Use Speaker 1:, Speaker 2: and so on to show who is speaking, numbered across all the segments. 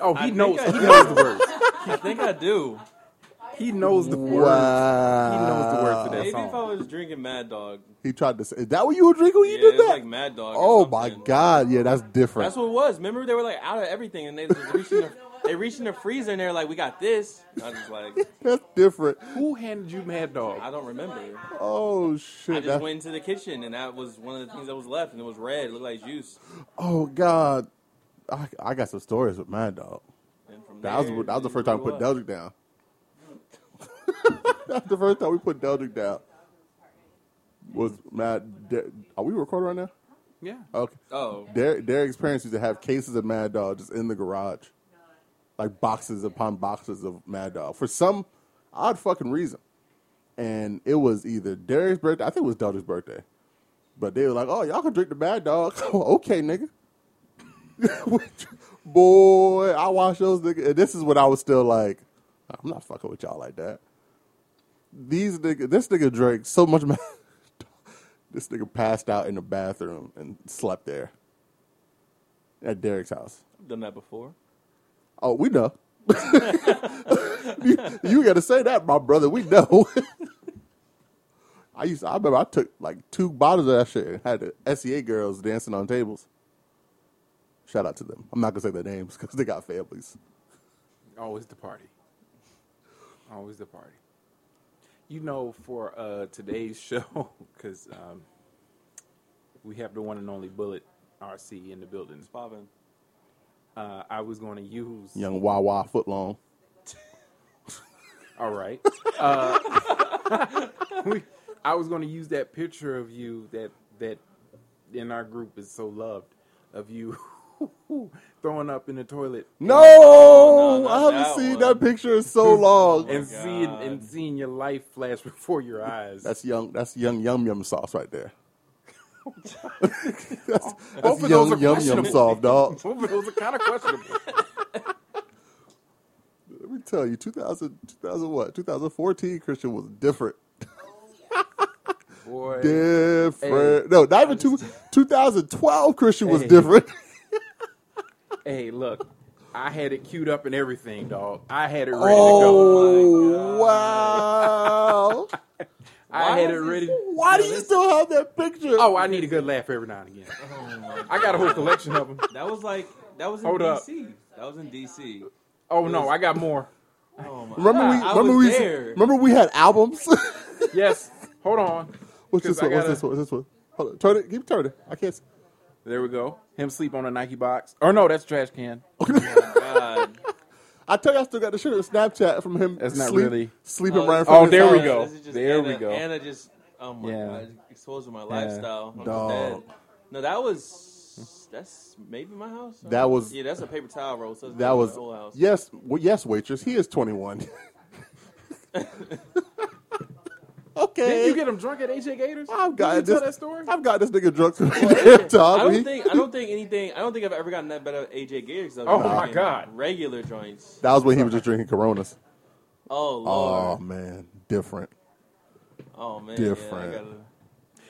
Speaker 1: Oh, he
Speaker 2: I
Speaker 1: knows.
Speaker 2: think I
Speaker 1: He
Speaker 2: do.
Speaker 1: knows the words.
Speaker 2: I think I do.
Speaker 1: He knows the words. He knows the words to that
Speaker 2: Maybe if I
Speaker 1: song.
Speaker 2: was drinking Mad Dog.
Speaker 3: He tried to say, is that what you were drinking when you
Speaker 2: yeah,
Speaker 3: did
Speaker 2: it was
Speaker 3: that?
Speaker 2: like Mad Dog. or
Speaker 3: oh my
Speaker 2: something.
Speaker 3: God. Yeah, that's different.
Speaker 2: That's what it was. Remember, they were like out of everything, and they just reached in the, they reached in the freezer, and they're like, "We got this." I was like,
Speaker 3: that's different.
Speaker 1: Who handed you Mad
Speaker 2: I
Speaker 1: Dog?
Speaker 2: don't remember.
Speaker 3: Oh
Speaker 2: I
Speaker 3: shit.
Speaker 2: just
Speaker 3: That's,
Speaker 2: went into the kitchen, and that was one of the things that was left, and it was red, looked like juice.
Speaker 3: oh God. I, I got some stories with my dog.
Speaker 2: And from
Speaker 3: That was,
Speaker 2: there,
Speaker 3: that was the
Speaker 2: you
Speaker 3: first time
Speaker 2: grew
Speaker 3: we put
Speaker 2: up.
Speaker 3: Deldrick down. That's the first time we put Deldrick down. Was Mad? De- are we recording right now?
Speaker 1: Yeah.
Speaker 3: Okay.
Speaker 2: Oh,
Speaker 3: Their Derek's parents used to have cases of Mad Dog just in the garage, like boxes upon boxes of Mad Dog for some odd fucking reason. And it was either Derek's birthday, I think it was Delta's birthday, but they were like, "Oh, y'all can drink the Mad Dog." okay, nigga. Which- Boy, I watched those niggas. And this is when I was still like, "I'm not fucking with y'all like that." These nigga, this nigga drank so much Mad. Dog. This nigga passed out in the bathroom and slept there at Derek's house.
Speaker 2: I've done that before.
Speaker 3: Oh, we know. you, you got to say that, my brother. We know. I used. To, I remember I took like two bottles of that shit and had the SEA girls dancing on tables. Shout out to them. I'm not gonna say their names because they got families.
Speaker 1: Always the party. Always the party. You know, for uh, today's show, because um, we have the one and only Bullet RC in the building.
Speaker 2: Bobbin.
Speaker 1: Uh, I was going to use.
Speaker 3: Young Wawa footlong.
Speaker 1: All right. Uh, we, I was going to use that picture of you that that in our group is so loved of you throwing up in the toilet
Speaker 3: No,
Speaker 2: not
Speaker 3: I haven't
Speaker 2: that
Speaker 3: seen
Speaker 2: one.
Speaker 3: that picture in so long.
Speaker 1: and
Speaker 2: God.
Speaker 1: seeing and seeing your life flash before your eyes.
Speaker 3: That's young. That's young yum yum sauce right there. that's
Speaker 1: Both of those
Speaker 3: that's
Speaker 1: are
Speaker 3: young yum yum
Speaker 1: questionable.
Speaker 3: sauce, dog.
Speaker 1: Well, but it was kind of questionable.
Speaker 3: Let me tell you, 2000, 2000 what? 2014 Christian was different.
Speaker 1: Boy,
Speaker 3: Different. no, not even two, 2012 Christian was
Speaker 1: Hey.
Speaker 3: different.
Speaker 1: hey, look, I had it queued up and everything, dog. I had it ready to go.
Speaker 3: Oh, wow.
Speaker 1: I
Speaker 2: Why
Speaker 1: had it
Speaker 2: is this-
Speaker 1: ready.
Speaker 3: Why do you still have that picture?
Speaker 1: Oh, I need a good laugh every now and again. I got a whole collection of them.
Speaker 2: That was like that was in
Speaker 1: Hold up.
Speaker 2: DC. That was in DC.
Speaker 1: Oh no, I got more.
Speaker 2: Oh my.
Speaker 3: remember we,
Speaker 2: I
Speaker 3: remember,
Speaker 2: was
Speaker 3: we
Speaker 2: there.
Speaker 3: remember we had albums?
Speaker 1: Yes. Hold on.
Speaker 3: What's
Speaker 1: 'Cause
Speaker 3: this
Speaker 1: I
Speaker 3: one? What's
Speaker 1: gotta-
Speaker 3: this one? What's this one? Hold on. Turn it. Keep turning. I can't see.
Speaker 1: There we go. Him sleep on a Nike box. Or no, that's trash can.
Speaker 2: God.
Speaker 3: I tell you, I still got the shit on Snapchat from him.
Speaker 1: That's not really-
Speaker 3: sleeping
Speaker 2: Oh,
Speaker 3: right in
Speaker 2: this-
Speaker 3: front
Speaker 1: oh,
Speaker 3: of his
Speaker 1: there we
Speaker 3: house.
Speaker 1: go.
Speaker 2: This is just
Speaker 1: There
Speaker 2: Anna,
Speaker 1: we go.
Speaker 2: Anna just, oh my
Speaker 1: Yeah.
Speaker 2: god, exposing my lifestyle. I'm
Speaker 3: Dog.
Speaker 2: dead. No, that was that's maybe my house.
Speaker 3: That was-
Speaker 2: yeah, that's a paper towel roll. So it's
Speaker 3: That
Speaker 2: not
Speaker 3: was
Speaker 2: my whole house.
Speaker 3: yes, well, yes, waitress. He is twenty one. okay,
Speaker 1: Didn't you get him drunk at AJ Gators?
Speaker 3: I've
Speaker 1: Did you
Speaker 3: got
Speaker 1: tell
Speaker 3: this.
Speaker 1: that story?
Speaker 3: I've got this nigga drunk. Damn,
Speaker 2: I
Speaker 3: Tom.
Speaker 2: don't
Speaker 3: He-
Speaker 2: think I don't think anything. I don't think I've ever gotten that better at AJ Gears.
Speaker 1: Oh my God.
Speaker 2: regular joints.
Speaker 3: that was when he was just drinking Coronas.
Speaker 2: Oh
Speaker 3: Oh
Speaker 2: lord.
Speaker 3: man, different.
Speaker 2: Oh, man.
Speaker 3: different.
Speaker 2: Yeah, I gotta-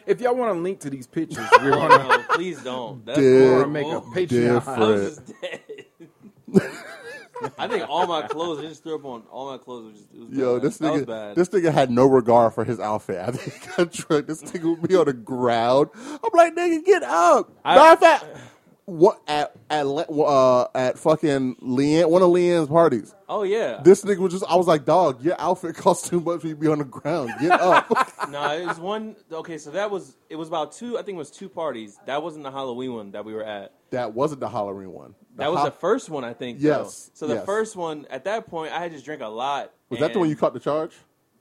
Speaker 1: If y'all want to link to these pictures, we're on
Speaker 2: Oh, no, please don't. That's
Speaker 3: Dude.
Speaker 1: or
Speaker 2: horrible.
Speaker 1: make a
Speaker 2: I
Speaker 1: Patreon.
Speaker 3: Different.
Speaker 2: was just dead. I think all my clothes. I just threw up on all my clothes. It was just, it was
Speaker 3: Yo,
Speaker 2: bad.
Speaker 3: this
Speaker 2: That was
Speaker 3: nigga,
Speaker 2: bad.
Speaker 3: this nigga had no regard for his outfit. I think he got drunk. This nigga would be on the ground. I'm like, nigga, get up. Matter of fact, what at at Le- uh, at fucking Leanne, one of Leanne's parties.
Speaker 2: oh yeah.
Speaker 3: This nigga was just. I was like, dog, your outfit costs too much for you to be on the ground. Get up.
Speaker 2: No, it was one. Okay, so that was it was about two. I think it was two parties. That wasn't the Halloween one that we were at.
Speaker 3: that wasn't the Halloween one. The
Speaker 2: That was
Speaker 3: ho-
Speaker 2: the first one, I think. though.
Speaker 3: Yes,
Speaker 2: So the
Speaker 3: yes.
Speaker 2: first one at that point, I had just drank a lot.
Speaker 3: Was that the
Speaker 2: and-
Speaker 3: one you caught the charge?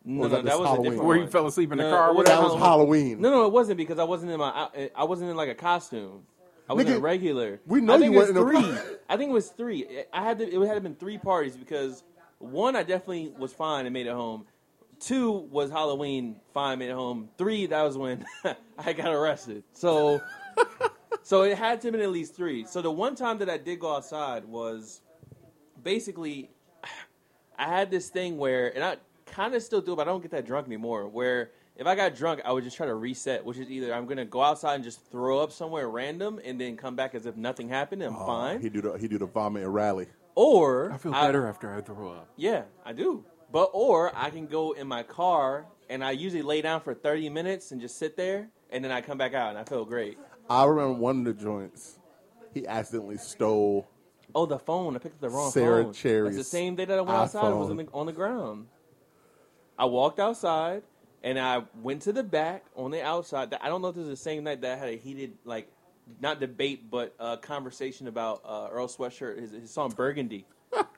Speaker 2: No,
Speaker 3: was
Speaker 2: no,
Speaker 3: that
Speaker 2: that
Speaker 3: this
Speaker 2: was a
Speaker 3: Halloween?
Speaker 2: different
Speaker 1: Where you
Speaker 2: one.
Speaker 1: fell asleep in the
Speaker 2: No,
Speaker 1: car or
Speaker 2: it
Speaker 1: whatever.
Speaker 3: That was Halloween.
Speaker 2: No, no, it wasn't because I wasn't in my. I- I wasn't in like a costume. I was
Speaker 3: Nigga,
Speaker 2: in a regular.
Speaker 3: we know
Speaker 2: I think
Speaker 3: you
Speaker 2: it was
Speaker 3: weren't in a-
Speaker 2: three. I think it was three. I had to. It had been three parties because one, I definitely was fine and made it home. Two was Halloween, fine, made it home. Three, that was when I got arrested. So, so it had to have been at least three. So the one time that I did go outside was basically I had this thing where, and I kind of still do, it, but I don't get that drunk anymore. Where if I got drunk, I would just try to reset, which is either I'm gonna go outside and just throw up somewhere random and then come back as if nothing happened and I'm
Speaker 3: Oh,
Speaker 2: fine.
Speaker 3: He do the he do the vomit and rally.
Speaker 2: or
Speaker 1: I feel better after I throw up.
Speaker 2: Yeah, I do. But or I can go in my car and I usually lay down for 30 minutes and just sit there and then I come back out and I feel great.
Speaker 3: I remember one of the joints. He accidentally stole.
Speaker 2: Oh, the phone. I picked up the wrong
Speaker 3: Sarah
Speaker 2: phone.
Speaker 3: Cherry's
Speaker 2: It's the same day that I went outside. It was on the, on the ground. I walked outside and I went to the back on the outside. I don't know if this is the same night that I had a heated, like, not debate, but uh, conversation about uh, Earl Sweatshirt, his, his song Burgundy.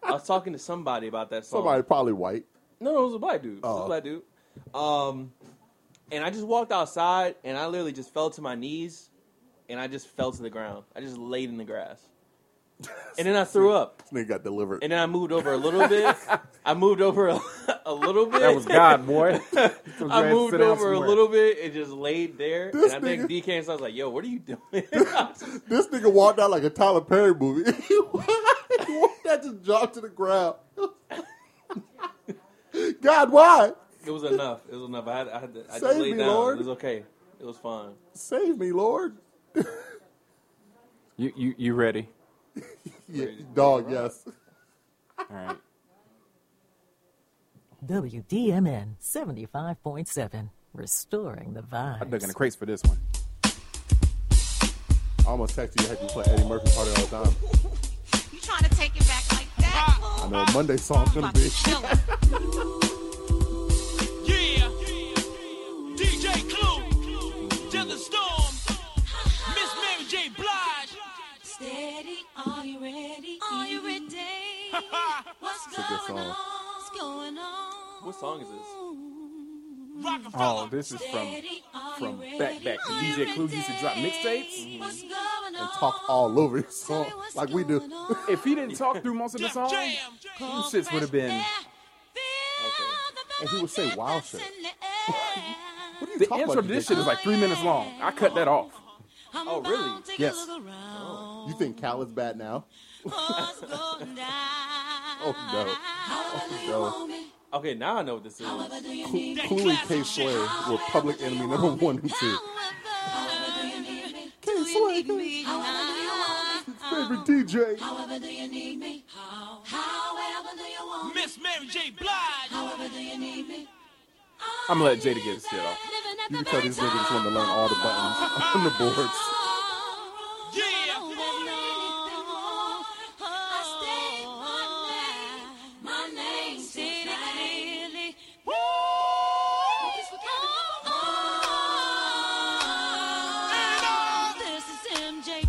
Speaker 2: I was talking to somebody about that song.
Speaker 3: Somebody probably white.
Speaker 2: No, no, it was a black dude. It was
Speaker 3: Oh.
Speaker 2: a black dude. Um, and I just walked outside, and I literally just fell to my knees, and I just fell to the ground. I just laid in the grass, and then I threw up,
Speaker 3: This nigga got delivered.
Speaker 2: and then I moved over a little bit. I moved over a, a little bit.
Speaker 1: That was God, boy.
Speaker 2: I moved over a little bit and just laid there.
Speaker 3: This
Speaker 2: and I think
Speaker 3: nigga-
Speaker 2: D DK and I was like, "Yo, what are you doing?"
Speaker 3: This nigga walked out like a Tyler Perry movie. he walked out, just dropped to the ground. God, why?
Speaker 2: it was enough. It was enough. I had, I had to. I just
Speaker 3: Save
Speaker 2: laid
Speaker 3: me,
Speaker 2: down.
Speaker 3: Lord.
Speaker 2: It was okay. It was fine.
Speaker 3: Save me, Lord.
Speaker 1: You, you, you ready?
Speaker 3: Yeah, dog, yes.
Speaker 1: All right.
Speaker 4: WDMN 75.7, restoring the vibes.
Speaker 1: I'm looking the crates for this one.
Speaker 3: I almost texted you, heck, you play Eddie Murphy party all the time.
Speaker 5: You trying to take it back like that?
Speaker 3: I know what Monday song's gonna be.
Speaker 6: Yeah. DJ Clue. Dylan Storm. Miss Mary J. Blige.
Speaker 5: Steady, are you ready? Are you ready? What's
Speaker 3: a good
Speaker 5: going
Speaker 3: song.
Speaker 5: on? What's going on?
Speaker 2: What song is this?
Speaker 6: Rockefeller.
Speaker 1: Oh, this is from
Speaker 5: Steady, are
Speaker 1: from
Speaker 5: you
Speaker 1: back
Speaker 5: ready?
Speaker 1: back when
Speaker 5: Are you
Speaker 1: DJ Clue used to drop mixtapes.
Speaker 5: ready? What's
Speaker 6: Mm-hmm.
Speaker 5: going on?
Speaker 3: And talk all over your song like we do.
Speaker 1: If he didn't talk through most of the
Speaker 6: Def
Speaker 1: song,
Speaker 6: Jam.
Speaker 1: them shits would have been.
Speaker 3: And he would say wild shit. What are you
Speaker 1: The
Speaker 3: talking
Speaker 1: intro
Speaker 3: about,
Speaker 1: to
Speaker 3: you
Speaker 1: this
Speaker 3: dickhead?
Speaker 1: shit is like three minutes long. I cut that off.
Speaker 5: Oh,
Speaker 2: really?
Speaker 1: Yes.
Speaker 3: You think Cal is bad now?
Speaker 6: Oh.
Speaker 5: What's going down?
Speaker 3: Oh,
Speaker 5: However you
Speaker 3: no.
Speaker 5: want it,
Speaker 2: Okay, now I know what this is.
Speaker 5: however do you need it,
Speaker 3: Clue and K Slayer were public enemy number one and two.
Speaker 5: however do you need me,
Speaker 3: K Slayer,
Speaker 5: however do you want it,
Speaker 3: favorite DJ.
Speaker 5: however do you need me, however do you want it,
Speaker 6: Miss Mary J. Blige.
Speaker 5: however do you need me.
Speaker 1: I'm gonna let Jada get his shit off.
Speaker 5: Living at
Speaker 3: You
Speaker 5: the
Speaker 3: can tell these niggas just want to learn all the buttons on the boards.
Speaker 6: Yeah.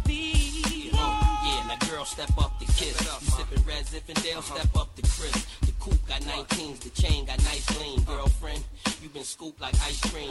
Speaker 7: Yeah, now girl, step up the kiss. You sippin' red Zinfandel, step up the crisp. The coupe got 19s, the chain got nice lean. Girlfriend, you been scooped like ice cream.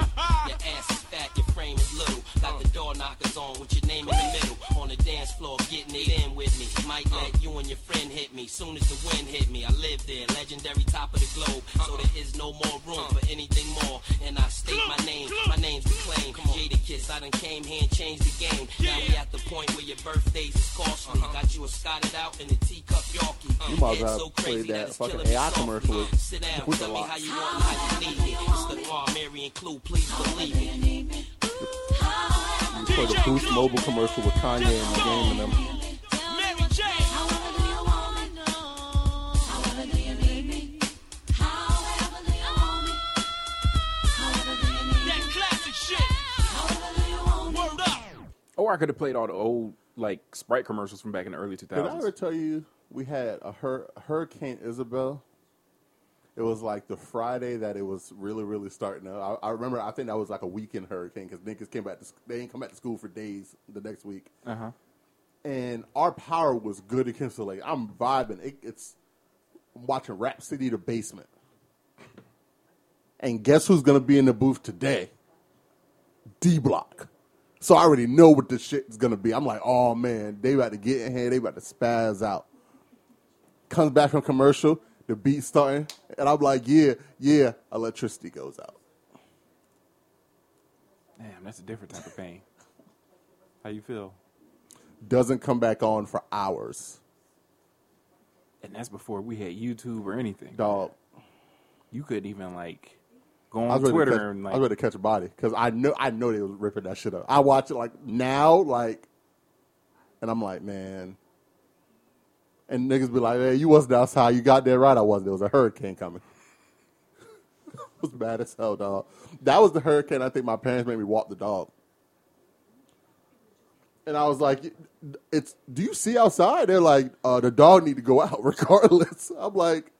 Speaker 7: Your ass is fat, your frame is little. Got the door knockers on with your name in the middle. On the dance floor, getting it in with me. Might let you and your friend hit me. Soon as the wind hit me, I live there. Legendary top of the globe. So there is no more room for anything more. And I state my name, my name's the claim. Jada Kiss, I done came here and changed the game. Now we at the point where your birthdays is costly. Got you a Scotted out in a teacup Yorkie.
Speaker 3: Uh-huh. You might as
Speaker 7: Head
Speaker 3: well
Speaker 7: so
Speaker 3: have played
Speaker 7: crazy
Speaker 3: that
Speaker 7: it's
Speaker 3: fucking
Speaker 7: killing me
Speaker 3: AI
Speaker 7: softly.
Speaker 3: commercial with-
Speaker 7: Sit down,
Speaker 3: with
Speaker 7: tell
Speaker 3: the
Speaker 7: me
Speaker 3: lot.
Speaker 7: how you want, and how you need it. It's the car, Mary and Clue, please believe me.
Speaker 3: You play the Boost Mobile commercial with Kanye and the game and them.
Speaker 6: Mary J. That classic shit. Word up.
Speaker 1: Or I could have played all the old like Sprite commercials from back in the early
Speaker 3: Did I ever
Speaker 1: 2000s.
Speaker 3: tell you we had a hur- Hurricane Isabel? It was like the Friday that it was really, really starting up. I, I remember. I think that was like a weekend hurricane because niggas came back. To, sc- they didn't come back to school for days the next week.
Speaker 1: Uh huh.
Speaker 3: and our power was good against the lake. I'm vibing. It, it's I'm watching Rap City the basement. And guess who's gonna be in the booth today? D Block. So I already know what this shit is gonna be. I'm like, oh man, they about to get in here. They about to spaz out. Comes back from commercial, the beat starting, and I'm like, yeah, yeah. Electricity goes out.
Speaker 1: Damn, that's a different type of pain. How you feel?
Speaker 3: Doesn't come back on for hours,
Speaker 1: And that's before we had YouTube or anything.
Speaker 3: dog.
Speaker 1: You couldn't even like go
Speaker 3: I
Speaker 1: on
Speaker 3: was, ready
Speaker 1: Twitter
Speaker 3: to catch,
Speaker 1: and
Speaker 3: I was
Speaker 1: like
Speaker 3: ready to catch a body because I know I know they was ripping that shit up. I watch it like now, like, and I'm like, man, And niggas be like, hey, you wasn't outside. You got there right. I wasn't. There was a hurricane coming. it was bad as hell, dog. That was the hurricane I think my parents made me walk the dog. And I was like, it's, do you see outside? They're like, uh, the dog need to go out regardless. I'm like,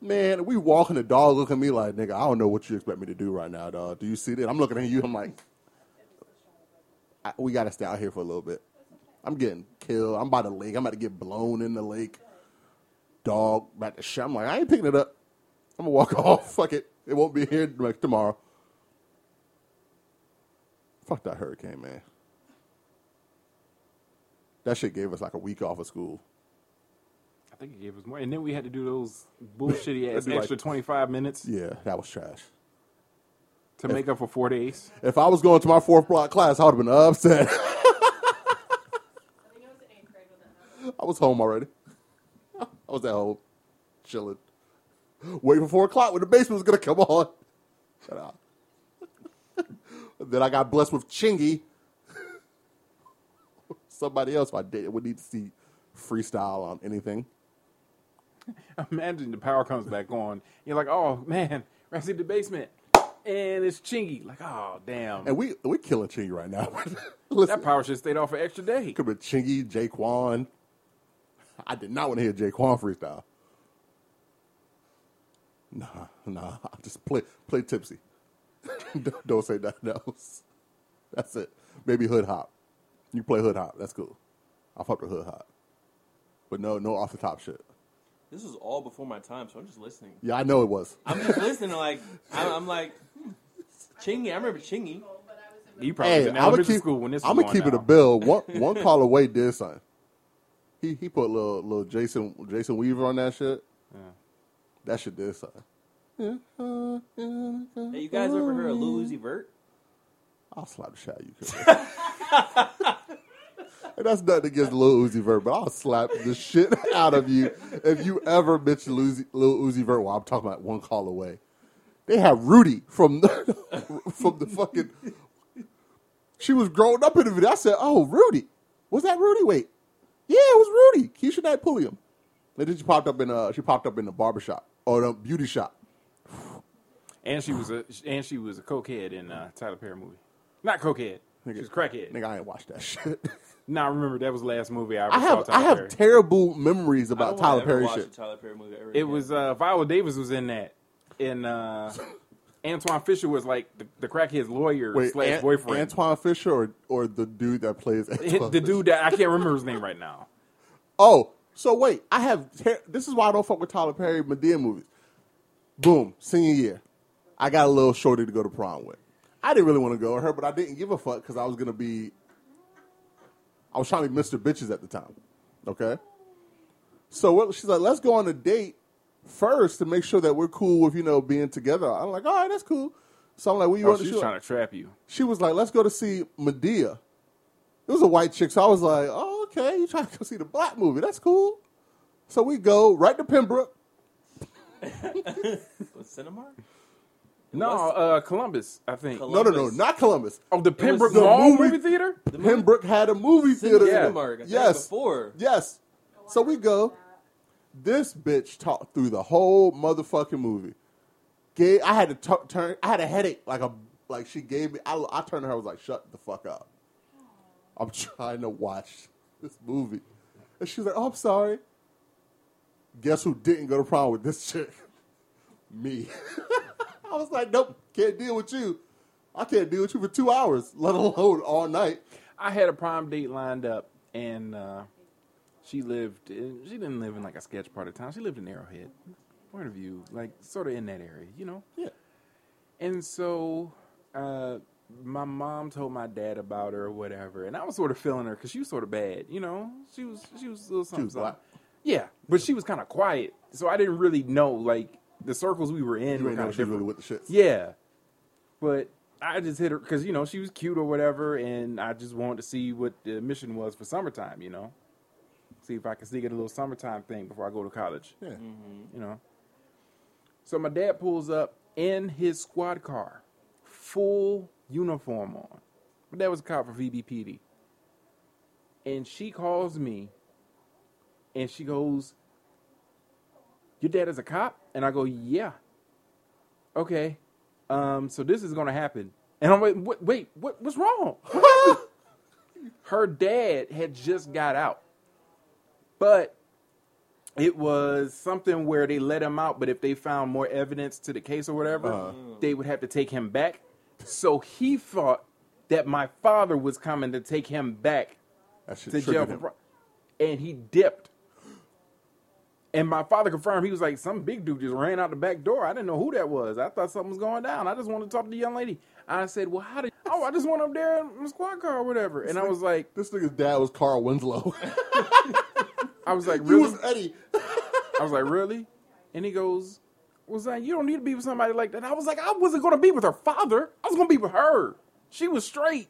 Speaker 3: man, we walking the dog looking at me like, nigga, I don't know what you expect me to do right now, dog. Do you see that? I'm looking at you. I'm like, I, we got to stay out here for a little bit. I'm getting killed. I'm by the lake. I'm about to get blown in the lake. Dog, about to shit. I'm like, I ain't picking it up. I'm gonna walk off. Fuck it. It won't be here like tomorrow. Fuck that hurricane, man. That shit gave us like a week off of school.
Speaker 1: I think it gave us more. And then we had to do those bullshitty ass
Speaker 3: do, like,
Speaker 1: extra 25 minutes
Speaker 3: Yeah, that was trash.
Speaker 1: to make up for four days.
Speaker 3: If I was going to my fourth block class, I would have been upset. I was home already. I was at home, chilling, waiting for four o'clock when the basement was gonna come on. Shut up. then I got blessed with Chingy. Somebody else I did would need to see freestyle on anything.
Speaker 1: Imagine the power comes back on. You're like, oh, man, right in the basement. And it's Chingy. Like, oh, damn.
Speaker 3: And we we killing Chingy right now. Listen,
Speaker 1: that power should have stayed off an extra day.
Speaker 3: could be Chingy, Jaquan. I did not want to hear Jaquan freestyle. Nah, nah. I just play play tipsy. don't, don't say nothing else. That's it. Maybe hood hop. You play hood hop. That's cool. I fuck with hood hop, but no, no off the top shit.
Speaker 2: This was all before my time, so I'm just listening.
Speaker 3: Yeah, I know it was.
Speaker 2: I'm just listening. Like I'm, I'm like hmm, Chingy. I remember Chingy.
Speaker 1: You probably was in
Speaker 3: Hey, I'm gonna
Speaker 1: elementary
Speaker 3: keep.
Speaker 1: school when this
Speaker 3: I'm
Speaker 1: was
Speaker 3: gonna
Speaker 1: on
Speaker 3: keep it
Speaker 1: now.
Speaker 3: a bill. One one call away did something. He he put little little Jason Jason Weaver on that shit. That shit did something.
Speaker 2: Hey, you guys ever heard of Lil Uzi Vert?
Speaker 3: I'll slap the shit out of you. Killer. and that's nothing against Lil Uzi Vert, but I'll slap the shit out of you if you ever mention Lil Uzi, Lil Uzi Vert. Well, I'm talking about one call away. They have Rudy from the from the fucking. She was growing up in the video. I said, "Oh, Rudy, was that Rudy? Wait, yeah, it was Rudy. Keisha Knight Pulliam. And then she popped up in uh she popped up in the barbershop or the beauty shop.
Speaker 1: And she was a and she was a cokehead in uh, Tyler Perry movie. Not cokehead. She was crackhead.
Speaker 3: Nigga, I ain't watched that shit.
Speaker 1: Now I remember that was the last movie I ever saw
Speaker 3: I have
Speaker 1: Tyler
Speaker 3: I have
Speaker 1: Perry.
Speaker 3: terrible memories
Speaker 2: I
Speaker 3: about
Speaker 2: don't wanna
Speaker 3: Tyler
Speaker 2: ever
Speaker 3: Perry
Speaker 2: watch a
Speaker 3: shit.
Speaker 2: Tyler Perry movie ever
Speaker 1: it
Speaker 2: again.
Speaker 1: was uh, Viola Davis was in that, and uh, Antoine Fisher was like the, the crackhead's lawyer
Speaker 3: Wait,
Speaker 1: slash
Speaker 3: An-
Speaker 1: boyfriend.
Speaker 3: Antoine Fisher or or the dude that plays Antoine
Speaker 1: Hit the
Speaker 3: Fisher?
Speaker 1: dude that I can't remember his name right now.
Speaker 3: Oh, so wait, I have ter- this is why I don't fuck with Tyler Perry Medea movies. Boom, senior year, I got a little shorty to go to prom with. I didn't really want to go with her, but I didn't give a fuck because I was gonna be. I was trying to be Mr. Bitches at the time, okay. So what, she's like, let's go on a date first to make sure that we're cool with you know being together. I'm like, all right, that's cool. So I'm like, what you
Speaker 1: Oh,
Speaker 3: want
Speaker 1: she's
Speaker 3: to do?
Speaker 1: trying to trap you.
Speaker 3: she was like, let's go to see Medea. It was a white chick, so I was like, oh, okay, you trying to go see the black movie. That's cool. So we go right to Pembroke.
Speaker 2: Was it Cinemark?
Speaker 1: No,
Speaker 2: was-
Speaker 1: uh, Columbus, I think.
Speaker 2: Colu-
Speaker 3: No, no, no,
Speaker 2: Columbus.
Speaker 3: not Columbus.
Speaker 1: Oh, the Pembroke
Speaker 3: the
Speaker 1: Mall
Speaker 3: movie-
Speaker 1: movie theater.
Speaker 3: Pembroke had a movie theater. in it.
Speaker 2: Cinemark. I said that
Speaker 3: Yes.
Speaker 2: before.
Speaker 3: Yes. So we go. This bitch talked through the whole motherfucking movie. Gave, I had to tu- turn. I had a headache. Like a like she gave me. I, I turned to her. I was like, "Shut the fuck up." I'm trying to watch this movie, and she's like, "Oh, I'm sorry." Guess who didn't go to prom with this chick? Me. I was like, "Nope, can't deal with you. I can't deal with you for two hours, let alone all night."
Speaker 1: I had a prom date lined up, and uh, she lived. In, she didn't live in like a sketch part of town. She lived in Arrowhead, Point of View, like sort of in that area, you know.
Speaker 3: Yeah.
Speaker 1: And so, uh, my mom told my dad about her or whatever, and I was sort of feeling her because she was sort of bad, you know. She was she was a little something.
Speaker 3: was black.
Speaker 1: something. Yeah, but she was kind of quiet, so I didn't really know like the circles we were in
Speaker 3: You
Speaker 1: were kind
Speaker 3: ain't know
Speaker 1: of
Speaker 3: she's
Speaker 1: different.
Speaker 3: really with the shits.
Speaker 1: Yeah. But I just hit her because, you know, she was cute or whatever, and I just wanted to see what the mission was for summertime, you know? See if I could sneak in a little summertime thing before I go to college,
Speaker 3: Yeah.
Speaker 1: you know? So my dad pulls up in his squad car, full uniform on. My dad was a cop for VBPD. And she calls me and she goes, "Your dad is a cop?" And I go, "Yeah." Okay. Um. So this is gonna happen, and I'm like, "Wait, wait what? What's wrong?" Her dad had just got out, but it was something where they let him out, but if they found more evidence to the case or whatever, they would have to take him back. So he thought that my father was coming to take him back
Speaker 3: That shit
Speaker 1: to jail
Speaker 3: triggered
Speaker 1: for
Speaker 3: him.
Speaker 1: pro- and he dipped. And my father confirmed he was like, some big dude just ran out the back door. I didn't know who that was. I thought something was going down. I just wanted to talk to the young lady. I said, Well, how did oh I just went up there in my squad car or whatever. And I was like
Speaker 3: This nigga's dad was Carl Winslow.
Speaker 1: I was like,
Speaker 3: he
Speaker 1: really?
Speaker 3: was Eddie.
Speaker 1: I was like, really? And he goes, was that you don't need to be with somebody like that. And I was like, I wasn't gonna be with her father. I was gonna be with her. She was straight.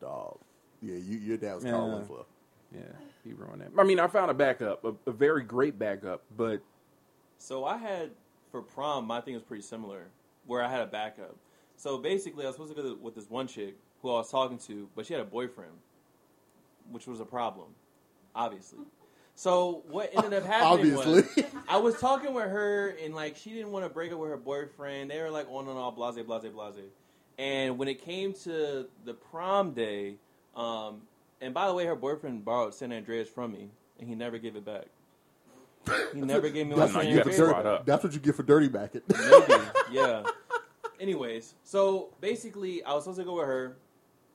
Speaker 3: Dog. Yeah, you, your dad was Carl
Speaker 1: Yeah.
Speaker 3: Winslow.
Speaker 1: Yeah, he ruined that. I mean, I found a backup, a, a very great backup, but
Speaker 2: So I had for prom, my thing was pretty similar, where I had a backup. So basically, I was supposed to go to, with this one chick who I was talking to, but she had a boyfriend, which was a problem, obviously. So what ended up happening
Speaker 3: Obviously.
Speaker 2: was I was talking with her, and like she didn't want to break up with her boyfriend. They were like on and off, blase, blase, blase. And when it came to the prom day, um, and by the way, her boyfriend borrowed San Andreas from me, and he never gave it back. He never gave me my
Speaker 3: That's,
Speaker 1: no,
Speaker 2: San
Speaker 3: what
Speaker 1: you
Speaker 3: you
Speaker 1: got
Speaker 3: get
Speaker 1: the
Speaker 2: Andreas.
Speaker 3: for
Speaker 1: third
Speaker 2: back.
Speaker 1: brought
Speaker 3: dirty,
Speaker 1: up.
Speaker 3: that's what you get for dirty backing.
Speaker 2: Maybe, yeah. Anyways, so basically, I was supposed to go with her.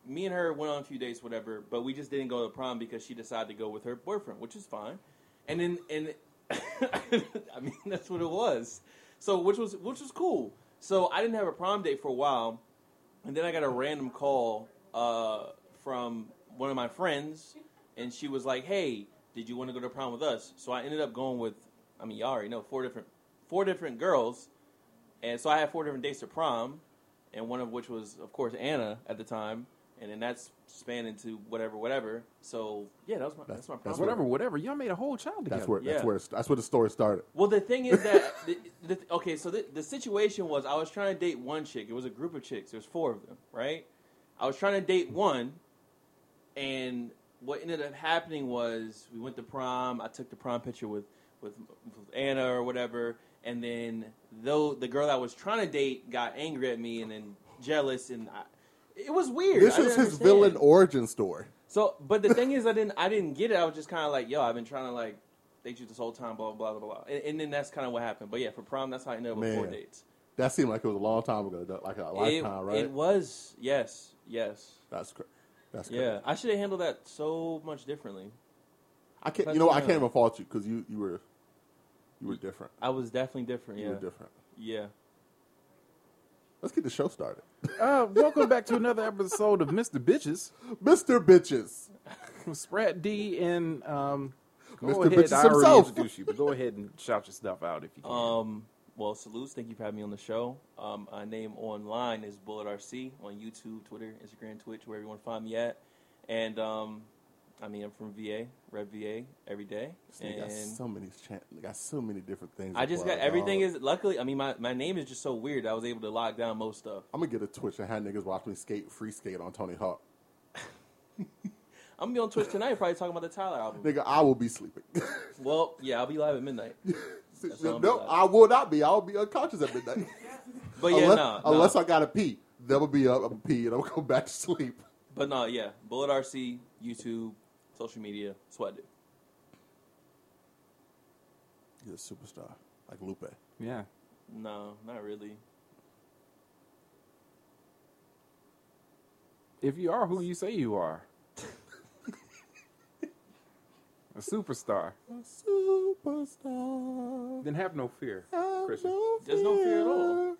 Speaker 2: Me and her went on a few dates, whatever, but we just didn't go to prom because she decided to go with her boyfriend, which is fine. And then, and I mean, that's what it was. So, which was which was cool. So I didn't have a prom date for a while, and then I got a random call uh, from one of my friends, and she was like, "Hey, did you want to go to prom with us?" So I ended up going with, I mean, y'all already know four different four different girls, and so I had four different dates to prom, and one of which was, of course, Anna at the time, and then that's spanned into whatever, whatever. So yeah, that was my that's, my prom.
Speaker 3: that's
Speaker 1: whatever, whatever. Y'all made a whole child together.
Speaker 3: That's where, that's,
Speaker 2: Yeah.
Speaker 3: where, that's where the story started.
Speaker 2: Well, the thing is that the, the, okay, so the, the situation was I was trying to date one chick. It was a group of chicks. There was four of them, right? I was trying to date one, and what ended up happening was we went to prom. I took the prom picture with with, with Anna or whatever, and then though the girl I was trying to date got angry at me and then jealous, and I, it was weird.
Speaker 3: This
Speaker 2: I didn't
Speaker 3: is his
Speaker 2: understand.
Speaker 3: villain origin story.
Speaker 2: So, but the thing is, I didn't, I didn't get it. I was just kind of like, yo, I've been trying to like date you this whole time, blah blah blah blah, and, and then that's kind of what happened. But yeah, for prom, that's how I ended up with four
Speaker 3: Man.
Speaker 2: dates.
Speaker 3: That seemed like it was a long time ago, though, like a
Speaker 2: It,
Speaker 3: lifetime, right?
Speaker 2: it was yes, yes,
Speaker 3: that's cra- that's crazy.
Speaker 2: yeah. I should have handled that so much differently.
Speaker 3: I can't.
Speaker 2: But,
Speaker 3: You know, what? I
Speaker 2: yeah.
Speaker 3: can't even fault you because you, you were you were different.
Speaker 2: I was definitely different.
Speaker 3: You
Speaker 2: Yeah,
Speaker 3: were different.
Speaker 2: yeah.
Speaker 3: Let's get the show started,
Speaker 1: Uh, welcome back to another episode of Mr. Bitches.
Speaker 3: Mister Bitches.
Speaker 1: Sprat D and um, go
Speaker 3: Mr.
Speaker 1: ahead.
Speaker 3: Bitches
Speaker 1: I already
Speaker 3: himself.
Speaker 1: introduced you, but go ahead and shout your stuff out if you can.
Speaker 2: Um, well, salutes. Thank you for having me on the show. Um, my name online is Bullet RC on YouTube, Twitter, Instagram, Twitch, wherever you want to find me at. And um, I mean, I'm from VA, Red VA, every day.
Speaker 3: This nigga got
Speaker 2: And-
Speaker 3: so many chan- got so many different things.
Speaker 2: I just
Speaker 3: applied,
Speaker 2: got everything
Speaker 3: dog.
Speaker 2: is luckily. I mean, my, my name is just so weird. I was able to lock down most stuff.
Speaker 3: I'm gonna get a Twitch and have niggas watch me skate free skate on Tony Hawk.
Speaker 2: I'm gonna be on Twitch tonight, probably talking about the Tyler album.
Speaker 3: Nigga, I will be sleeping.
Speaker 2: Well, yeah, I'll be live at midnight. what I'm
Speaker 3: no,
Speaker 2: about.
Speaker 3: I will not be. I will be unconscious at midnight.
Speaker 2: But yeah,
Speaker 3: unless,
Speaker 2: no,
Speaker 3: unless
Speaker 2: no.
Speaker 3: I gotta pee, then I'm gonna be up. I'm gonna pee and I'm gonna go back to sleep.
Speaker 2: But no, yeah, Bullet RC, YouTube, social media, that's what I do.
Speaker 3: You're a superstar, like Lupe.
Speaker 1: yeah.
Speaker 2: No, not really.
Speaker 1: If you are who you say you are, a superstar,
Speaker 3: Superstar.
Speaker 1: then have no fear, Christian.
Speaker 2: There's no fear at all.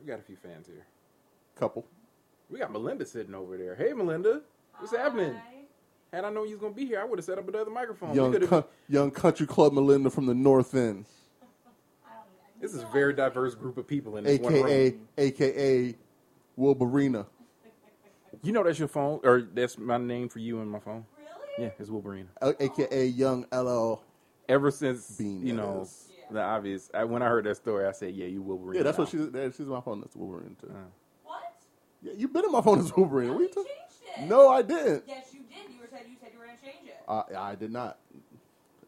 Speaker 1: We got a few fans here.
Speaker 3: Couple.
Speaker 1: We got Melinda sitting over there. Hey, Melinda, what's happening? Had I known you was gonna be here, I would have set up another microphone. We
Speaker 3: Young,
Speaker 1: could've-
Speaker 3: co- young country club Melinda from the North End,
Speaker 1: this is a very diverse group of people in this one room.
Speaker 3: aka aka Wilburina.
Speaker 1: You know that's your phone, or that's my name for you in my phone.
Speaker 8: Really?
Speaker 1: Yeah, it's Wolverine.
Speaker 3: Uh, aka Young LL.
Speaker 1: Ever since
Speaker 3: Bean
Speaker 1: you know
Speaker 3: is.
Speaker 1: the obvious, I, when I heard that story, I said, "Yeah, you Wolverine."
Speaker 3: Yeah, Uh. that's what
Speaker 1: now. Uh,
Speaker 3: she's. that- She's my phone. That's Wolverine too.
Speaker 8: What?
Speaker 3: Yeah, you've been in my phone as Wolverine. What
Speaker 8: You
Speaker 3: you talking-
Speaker 8: changed it.
Speaker 3: No, Uh, I didn't.
Speaker 8: Yes, you did. You were said you said you were gonna change it.
Speaker 3: I, I did not.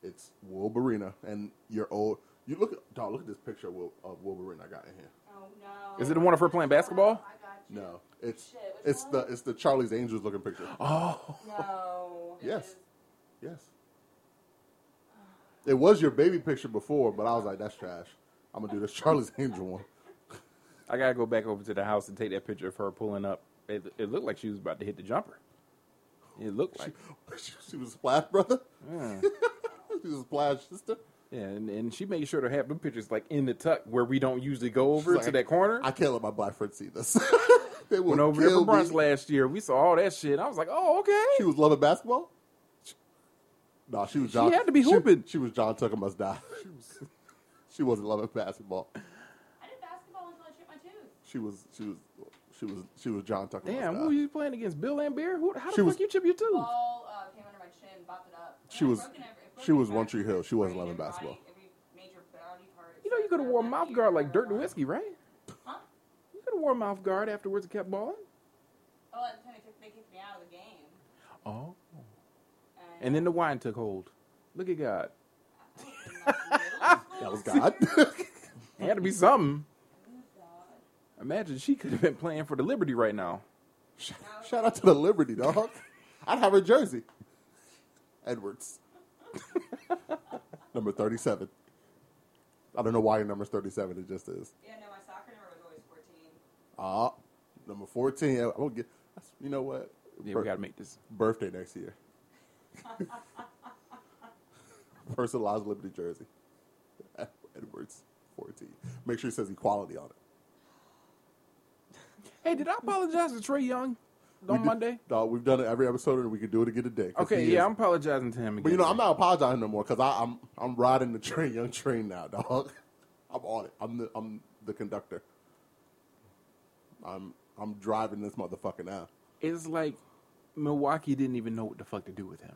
Speaker 3: It's Wolverina, and you're old. You look, dog. Look at this picture of, Wil- of Wolverine I got in here.
Speaker 8: Oh,
Speaker 1: Is it the one of her playing basketball?
Speaker 3: No, it's it's the it's the Charlie's Angels looking picture.
Speaker 1: Oh,
Speaker 5: No.
Speaker 3: Yes, yes. It was your baby picture before, but I was like, that's trash. I'm gonna do this Charlie's Angel one.
Speaker 1: I gotta go back over to the house and take that picture of her pulling up. It, it looked like she was about to hit the jumper. It looked like,
Speaker 3: she was a splash brother. she was a splash sister.
Speaker 1: yeah, and, and she made sure to have them pictures like in the tuck where we don't usually go over
Speaker 3: She's
Speaker 1: to
Speaker 3: like,
Speaker 1: that corner.
Speaker 3: I can't let my black friend see this. they will
Speaker 1: went over there for
Speaker 3: kill
Speaker 1: brunch
Speaker 3: me.
Speaker 1: last year. We saw all that shit. I was like, oh, okay.
Speaker 3: She was loving basketball. No, she was. John,
Speaker 1: had to be hooping.
Speaker 3: She, she was John Tucker must die. She, was, she wasn't loving basketball.
Speaker 5: I did basketball until I chipped my tooth.
Speaker 3: She was. She was. She was. She was John Tucker. must
Speaker 1: Damn,
Speaker 3: die.
Speaker 1: who you playing against? Bill Lambert? Who, how the
Speaker 3: uh, She
Speaker 1: fuck
Speaker 3: was-
Speaker 1: you chip your tooth?
Speaker 5: Ball uh, came under my chin, bopped it up.
Speaker 3: She
Speaker 5: It
Speaker 3: was-
Speaker 5: broken every- it
Speaker 3: she
Speaker 5: broken
Speaker 3: was
Speaker 5: every
Speaker 3: One Tree Hill. She wasn't
Speaker 5: bone in
Speaker 3: loving
Speaker 5: your
Speaker 3: basketball.
Speaker 5: body, every major body part.
Speaker 1: You know, you could have wore a mouth guard like Dirk Nowitzki, right?
Speaker 5: Huh?
Speaker 1: You could have wore a mouth guard afterwards and kept balling.
Speaker 5: Well, at the time they kicked- they kicked me out Oh, of the game.
Speaker 1: Oh. And then the wine took hold. Look at God.
Speaker 3: That was God.
Speaker 1: It had to be something.
Speaker 5: uh,
Speaker 1: Imagine she could have been playing for the Liberty right now.
Speaker 3: Shout out to the Liberty dog. I'd have her jersey. Edwards, number thirty-seven. I don't know why your number's thirty-seven. It just is.
Speaker 5: Yeah, no, my soccer number was always 14.
Speaker 3: Ah, number fourteen. I'm gonna get. that's- You know what?
Speaker 1: Yeah, we got to make this.
Speaker 3: birthday next year. Personalized Liberty jersey. Edwards, 14. Make sure it says equality on it.
Speaker 1: Hey, did I apologize to Trey Young on
Speaker 3: We did-
Speaker 1: Monday?
Speaker 3: No, we've done it every episode, and we can do it again today. 'cause
Speaker 1: Okay,
Speaker 3: he
Speaker 1: yeah,
Speaker 3: is-
Speaker 1: I'm apologizing to him again.
Speaker 3: But you know, I'm not apologizing no more because I'm I'm riding the train, young train now, dog. I'm on it. I'm the I'm the conductor. I'm I'm driving this motherfucker now.
Speaker 1: It's like Milwaukee didn't even know what the fuck to do with him.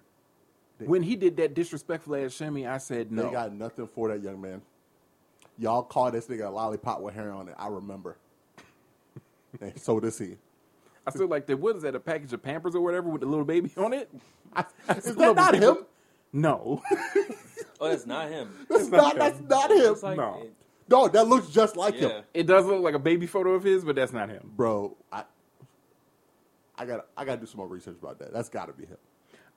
Speaker 1: when he did that disrespectful ass shimmy, I said no.
Speaker 3: They got nothing for that young man. Y'all called this nigga a lollipop with hair on it. I remember. and so does he.
Speaker 1: I still like that. What is that? A package of Pampers or whatever with the little baby on it?
Speaker 3: Is that not him?
Speaker 1: No,
Speaker 2: Oh, that's not him.
Speaker 3: That's not. That's not him.
Speaker 2: It's like,
Speaker 1: No.
Speaker 2: it-
Speaker 3: no, that looks just like
Speaker 2: Yeah.
Speaker 3: him,
Speaker 1: it does look like a baby photo of his, but that's not him.
Speaker 3: bro. I, I gotta, I gotta do some more research about that. That's gotta be him.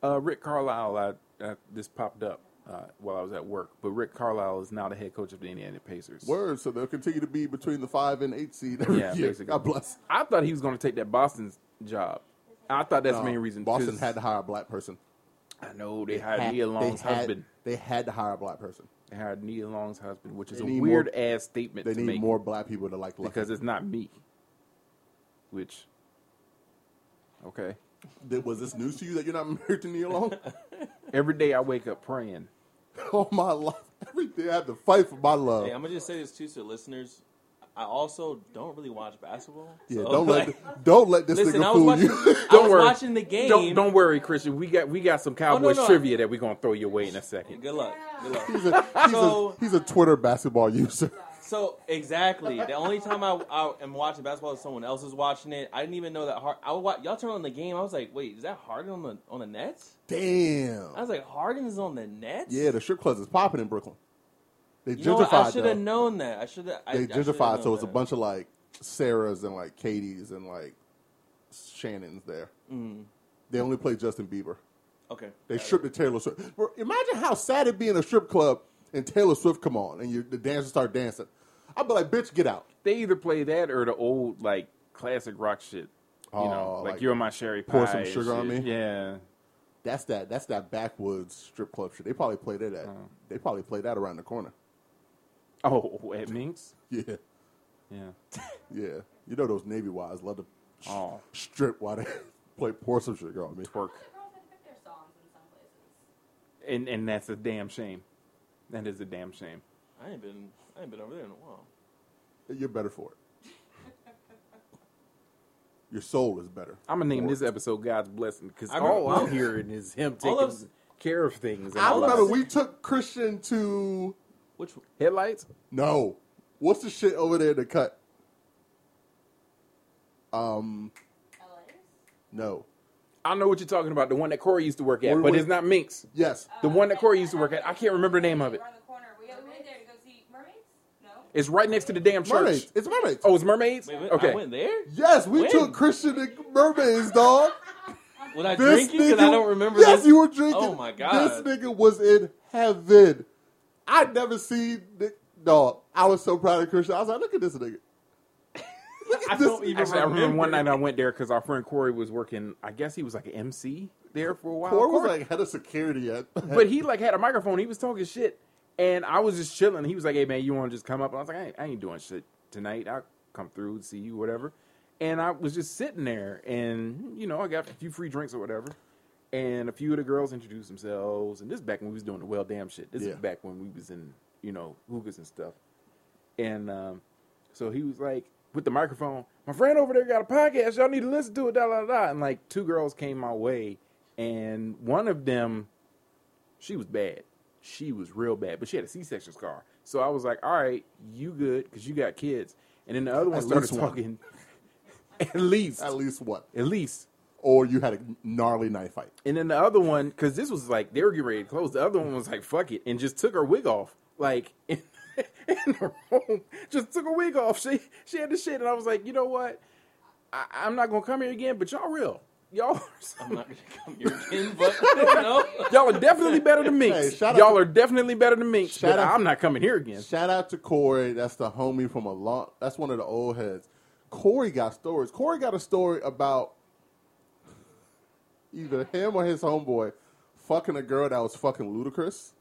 Speaker 1: Uh, Rick Carlisle, I, I, this popped up uh, while I was at work, but Rick Carlisle is now the head coach of the Indiana Pacers.
Speaker 3: Word. So they'll continue to be between the five and eight seed every
Speaker 1: Yeah,
Speaker 3: year.
Speaker 1: basically.
Speaker 3: God bless.
Speaker 1: I thought he was going to take that Boston's job. I thought that's the main reason.
Speaker 3: Boston
Speaker 1: 'cause
Speaker 3: had to hire a black person.
Speaker 1: I know they hired
Speaker 3: Had-
Speaker 1: Nia Long's
Speaker 3: they had,
Speaker 1: husband.
Speaker 3: They had to hire a black person.
Speaker 1: They hired Nia Long's husband, which is
Speaker 3: They
Speaker 1: a
Speaker 3: need more-
Speaker 1: weird ass statement.
Speaker 3: They
Speaker 1: to
Speaker 3: need
Speaker 1: make.
Speaker 3: more black people to like
Speaker 1: because
Speaker 3: Lucky.
Speaker 1: it's not me. Which, okay.
Speaker 3: Did- was this news to you that you're not married to Neil Long?
Speaker 1: Every day I wake up praying.
Speaker 3: oh my life. Every day I have to fight for my love.
Speaker 2: Hey, I'm gonna just say this too to the listeners. I also don't really watch basketball.
Speaker 3: yeah,
Speaker 2: so,
Speaker 3: don't let
Speaker 2: like,
Speaker 3: don't let this
Speaker 2: listen. I
Speaker 3: nigga
Speaker 2: was
Speaker 3: fool
Speaker 2: watching.
Speaker 3: you.
Speaker 2: I
Speaker 1: Don't
Speaker 2: was
Speaker 1: worry.
Speaker 2: watching the game.
Speaker 1: Don't don't worry, Christian. We got we got
Speaker 3: Oh,
Speaker 1: some Cowboys
Speaker 2: no.
Speaker 1: trivia that we're gonna throw your way in a second.
Speaker 2: Good luck. Good luck.
Speaker 3: he's, a, he's,
Speaker 2: So-
Speaker 3: a, he's a Twitter basketball user.
Speaker 2: So exactly, the only time I, I am watching basketball is someone else is watching it. I didn't even know that hard. I wa- y'all turn on the game. I was like, wait, is that Harden on the on the Nets?
Speaker 3: Damn.
Speaker 2: I was like, Harden is on the Nets.
Speaker 3: Yeah, the strip clubs is popping in Brooklyn. They
Speaker 2: You know what? I
Speaker 3: gentrified.
Speaker 2: should
Speaker 3: though.
Speaker 2: have known that. I should have.
Speaker 3: they gentrified, so it's a bunch of like Sarahs and like Katie's and like Shannons there.
Speaker 2: Mm.
Speaker 3: They only play Justin Bieber.
Speaker 2: Okay.
Speaker 3: They stripped the Taylor Swift. Bro, imagine how sad it'd be in a strip club and Taylor Swift come on and you, the dancers start dancing. I'd be like, bitch, get out.
Speaker 1: They either play that or the old like classic rock shit. You know,
Speaker 3: Oh,
Speaker 1: like,
Speaker 3: like
Speaker 1: you're my sherry pie.
Speaker 3: pour some
Speaker 1: and
Speaker 3: sugar on
Speaker 1: shit.
Speaker 3: me?
Speaker 1: Yeah.
Speaker 3: That's that. That's that backwoods strip club shit. They probably play that. At, They probably play that around the corner.
Speaker 1: Oh, at Minks.
Speaker 3: Yeah,
Speaker 1: Yeah.
Speaker 3: yeah. You know those Navy wives love to
Speaker 1: Oh,
Speaker 3: strip while they play pour some sugar on
Speaker 1: twerk.
Speaker 3: me.
Speaker 5: The girls had to pick their songs in some places.
Speaker 1: And and that's a damn shame. That is a damn shame.
Speaker 2: I ain't been. I ain't been over there in a while.
Speaker 3: You're better for it. Your soul is better.
Speaker 1: I'm gonna name
Speaker 3: for
Speaker 1: this
Speaker 3: it.
Speaker 1: episode "God's Blessing" because
Speaker 2: I remember-
Speaker 1: all I'm hearing is him
Speaker 2: All
Speaker 1: taking
Speaker 2: of-
Speaker 1: care of things. and
Speaker 3: I
Speaker 1: all that
Speaker 3: remember
Speaker 1: shit.
Speaker 3: we took Christian to
Speaker 2: Which
Speaker 1: headlights.
Speaker 3: no. What's the shit over there in the cut? Um,
Speaker 5: LA's?
Speaker 3: no.
Speaker 1: I know what you're talking about. The one that Corey used to work at,
Speaker 3: Where-
Speaker 1: but
Speaker 3: where-
Speaker 1: it's not Minx.
Speaker 3: Yes.
Speaker 1: The one that Corey used to work at. I can't remember the name of it.
Speaker 5: Around the corner, we went there to go see mermaids. No.
Speaker 1: It's right next to the damn church.
Speaker 3: Mermaids. It's mermaids.
Speaker 1: Oh, it's mermaids.
Speaker 2: Wait, wait, I
Speaker 1: okay.
Speaker 2: went there.
Speaker 3: Yes, we
Speaker 2: When?
Speaker 3: took Christian and mermaids, dog.
Speaker 2: When I
Speaker 3: This
Speaker 2: drinking because I
Speaker 3: nigga-
Speaker 2: don't remember.
Speaker 3: Yes,
Speaker 2: this.
Speaker 3: you were drinking.
Speaker 2: Oh my god.
Speaker 3: This nigga was in heaven. I never seen Nick. Dog, I was so proud of Christian. I was like, look at this nigga. Look at
Speaker 2: I
Speaker 3: this.
Speaker 2: don't even
Speaker 1: Actually, I
Speaker 2: remember.
Speaker 1: remember one night I went there because our friend Corey was working. I guess he was like an MC there for a while.
Speaker 3: Corey was
Speaker 1: Corey-
Speaker 3: like head of security at.
Speaker 1: but he like had a microphone. He was talking shit, and I was just chilling. He was like, "Hey man, you want to just come up?" And I was like, "I ain't, I ain't doing shit tonight. I'll come through, see you, whatever." And I was just sitting there, and you know, I got a few free drinks or whatever, and a few of the girls introduced themselves. And this is back when we was doing the well damn shit. This
Speaker 3: Yeah.
Speaker 1: is back when we was in you know hookahs and stuff. And um, so he was like, with the microphone, my friend over there got a podcast. Y'all need to listen to it. Da da da. And like two girls came my way, and one of them, she was bad. She was real bad, but she had a C-section scar. So I was like, all right, you good because you got kids. And then the other one
Speaker 3: At
Speaker 1: started
Speaker 3: least one.
Speaker 1: talking. at least,
Speaker 3: at least what?
Speaker 1: at least.
Speaker 3: Or you had a gnarly knife fight.
Speaker 1: And then the other one, because this was like they were getting ready to close. The other one was like, "Fuck it," and just took her wig off, like in, in the room, just took her wig off. She she had the shit, and I was like, you know what? I, I'm not gonna come here again. But y'all real, y'all are
Speaker 2: I'm not gonna come here again, but no.
Speaker 1: y'all are definitely better than Minx.
Speaker 3: Hey, shout out
Speaker 1: y'all
Speaker 3: to-
Speaker 1: are definitely better than Minx.
Speaker 3: Shout
Speaker 1: But
Speaker 3: out to-
Speaker 1: I'm not coming here again.
Speaker 3: Shout out to Corey. That's the homie from a long. That's one of the old heads. Corey got stories. Corey got a story about either him or his homeboy fucking a girl that was fucking ludicrous,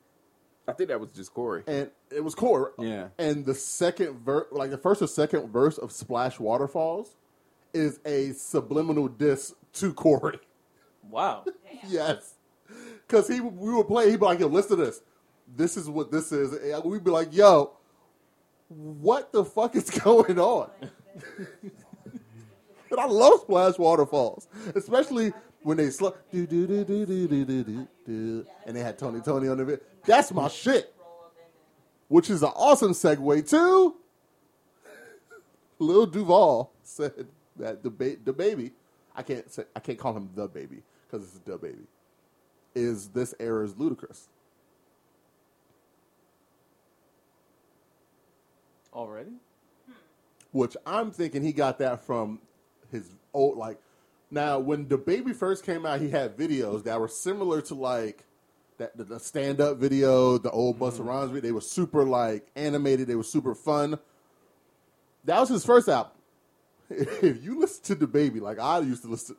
Speaker 1: I think that was just Corey.
Speaker 3: and it was Corey.
Speaker 1: Yeah.
Speaker 3: And the second verse, like the first or second verse of Splash Waterfalls, is a subliminal diss to Corey.
Speaker 2: Wow.
Speaker 3: Yes. Because he we would play, he'd be like, yo, listen to this. This is what this is. And we'd be like, yo, what the fuck is going on? and I love Splash Waterfalls, especially when they slow. Do, do, do, do, do, do, do, do, do. And they had Tony Tony on the video. That's my shit. Which is an awesome segue to Lil Duval said that the ba- the baby, I can't say I can't call him the baby because it's the baby, is this era's ludicrous.
Speaker 2: Already?
Speaker 3: which I'm thinking he got that from his old like. Now, when the baby first came out, he had videos that were similar to like that the, the stand up video, the old Busta Rhymes video. They were super like animated. They were super fun. That was his first album. if you listen to the baby, like I used to listen,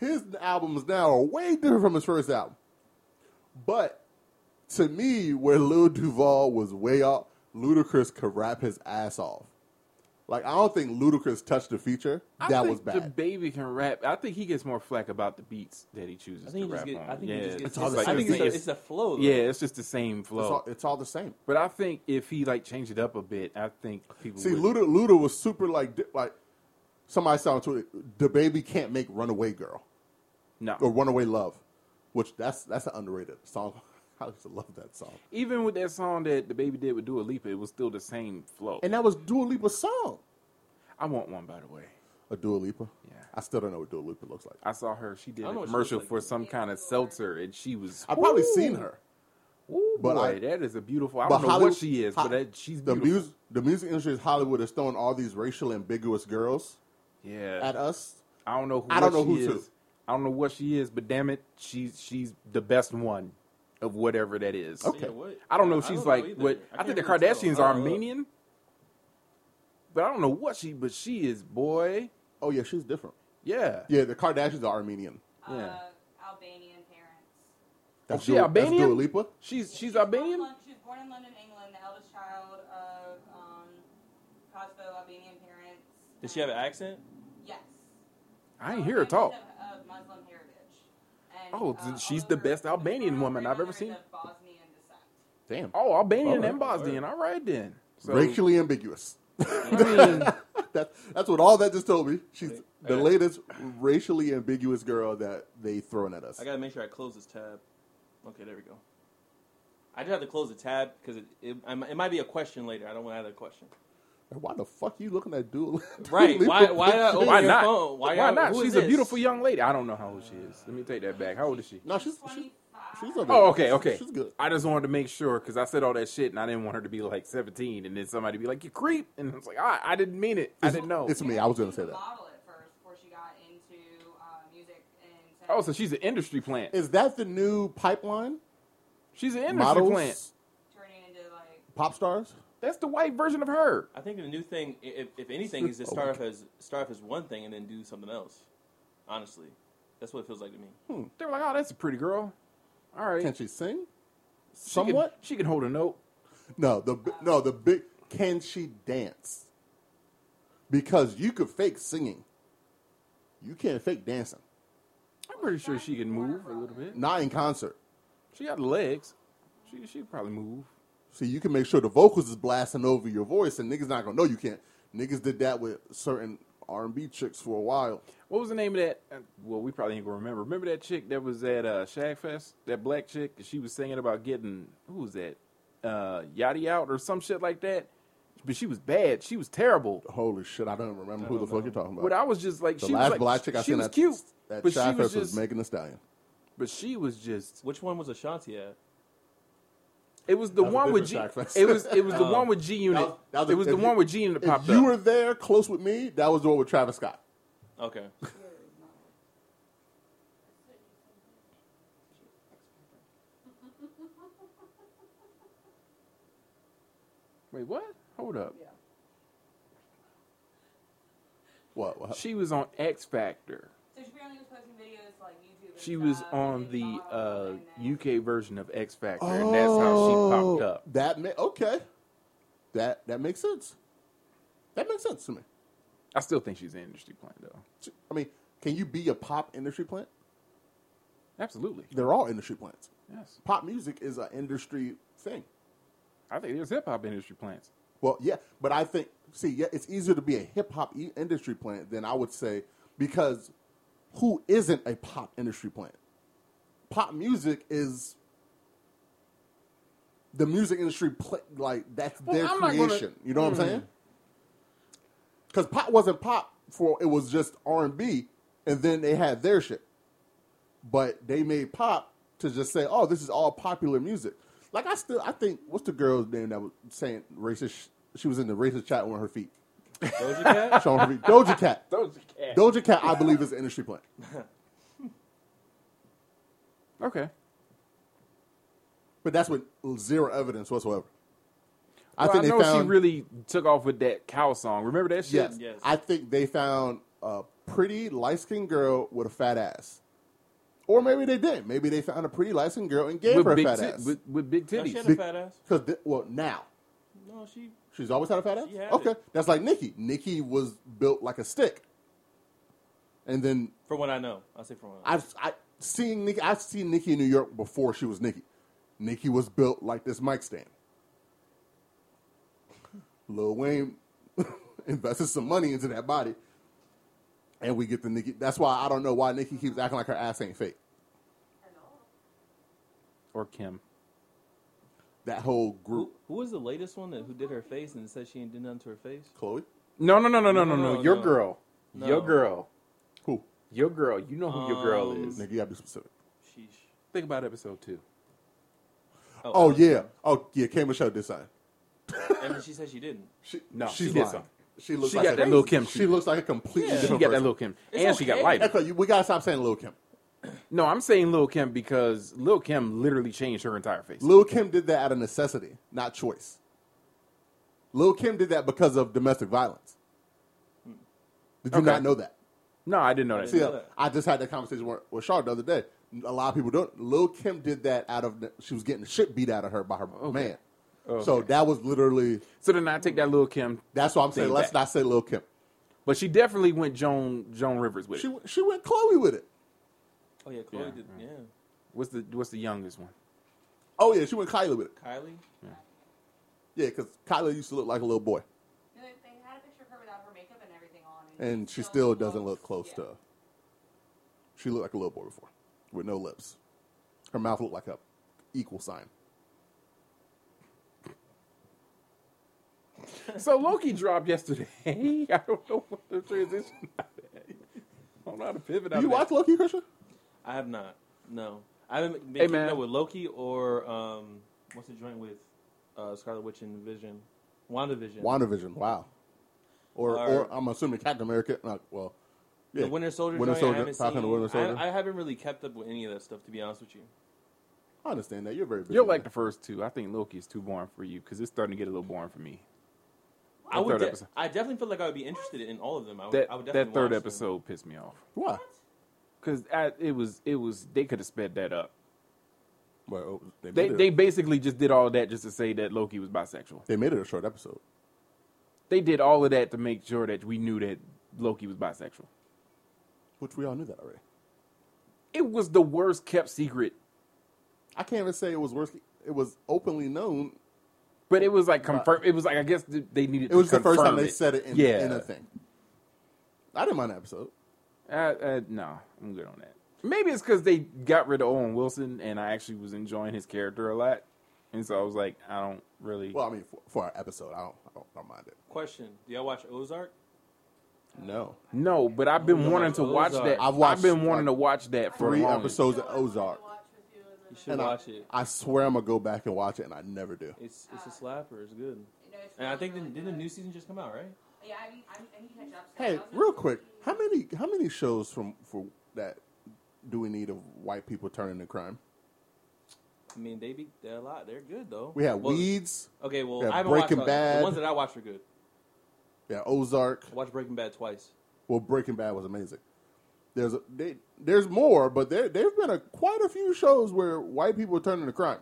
Speaker 3: his albums now are way different from his first album. But to me, where Lil Duval was way off, Ludacris could rap his ass off. Like I don't think Ludacris touched the feature.
Speaker 1: I
Speaker 3: that
Speaker 1: think
Speaker 3: was
Speaker 1: The
Speaker 3: bad.
Speaker 1: baby can rap. I think he gets more flack about the beats that he chooses
Speaker 2: I think
Speaker 1: to
Speaker 2: he just
Speaker 1: rap
Speaker 2: get,
Speaker 1: on.
Speaker 2: I think
Speaker 1: yeah,
Speaker 2: he just gets,
Speaker 1: it's,
Speaker 3: the
Speaker 1: like
Speaker 2: I
Speaker 3: same
Speaker 2: think
Speaker 1: the
Speaker 2: it's,
Speaker 1: same-
Speaker 2: a, it's the flow. Though.
Speaker 1: yeah, it's just the same flow.
Speaker 3: it's, all, it's all the same.
Speaker 1: But I think if he like changed it up a bit, I think people
Speaker 3: See,
Speaker 1: would.
Speaker 3: Luda, Luda was super like di- like somebody saw on Twitter. The baby can't make "Runaway Girl"
Speaker 1: no.
Speaker 3: or "Runaway Love," which that's that's an underrated song. I used to love that song,
Speaker 1: Even with that song that the baby did with Dua Lipa, it was still the same flow.
Speaker 3: and that was Dua Lipa's song.
Speaker 1: I want one, by the way.
Speaker 3: A Dua Lipa.
Speaker 1: Yeah.
Speaker 3: I still don't know what Dua Lipa looks like.
Speaker 1: I saw her. She did
Speaker 2: I
Speaker 1: a
Speaker 2: know what she
Speaker 1: commercial
Speaker 2: looks
Speaker 1: for
Speaker 2: like.
Speaker 1: some kind of seltzer, and she was.
Speaker 3: I've probably
Speaker 1: Ooh,
Speaker 3: seen her.
Speaker 1: Ooh,
Speaker 3: but
Speaker 1: boy,
Speaker 3: I-
Speaker 1: that is a beautiful. I
Speaker 3: But
Speaker 1: don't know
Speaker 3: Hollywood-
Speaker 1: what she is,
Speaker 3: Ho-
Speaker 1: but that, she's
Speaker 3: the
Speaker 1: beautiful.
Speaker 3: music. The music industry is Hollywood is throwing all these racial ambiguous girls
Speaker 1: yeah,
Speaker 3: at us.
Speaker 1: I don't know. Who,
Speaker 3: I don't
Speaker 1: what
Speaker 3: know
Speaker 1: she
Speaker 3: who to.
Speaker 1: is. I don't know what she is, but damn it, she's she's the best one of whatever that is.
Speaker 3: Okay.
Speaker 2: Yeah, what?
Speaker 1: I don't know. if She's like
Speaker 2: either.
Speaker 1: what I,
Speaker 2: can't
Speaker 1: think the
Speaker 2: really tell. Uh,
Speaker 1: Kardashians
Speaker 2: I
Speaker 1: are
Speaker 2: don't know.
Speaker 1: Armenian, but I don't know what she. But she is boy.
Speaker 3: Oh yeah, she's different.
Speaker 1: Yeah,
Speaker 3: Yeah, the Kardashians are Armenian.
Speaker 1: yeah.
Speaker 5: Uh, Albanian parents.
Speaker 1: Oh, she Albanian.
Speaker 3: That's Dua Lipa.
Speaker 1: She's
Speaker 5: She
Speaker 1: she's
Speaker 5: was born in
Speaker 1: Albanian.
Speaker 5: Lon- She was born in London, England, the eldest child of um, Kosovo Albanian parents.
Speaker 2: Does she have an accent?
Speaker 5: Yes.
Speaker 1: I ain't hear her talk.
Speaker 5: Of, of Muslim heritage. And,
Speaker 1: Oh,
Speaker 5: uh,
Speaker 1: th- she's
Speaker 5: all
Speaker 1: the
Speaker 5: of her-
Speaker 1: best Albanian
Speaker 5: her
Speaker 1: woman I've ever
Speaker 5: grandmother is
Speaker 1: seen.
Speaker 5: of Bosnian
Speaker 3: Damn.
Speaker 5: descent.
Speaker 1: Oh, Albanian
Speaker 3: Alright.
Speaker 1: and Bosnian. All right then. So,
Speaker 3: Racially ambiguous.
Speaker 1: I mean,
Speaker 3: that, that's what all that just told me. She's the
Speaker 2: Okay.
Speaker 3: latest racially ambiguous girl that they throwing at us.
Speaker 2: I gotta make sure I close this tab. Okay, there we go. I just have to close the tab because it, it, I mi- it might be a question later. I don't want to add a question.
Speaker 3: Like, why the fuck you looking at dude?
Speaker 2: Right. Why- why not open
Speaker 3: Why
Speaker 1: Why
Speaker 2: your
Speaker 1: not?
Speaker 2: phone. Why
Speaker 1: Why,
Speaker 2: y'all-
Speaker 1: not?
Speaker 2: who is
Speaker 1: She's a
Speaker 2: this?
Speaker 1: beautiful young lady. I don't know how old she is. Let me take that back. How old is she?
Speaker 3: No, she's she,
Speaker 5: 25.
Speaker 3: she's over.
Speaker 1: Oh, okay, okay.
Speaker 3: She's good.
Speaker 1: I just wanted to make sure because I said all that shit and I didn't want her to be like 17 and then somebody be like, you creep. And I was like, I, I didn't mean it. I didn't know.
Speaker 3: It's me. I was gonna
Speaker 5: She
Speaker 3: say
Speaker 5: a
Speaker 3: that.
Speaker 5: model at first before she got into uh, music and.
Speaker 1: Oh, so she's an industry plant.
Speaker 3: Is that the new pipeline?
Speaker 1: She's an industry
Speaker 3: Models,
Speaker 1: plant.
Speaker 5: turning into like
Speaker 3: pop stars.
Speaker 1: That's the white version of her.
Speaker 2: I think the new thing, i- if, if anything, is to
Speaker 3: Oh,
Speaker 2: start off
Speaker 3: okay.
Speaker 2: as start off as one thing and then do something else. Honestly, that's what it feels like to me.
Speaker 1: They were like, oh, that's a pretty girl. All right.
Speaker 3: Can she sing?
Speaker 1: She can-
Speaker 3: Somewhat.
Speaker 1: She can, hold a note.
Speaker 3: No, the bi- no the big. Can she dance? Because you could fake singing. You can't fake dancing.
Speaker 1: I'm pretty sure she can move a little bit.
Speaker 3: Not in concert.
Speaker 1: She got legs. She she could probably move.
Speaker 3: See, you can make sure the vocals is blasting over your voice, and niggas not gonna know you can't. Niggas did that with certain R and B chicks for a while.
Speaker 1: What was the name of that? uh, Well, we probably ain't gonna remember. Remember that chick that was at uh, Shag Fest? That black chick? She was singing about getting who was that? Uh, Yachty out or some shit like that. But she was bad. She was terrible.
Speaker 3: Holy shit, I don't remember who the fuck you're talking about.
Speaker 1: But I was just like,
Speaker 3: the
Speaker 1: she
Speaker 3: last
Speaker 1: was like,
Speaker 3: black chick I
Speaker 1: she
Speaker 3: seen
Speaker 1: was
Speaker 3: at
Speaker 1: cute,
Speaker 3: that
Speaker 1: but she
Speaker 3: Shy
Speaker 1: was
Speaker 3: Fest was
Speaker 1: just,
Speaker 3: Megan Thee Stallion.
Speaker 1: but she was just.
Speaker 2: Which one was Ashanti at?
Speaker 1: It was the
Speaker 3: That was a
Speaker 1: one with G.
Speaker 3: different Shag Fest.
Speaker 1: It was it was the one with G Unit.
Speaker 3: That that
Speaker 1: It was
Speaker 3: if
Speaker 1: the
Speaker 3: you-
Speaker 1: one with G Unit that
Speaker 3: if
Speaker 1: popped
Speaker 3: You
Speaker 1: up.
Speaker 3: were there, close with me. That was the one with Travis Scott.
Speaker 2: Okay,
Speaker 1: Wait, what? Hold up.
Speaker 3: What? what-
Speaker 1: She was on X Factor.
Speaker 5: so she apparently was posting videos to, like YouTube. and
Speaker 1: She was
Speaker 5: stuff,
Speaker 1: on
Speaker 5: and
Speaker 1: the
Speaker 5: models,
Speaker 1: uh,
Speaker 5: and then-
Speaker 1: UK version of X Factor, and that's how
Speaker 3: Oh.
Speaker 1: she popped up.
Speaker 3: That ma- okay. That that makes sense. That makes sense to me.
Speaker 1: I still think she's an industry plant, though.
Speaker 3: I mean, can you be a pop industry plant?
Speaker 1: Absolutely.
Speaker 3: They're all industry plants.
Speaker 1: Yes.
Speaker 3: Pop music is an industry thing.
Speaker 1: I think there's hip hop industry plants.
Speaker 3: Well, yeah, but I think see, yeah, it's easier to be a hip hop e- industry plant than I would say because who isn't a pop industry plant? Pop music is the music industry pla like that's
Speaker 1: Well,
Speaker 3: their
Speaker 1: I'm not gonna- Mm-hmm.
Speaker 3: creation. you know what I'm saying? Because pop wasn't pop for it was just R and B, and then they had their shit. But they made pop to just say, "Oh, this is all popular music." Like I still, I think what's the girl's name that was saying racist? sh- She was in the racist chat on her feet,
Speaker 2: Doja Cat.
Speaker 3: showing her feet. Doja Cat.
Speaker 1: Those are
Speaker 3: Doja Cat, I believe, is an industry plant.
Speaker 1: Okay.
Speaker 3: But that's with zero evidence whatsoever.
Speaker 1: Well, I, know she really took off with that cow song. Remember that shit?
Speaker 3: Yes.
Speaker 2: Yes.
Speaker 3: I think they found a pretty light skinned girl with a fat ass. Or maybe they didn't. Maybe they found a pretty light skinned girl and gave
Speaker 1: With,
Speaker 3: her a
Speaker 1: big
Speaker 3: fat
Speaker 1: tit-
Speaker 3: ass.
Speaker 1: with, with big
Speaker 2: No, she had
Speaker 1: titties.
Speaker 2: a fat ass.
Speaker 3: Because, well, now.
Speaker 2: No, she.
Speaker 3: She's always had a fat ass?
Speaker 2: She had
Speaker 3: okay.
Speaker 2: it.
Speaker 3: That's like Nikki. Nikki was built like a stick. And then
Speaker 2: From what I know, I say from what I know.
Speaker 3: I've I, seen Nikki. I've seen Nikki in New York before she was Nikki. Nikki was built like this mic stand. Lil Wayne invested some money into that body, and we get the Nikki. That's why I don't know why Nikki keeps acting like her ass ain't fake.
Speaker 1: Or Kim.
Speaker 3: That whole
Speaker 2: Who,
Speaker 3: group,
Speaker 2: who was the latest one that who did her face and said she ain't did nothing to her face?
Speaker 3: Chloe,
Speaker 1: No, no, no, no, no, no,
Speaker 2: No,
Speaker 1: no.
Speaker 2: no,
Speaker 1: Your
Speaker 2: no.
Speaker 1: girl.
Speaker 2: No.
Speaker 1: Your girl.
Speaker 3: who?
Speaker 1: Your girl. You know who your girl
Speaker 2: Um,
Speaker 1: is.
Speaker 3: Nikki, you gotta be specific.
Speaker 2: Sheesh.
Speaker 1: Think about episode two.
Speaker 3: Oh yeah, oh yeah. Kim Michelle did sign.
Speaker 2: and then she said she didn't.
Speaker 3: She
Speaker 1: No,
Speaker 3: she's
Speaker 1: she did
Speaker 3: lying.
Speaker 1: something.
Speaker 3: She looks
Speaker 1: She
Speaker 3: like
Speaker 1: got
Speaker 3: a-
Speaker 1: that Lil' Kim
Speaker 3: She
Speaker 1: shit.
Speaker 3: looks like a completely
Speaker 1: She got
Speaker 2: Yeah.
Speaker 3: different
Speaker 1: that
Speaker 3: person.
Speaker 1: little Kim.
Speaker 2: It's
Speaker 1: and she got
Speaker 2: okay.
Speaker 1: lighter.
Speaker 3: Echo, you- we gotta stop saying Lil Kim.
Speaker 1: No, I'm saying Lil Kim because Lil Kim literally changed her entire face.
Speaker 3: Lil Kim did that out of necessity, not choice. Lil Kim did that because of domestic violence. Did you
Speaker 1: Okay.
Speaker 3: not know that?
Speaker 1: no, I didn't know that.
Speaker 3: See, uh,
Speaker 2: know that.
Speaker 3: I just had that conversation with, with Shaw the other day. A lot of people don't. Lil Kim did that out of the- she was getting the shit beat out of her by her man. So
Speaker 1: Okay.
Speaker 3: that was literally
Speaker 1: so then I take that Lil Kim,
Speaker 3: that's why I'm saying
Speaker 1: Take
Speaker 3: let's
Speaker 1: it back.
Speaker 3: not say Lil Kim.
Speaker 1: but she definitely went Joan Joan Rivers with.
Speaker 3: She
Speaker 1: it.
Speaker 3: she went Chloe with it.
Speaker 2: Oh yeah, Chloe
Speaker 1: Yeah. Mm.
Speaker 2: did. Yeah,
Speaker 1: What's the What's the youngest one?
Speaker 3: Oh yeah, she went Kylie with it.
Speaker 2: Kylie.
Speaker 3: Yeah, because Kylie used to look like a little boy,
Speaker 5: No, they- they had a picture of her without her makeup and everything on,
Speaker 3: and she still doesn't look close
Speaker 5: yeah.
Speaker 3: to. She looked like a little boy before, with no lips. Her mouth looked like a equal sign.
Speaker 1: So Loki dropped yesterday. I don't know what the transition. out of that. I don't know how to pivot.
Speaker 3: Do
Speaker 1: out
Speaker 3: you
Speaker 1: of that.
Speaker 3: watch Loki, Christian?
Speaker 2: I have not. No, I haven't been
Speaker 1: Hey,
Speaker 2: keeping
Speaker 1: man.
Speaker 2: up with Loki or um, what's the joint with uh, Scarlet Witch and Vision, WandaVision,
Speaker 3: WandaVision. Wow. Or,
Speaker 2: Or-
Speaker 3: or, I'm assuming Captain America. Not, well, yeah.
Speaker 2: the Winter Soldier.
Speaker 3: Winter
Speaker 2: joint, I
Speaker 3: Soldier,
Speaker 2: haven't
Speaker 3: Falcon
Speaker 2: seen.
Speaker 3: and Winter Soldier.
Speaker 2: I, I haven't really kept up with any of that stuff, to be honest with you.
Speaker 3: I understand that. You're very busy.
Speaker 1: You're like the first two. I think Loki is too boring for you because it's starting to get a little boring for me.
Speaker 2: I would.
Speaker 1: third
Speaker 2: De-
Speaker 1: episode.
Speaker 2: I definitely feel like I would be interested in all of them. I would,
Speaker 1: That
Speaker 2: I would definitely
Speaker 1: that third
Speaker 2: watch them.
Speaker 1: episode pissed me off
Speaker 3: Why?
Speaker 1: because it was it was they could have sped that up.
Speaker 3: Well, oh, they,
Speaker 1: They
Speaker 3: made it,
Speaker 1: they basically just did all that just to say that Loki was bisexual.
Speaker 3: they made it a short episode.
Speaker 1: They did all of that to make sure that we knew that Loki was bisexual.
Speaker 3: Which we all knew that already.
Speaker 1: It was the worst kept secret,
Speaker 3: I can't even say it was worse. It was openly known.
Speaker 1: but it was like confirm. It was like I guess th- they needed.
Speaker 3: It was
Speaker 1: to
Speaker 3: the first
Speaker 1: confirm
Speaker 3: time they
Speaker 1: it.
Speaker 3: said it in,
Speaker 1: yeah.
Speaker 3: in a thing. I didn't mind the episode.
Speaker 1: Uh, uh, no, I'm good on that. Maybe it's because they got rid of Owen Wilson, and I actually was enjoying his character a lot, and so I was like, I don't really.
Speaker 3: Well, I mean, for, for our episode, I don't, I don't, I don't mind it.
Speaker 2: Question: Do y'all watch Ozark?
Speaker 3: No,
Speaker 1: no, but I've been
Speaker 2: no,
Speaker 1: wanting to
Speaker 2: those
Speaker 1: watch
Speaker 2: are-
Speaker 1: that.
Speaker 3: I've watched,
Speaker 1: been wanting to
Speaker 3: like,
Speaker 1: watch that for
Speaker 3: three
Speaker 1: long.
Speaker 3: episodes of Ozark,
Speaker 2: You should
Speaker 3: and I,
Speaker 2: watch it.
Speaker 3: I swear I'm gonna go back and watch it, and I never do.
Speaker 2: It's it's a slapper. It's good.
Speaker 5: You know, it's
Speaker 2: And I think
Speaker 5: really
Speaker 2: didn't,
Speaker 5: good.
Speaker 2: didn't the new season just come out, right?
Speaker 5: Yeah, I mean, I'm, I need to catch up. so I
Speaker 3: Hey,
Speaker 5: was gonna-
Speaker 3: real quick, how many how many shows from for that do we need of white people turning to crime?
Speaker 2: I mean, they be they're a lot. They're good though.
Speaker 3: We had
Speaker 2: Well,
Speaker 3: Weeds,
Speaker 2: Okay, well,
Speaker 3: we had
Speaker 2: I haven't
Speaker 3: Breaking
Speaker 2: watched all-
Speaker 3: Bad.
Speaker 2: The ones that I watched are good.
Speaker 3: we had Ozark.
Speaker 2: I watched Breaking Bad twice.
Speaker 3: Well, Breaking Bad was amazing. There's a, they, there's more, but there there've been a quite a few shows where white people are turning to crime.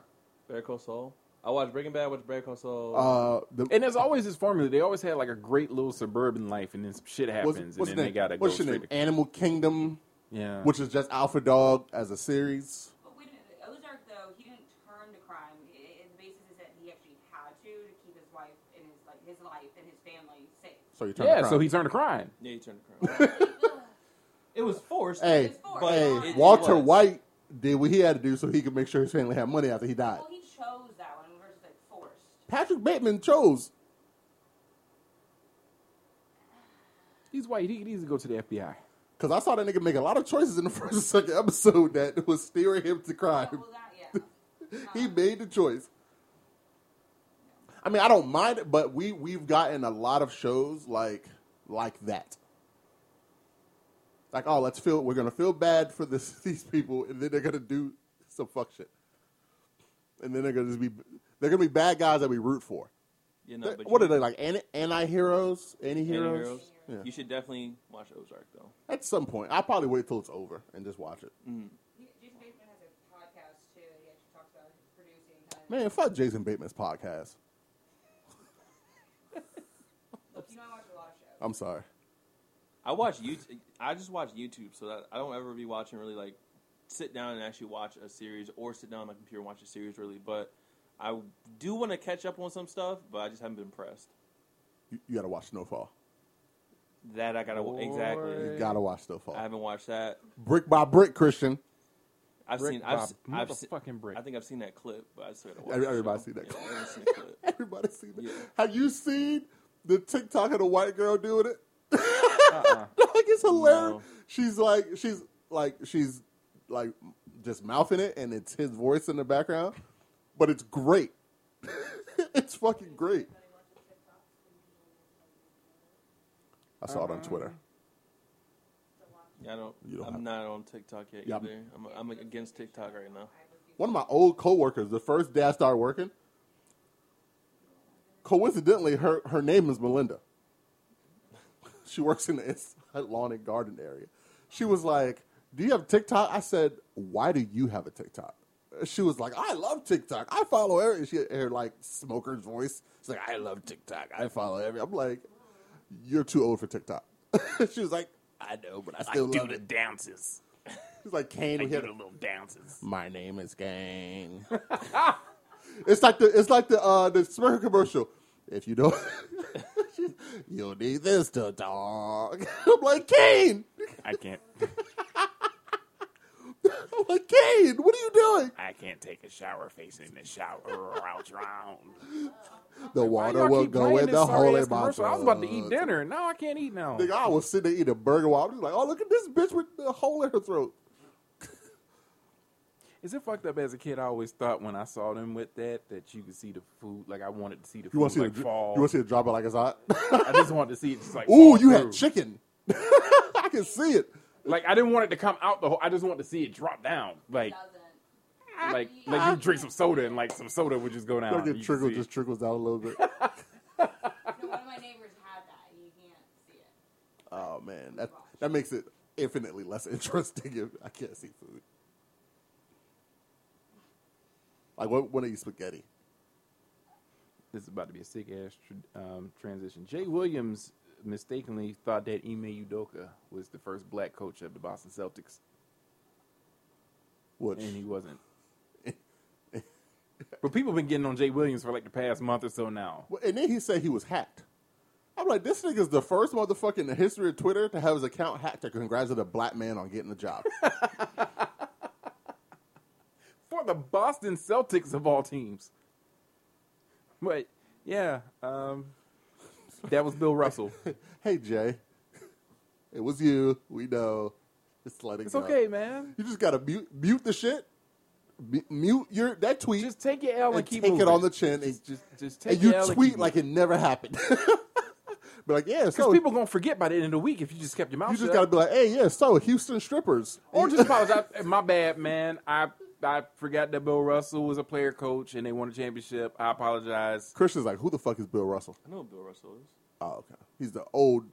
Speaker 2: Better Call Saul. I watched Breaking Bad. Watched Better Call Saul.
Speaker 3: Uh, the,
Speaker 1: And there's always this formula. They always had like a great little suburban life, and then some shit happens,
Speaker 3: what's, what's
Speaker 1: and
Speaker 3: the
Speaker 1: then
Speaker 3: name?
Speaker 1: they gotta
Speaker 3: what's
Speaker 1: go
Speaker 3: the name?
Speaker 1: straight. to- Uh-huh.
Speaker 3: Animal Kingdom,
Speaker 1: yeah,
Speaker 3: which is just Alpha Dog as a series.
Speaker 5: But wait a minute, Ozark though, he didn't turn to crime. I- I- the basis is that he actually had to to keep his wife and his like his life and his family safe.
Speaker 3: So you turn to
Speaker 1: yeah.
Speaker 3: crime.
Speaker 1: So he turned to crime.
Speaker 2: yeah, you turned the corner. it was forced.
Speaker 3: Hey,
Speaker 5: But
Speaker 3: hey,
Speaker 5: it
Speaker 3: Walter
Speaker 2: was.
Speaker 3: White did what he had to do so he could make sure his family had money after he died.
Speaker 5: well, he chose that one versus like forced.
Speaker 3: Patrick Bateman chose.
Speaker 1: He's white. He could easily go to the FBI.
Speaker 3: Because I saw that nigga make a lot of choices in the first and second episode that was steering him to
Speaker 5: Yeah,
Speaker 3: crime.
Speaker 5: well, that yeah.
Speaker 3: he made the choice. I mean, I don't mind it, but we we've gotten a lot of shows like like that. Like, oh, let's feel we're gonna feel bad for this, these people, and then they're gonna do some fuck shit, and then they're gonna just be they're gonna be bad guys that we root for.
Speaker 2: You know, but
Speaker 3: what
Speaker 2: you,
Speaker 3: are they like? Anti anti heroes, anti heroes.
Speaker 2: Anti-heroes?
Speaker 3: Yeah.
Speaker 2: You should definitely watch Ozark though.
Speaker 3: At some point, I'll probably wait till it's over and just watch it.
Speaker 2: Mm.
Speaker 5: He- Jason Bateman has a podcast too. that He actually talks about his producing. kind of-
Speaker 3: Man, fuck Jason Bateman's podcast.
Speaker 5: Look, you know I watch a lot of shows.
Speaker 3: I'm sorry.
Speaker 2: I watch YouTube. I just watch YouTube, so that I don't ever be watching really like sit down and actually watch a series or sit down on my computer and watch a series really. But I do want to catch up on some stuff, but I just haven't been pressed.
Speaker 3: You, you gotta watch Snowfall.
Speaker 2: That I gotta wa-
Speaker 3: You
Speaker 2: exactly.
Speaker 3: gotta watch Snowfall.
Speaker 2: I haven't watched that.
Speaker 3: brick by brick, Christian.
Speaker 2: I've
Speaker 1: Brick
Speaker 2: seen. I've,
Speaker 1: by
Speaker 2: s- I've se-
Speaker 1: motherfucking brick.
Speaker 2: I think I've seen that clip, but I still gotta watch.
Speaker 3: Every-
Speaker 2: the
Speaker 3: everybody
Speaker 2: show.
Speaker 3: seen that
Speaker 2: Yeah,
Speaker 3: clip.
Speaker 2: everyone's seen the clip.
Speaker 3: Everybody seen that?
Speaker 2: Yeah.
Speaker 3: Have you seen the TikTok of the white girl doing it? like it's hilarious.
Speaker 2: Uh-uh. No.
Speaker 3: She's like she's like she's like just mouthing it, and it's his voice in the background, but it's great. it's fucking great. I saw it
Speaker 2: Uh-huh.
Speaker 3: on Twitter.
Speaker 2: Yeah, I don't.
Speaker 3: You don't have-
Speaker 2: I'm not on TikTok yet
Speaker 3: Yeah, I'm-
Speaker 2: either. I'm, I'm against TikTok right now.
Speaker 3: one of my old coworkers, the first day I started working, coincidentally, her, her name is Melinda. She works in the inside lawn and garden area. She was like, Do you have TikTok? I said, Why do you have a TikTok? She was like, I love TikTok. I follow every. She had her like smoker's voice. She's like, I love TikTok. I follow every. I'm like, You're too old for TikTok. she was like, I know, but I still love it.
Speaker 1: dances.
Speaker 3: She's like, Kane, we had a
Speaker 1: little dances.
Speaker 3: my name is Gang. it's like the it's like the uh the Smirker commercial. If you don't, you'll need this to dog. I'm like Kane.
Speaker 1: I can't.
Speaker 3: I'm like, Cade, what are you doing?
Speaker 1: I can't take a shower facing the shower or I'll drown.
Speaker 3: The
Speaker 1: Why
Speaker 3: water
Speaker 1: y'all
Speaker 3: will
Speaker 1: keep
Speaker 3: go
Speaker 1: playing
Speaker 3: in
Speaker 1: this
Speaker 3: the hole
Speaker 1: sorry-ass
Speaker 3: in my
Speaker 1: commercial? I was about to eat
Speaker 3: throat.
Speaker 1: dinner and now I can't eat now.
Speaker 3: Nigga, I was sitting there eating a burger while I was like, oh, look at this bitch with the hole in her throat.
Speaker 1: Is it fucked up as a kid? I always thought when I saw them with that that you could see the food. Like I wanted to see the food
Speaker 3: You want to see
Speaker 1: like
Speaker 3: the
Speaker 1: fall.
Speaker 3: you want to see it drop it like it's hot?
Speaker 1: I just wanted to see it just like
Speaker 3: Ooh,
Speaker 1: fall
Speaker 3: you had
Speaker 1: through.
Speaker 3: chicken. I can see it.
Speaker 1: Like I didn't want it to come out the whole. I just wanted to see it drop down. Like
Speaker 5: doesn't.
Speaker 1: like like you drink some soda and like some soda would just go down.
Speaker 3: Like
Speaker 1: You
Speaker 3: it
Speaker 1: could
Speaker 3: trickle
Speaker 1: see it.
Speaker 3: just trickles down a little bit.
Speaker 5: No, one of my neighbors had that, and you can't see it.
Speaker 3: oh man, that that makes it infinitely less interesting. If I can't see food. Like when, when I eat spaghetti,
Speaker 1: this is about to be a sick ass tr- um, transition. Jay Williams mistakenly thought that Ime Udoka was the first black coach of the Boston Celtics,
Speaker 3: which
Speaker 1: and he wasn't. but people been getting on Jay Williams for like the past month or so now.
Speaker 3: Well, and then he said he was hacked. I'm like, this nigga's the first motherfucker in the history of Twitter to have his account hacked to congratulate a black man on getting the job.
Speaker 1: for the Boston Celtics of all teams. But yeah, um, that was Bill Russell.
Speaker 3: hey Jay, it was you. We know. Just let it
Speaker 1: It's
Speaker 3: go.
Speaker 1: okay, man.
Speaker 3: You just gotta mute mute the shit. Mu- Mute your that tweet
Speaker 1: Just take your L and,
Speaker 3: and
Speaker 1: keep
Speaker 3: take
Speaker 1: moving.
Speaker 3: it on the chin and,
Speaker 1: just just take
Speaker 3: and you
Speaker 1: your L
Speaker 3: tweet
Speaker 1: and
Speaker 3: like it never happened. be like, yeah,
Speaker 1: because
Speaker 3: so
Speaker 1: people gonna forget by the end of the week if you just kept your mouth
Speaker 3: you just
Speaker 1: shut.
Speaker 3: gotta be like, hey, yeah, so Houston strippers
Speaker 1: or just apologize. My bad, man. I I forgot that Bill Russell was a player coach and they won a championship. I apologize.
Speaker 3: Christian's like, who the fuck is Bill Russell?
Speaker 2: I know Bill Russell is.
Speaker 3: Oh, okay. He's the old,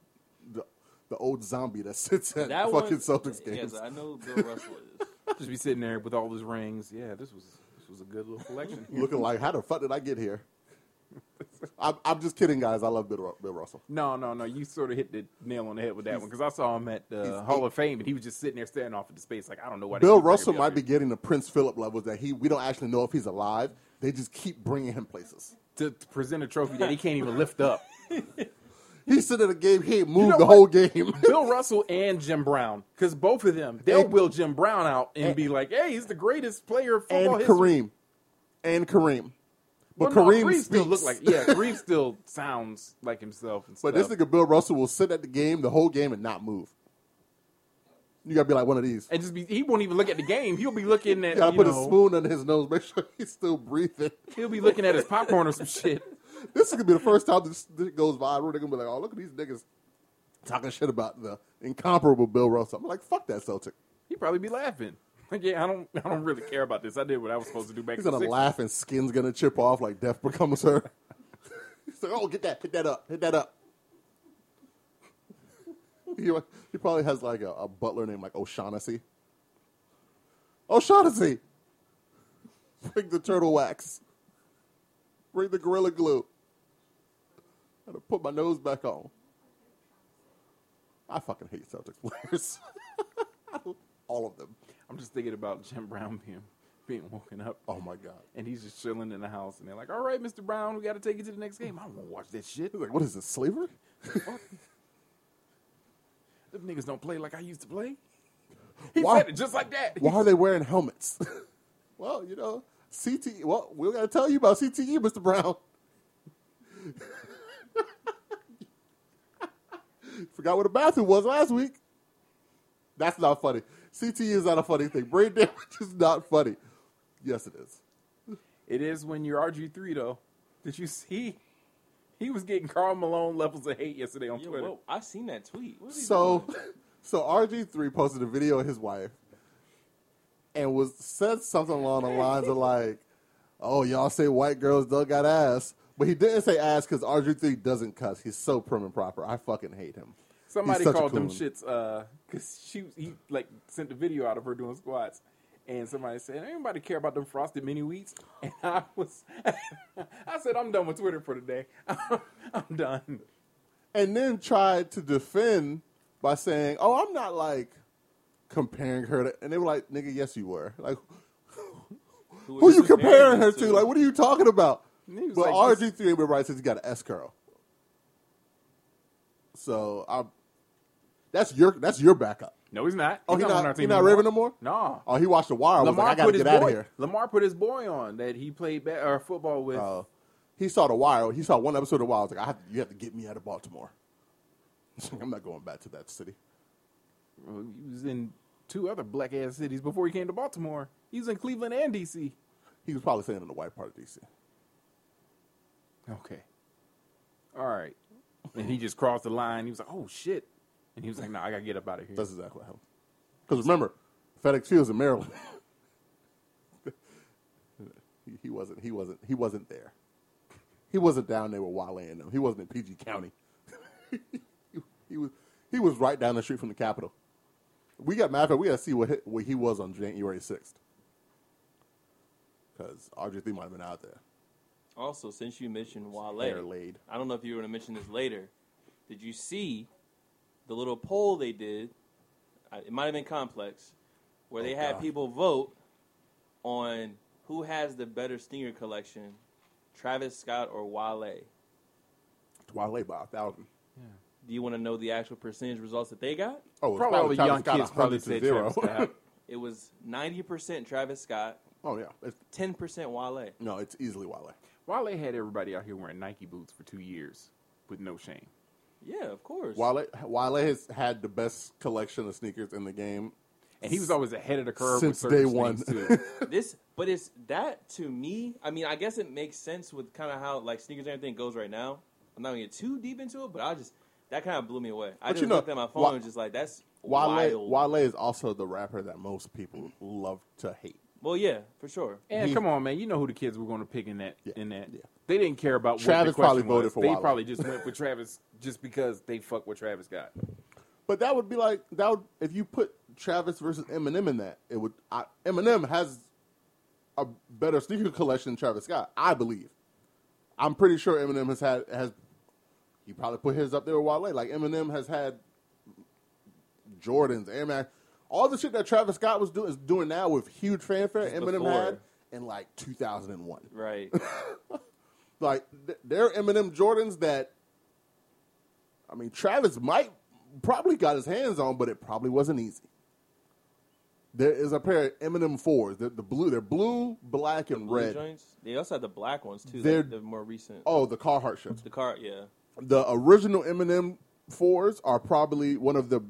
Speaker 3: the, the old zombie that sits at
Speaker 2: That
Speaker 3: fucking
Speaker 2: one,
Speaker 3: Celtics games.
Speaker 2: Yes, I know Bill Russell is.
Speaker 1: Just be sitting there with all his rings. Yeah, this was this was a good little collection.
Speaker 3: Looking like, how the fuck did I get here? I'm, I'm just kidding, guys. I love Bill, Ru- Bill Russell.
Speaker 1: No, no, no. You sort of hit the nail on the head with that one because I saw him at the Hall of Fame and he was just sitting there staring off into space like I don't know why. they
Speaker 3: Bill
Speaker 1: keep bringing
Speaker 3: Russell
Speaker 1: me up
Speaker 3: might
Speaker 1: here.
Speaker 3: be getting the Prince Philip levels that he. We don't actually know if he's alive. They just keep bringing him places.
Speaker 1: to, to present a trophy that he can't even lift up.
Speaker 3: He's sitting at a game. He ain't moved
Speaker 1: know
Speaker 3: the
Speaker 1: what?
Speaker 3: whole game.
Speaker 1: Bill Russell and Jim Brown, because both of them they'll
Speaker 3: And-
Speaker 1: wheel Jim Brown out and,
Speaker 3: and-
Speaker 1: be like, "Hey, he's the greatest player of
Speaker 3: and
Speaker 1: football history."
Speaker 3: Kareem, and Kareem. But
Speaker 1: Well, no,
Speaker 3: Kareem, speaks.
Speaker 1: still look like yeah, Kareem still sounds like himself. And
Speaker 3: But
Speaker 1: stuff.
Speaker 3: this nigga Bill Russell will sit at the game the whole game and not move. You gotta be like one of these.
Speaker 1: and just be, he won't even look at the game. He'll be looking at
Speaker 3: You gotta
Speaker 1: you
Speaker 3: put
Speaker 1: know,
Speaker 3: a spoon under his nose, make sure he's still breathing.
Speaker 1: He'll be looking at his popcorn or some shit.
Speaker 3: This is gonna be the first time this, this goes viral. They're gonna be like, "Oh, look at these niggas talking shit about the incomparable Bill Russell." I'm like, "Fuck that Celtic."
Speaker 1: He'd probably be laughing. Like, yeah, I don't, I don't really care about this. I did what I was supposed to do back.
Speaker 3: He's
Speaker 1: in the
Speaker 3: gonna
Speaker 1: 60s.
Speaker 3: laugh and skin's gonna chip off like death becomes her. He's like, "Oh, get that, hit that up, hit that up." He, he probably has like a, a butler named like O'Shaughnessy. O'Shaughnessy, bring the turtle wax. Bring the gorilla glue. I'm gonna put my nose back on. I fucking hate Celtics players. All of them.
Speaker 1: I'm just thinking about Jim Brown being being woken up.
Speaker 3: Oh my god.
Speaker 1: and he's just chilling in the house. And they're like, "All right, Mr. Brown, we got to take you to the next game." I don't want to watch that shit.
Speaker 3: He's like, what is this slavery?
Speaker 1: Them niggas don't play like I used to play. He
Speaker 3: Why-
Speaker 1: said it just like that.
Speaker 3: Why are they wearing helmets? well, you know, CTE. Well, we got to tell you about CTE, Mr. Brown. Forgot what a bathroom was last week. That's not funny. CTE is not a funny thing. Brain damage is not funny. Yes, it is.
Speaker 1: It is when you're RG three though. Did you see? He was getting Carl Malone levels of hate yesterday on
Speaker 2: Yo,
Speaker 1: Twitter.
Speaker 2: whoa, I seen that tweet. What is he
Speaker 3: So,
Speaker 2: doing?
Speaker 3: so RG3 posted a video of his wife and was said something along the lines of like, "Oh, y'all say white girls don't got ass." But he didn't say ass because RG3 doesn't cuss. He's so prim and proper. I fucking hate him.
Speaker 1: Somebody
Speaker 3: He's such a
Speaker 1: called them
Speaker 3: coon.
Speaker 1: shits because she he like sent the video out of her doing squats, and somebody said, "Anybody care about them frosted mini wheats?" And I was, I said, "I'm done with Twitter for today. I'm done."
Speaker 3: And then tried to defend by saying, "Oh, I'm not like comparing her to." And they were like, "Nigga, yes, you were. Like, who
Speaker 2: is
Speaker 3: you
Speaker 2: this
Speaker 3: comparing her
Speaker 2: this
Speaker 3: to? Like, what are you talking about?"
Speaker 1: And he was
Speaker 3: But
Speaker 1: like,
Speaker 3: RG3 and Bill Wright says he got an S curl. So I, that's your that's your backup.
Speaker 1: No, he's not.
Speaker 3: Oh, he's
Speaker 1: on our
Speaker 3: not.
Speaker 1: team
Speaker 3: He's not
Speaker 1: anymore.
Speaker 3: raving no more.
Speaker 1: No.
Speaker 3: Oh, he watched the wire. I was
Speaker 1: Lamar
Speaker 3: like, I gotta
Speaker 1: put his
Speaker 3: get out
Speaker 1: boy.
Speaker 3: of here.
Speaker 1: Lamar put his boy on that he played ba- or football with.
Speaker 3: Oh. he saw the wire. He saw one episode of the wire. I was like, I have you have to get me out of Baltimore. I'm not going back to that city.
Speaker 1: Well, he was in two other black ass cities before he came to Baltimore. He was in Cleveland and DC.
Speaker 3: He was probably staying in the white part of DC.
Speaker 1: Okay. All right. And he just crossed the line. He was like, "Oh shit!" And he was like, "No, I gotta get up out of here."
Speaker 3: That's exactly what happened. Because remember, FedEx Field's in Maryland. he, he wasn't. He wasn't. He wasn't there. He wasn't down there with Wale and them. He wasn't in PG County. he, he was. He was right down the street from the Capitol. We got matter of fact, We got to see what he, where he was on January sixth. Because RG3 might have been out there.
Speaker 2: Also, since you mentioned Wale,
Speaker 3: Hair laid.
Speaker 2: I don't know if you were going to mention this later. Did you see the little poll they did? I- It might have been complex, where they
Speaker 3: Oh,
Speaker 2: had
Speaker 3: God.
Speaker 2: people vote on who has the better stinger collection, Travis Scott or Wale.
Speaker 3: It's Wale by a thousand.
Speaker 2: Do you want to know the actual percentage results that they got?
Speaker 3: Oh, it's
Speaker 1: probably, all the
Speaker 3: Travis
Speaker 1: young
Speaker 3: Scott
Speaker 1: kids
Speaker 3: 100
Speaker 1: probably
Speaker 3: to
Speaker 1: said
Speaker 3: zero.
Speaker 1: Travis Scott.
Speaker 2: It was ninety percent Travis Scott,
Speaker 3: oh yeah, it's,
Speaker 2: ten percent Wale.
Speaker 3: no, it's easily Wale.
Speaker 1: Wale had everybody out here wearing Nike boots for two years with no shame.
Speaker 2: Yeah, of course.
Speaker 3: Wale, Wale has had the best collection of sneakers in the game.
Speaker 1: And he was always ahead of the curve
Speaker 3: Since
Speaker 1: with certain
Speaker 3: day one.
Speaker 1: things, Too.
Speaker 2: This, but it's that to me. I mean, I guess it makes sense with kind of how like sneakers and everything goes right now. I'm not gonna get too deep into it, but I just that kind of blew me away. I
Speaker 3: But
Speaker 2: just
Speaker 3: you know,
Speaker 2: looked at my phone
Speaker 3: Wa-
Speaker 2: and just like that's
Speaker 3: Wale,
Speaker 2: wild.
Speaker 3: Wale is also the rapper that most people love to hate.
Speaker 2: Well, yeah, for sure.
Speaker 1: And
Speaker 3: He-
Speaker 1: come on, man, you know who the kids were going to pick in that.
Speaker 3: Yeah,
Speaker 1: In that,
Speaker 3: yeah.
Speaker 1: they didn't care about what the
Speaker 3: Travis
Speaker 1: question
Speaker 3: probably voted
Speaker 1: was.
Speaker 3: for
Speaker 1: They
Speaker 3: Wale.
Speaker 1: probably just went with Travis just because they fuck with Travis Scott.
Speaker 3: But that would be like that would if you put Travis versus Eminem in that, it would. I, Eminem has a better sneaker collection than Travis Scott, I believe. I'm pretty sure Eminem has had has. He probably put his up there with Wale. Like Eminem has had Jordans, Air Max, all the shit that Travis Scott was doing is doing now with huge fanfare.
Speaker 2: Just
Speaker 3: Eminem
Speaker 2: before.
Speaker 3: had in like 2001.
Speaker 2: Right.
Speaker 3: like th- there are Eminem Jordans that I mean Travis might probably got his hands on, but it probably wasn't easy. There is a pair of Eminem fours. They're the blue. They're blue, black, and
Speaker 2: Blue
Speaker 3: red.
Speaker 2: joints. They also had the black ones too.
Speaker 3: They're-
Speaker 2: Like the more recent.
Speaker 3: Oh, the Carhartt shirts.
Speaker 2: The car. Yeah.
Speaker 3: The original Eminem fours are probably one of the,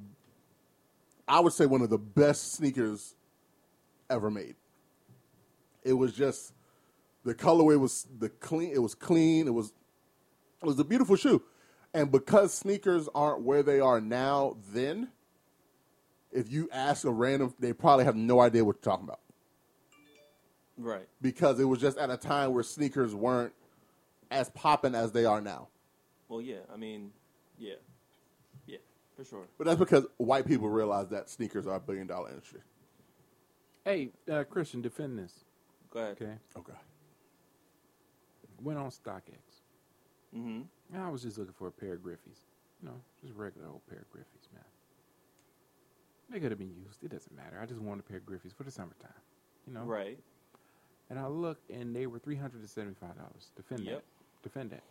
Speaker 3: I would say one of the best sneakers ever made. It was just the colorway was the clean. It was clean. It was It was a beautiful shoe. And because sneakers aren't where they are now, then, if you ask a random, they probably have no idea what you're talking about.
Speaker 2: Right.
Speaker 3: Because it was just at a time where sneakers weren't as popping as they are now.
Speaker 2: Well, yeah. I mean, yeah, yeah, for sure.
Speaker 3: But that's because white people realize that sneakers are a billion dollar industry.
Speaker 1: Hey, uh, Christian, defend this.
Speaker 2: Go ahead.
Speaker 1: Okay,
Speaker 3: Okay.
Speaker 1: went on StockX.
Speaker 2: hmm
Speaker 1: And I was just looking for a pair of Griffies. You know, just regular old pair of Griffies, man. They could have been used. It doesn't matter. I just wanted a pair of Griffies for the summertime. You know?
Speaker 2: Right.
Speaker 1: And I looked and they were three hundred and seventy five dollars. Defend
Speaker 2: Yep.
Speaker 1: that. Defend that.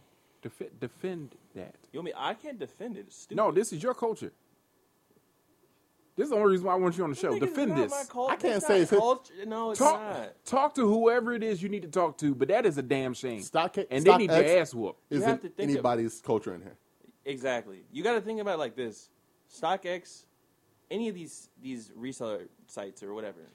Speaker 1: Defe- defend that.
Speaker 2: You know me? I can't defend it. It's stupid.
Speaker 1: No, this is your culture. This is the only reason why I want you on the
Speaker 2: This
Speaker 1: show.
Speaker 2: nigga's
Speaker 1: Defend
Speaker 2: not
Speaker 1: this.
Speaker 2: my cult-
Speaker 3: I can't
Speaker 2: that's
Speaker 3: say
Speaker 2: not
Speaker 3: it's his-
Speaker 2: culture. No, it's
Speaker 1: Talk,
Speaker 2: not.
Speaker 1: talk to whoever it is you need to talk to, but that is a damn shame.
Speaker 3: Stock-
Speaker 1: and
Speaker 3: Stock
Speaker 1: they need their
Speaker 3: X-
Speaker 1: ass whooped.
Speaker 2: You have
Speaker 3: Isn't
Speaker 2: to think of-
Speaker 3: anybody's culture in here?
Speaker 2: Exactly. You got to think about it like this: StockX, any of these these reseller sites or whatever.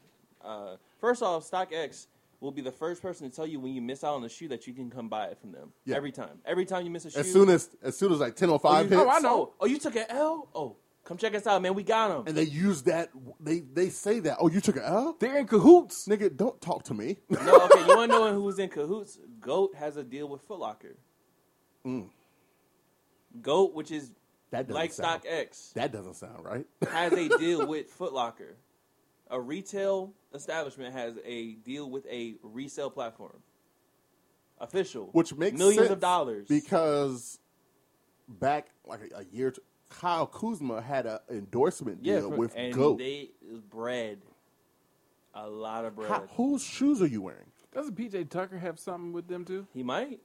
Speaker 2: Uh, first off, StockX will be the first person to tell you when you miss out on a shoe that you can come buy it from them.
Speaker 3: Yeah.
Speaker 2: Every time. Every time you miss a shoe.
Speaker 3: As soon as as soon as like ten oh five hits,
Speaker 2: oh, I know. Oh, you took an L. Oh, come check us out, man. We got them.
Speaker 3: and they use that. They they say that. Oh, you took an L,
Speaker 1: They're in cahoots.
Speaker 3: nigga. Don't talk to me.
Speaker 2: no, okay. You want to know who's in cahoots? Goat has a deal with Foot Locker. Goat, which is
Speaker 3: That Mm. doesn't
Speaker 2: like
Speaker 3: sound-
Speaker 2: StockX.
Speaker 3: that doesn't sound right.
Speaker 2: has a deal with Foot Locker. A retail establishment has a deal with a resale platform. Official.
Speaker 3: which makes
Speaker 2: millions
Speaker 3: sense
Speaker 2: of dollars.
Speaker 3: because back like a, a year, t- Kyle Kuzma had an endorsement deal
Speaker 2: yeah, for-
Speaker 3: with
Speaker 2: and
Speaker 3: Goat.
Speaker 2: they bread. A lot of bread.
Speaker 3: How, whose shoes are you wearing?
Speaker 1: Doesn't PJ Tucker have something with them too?
Speaker 2: he might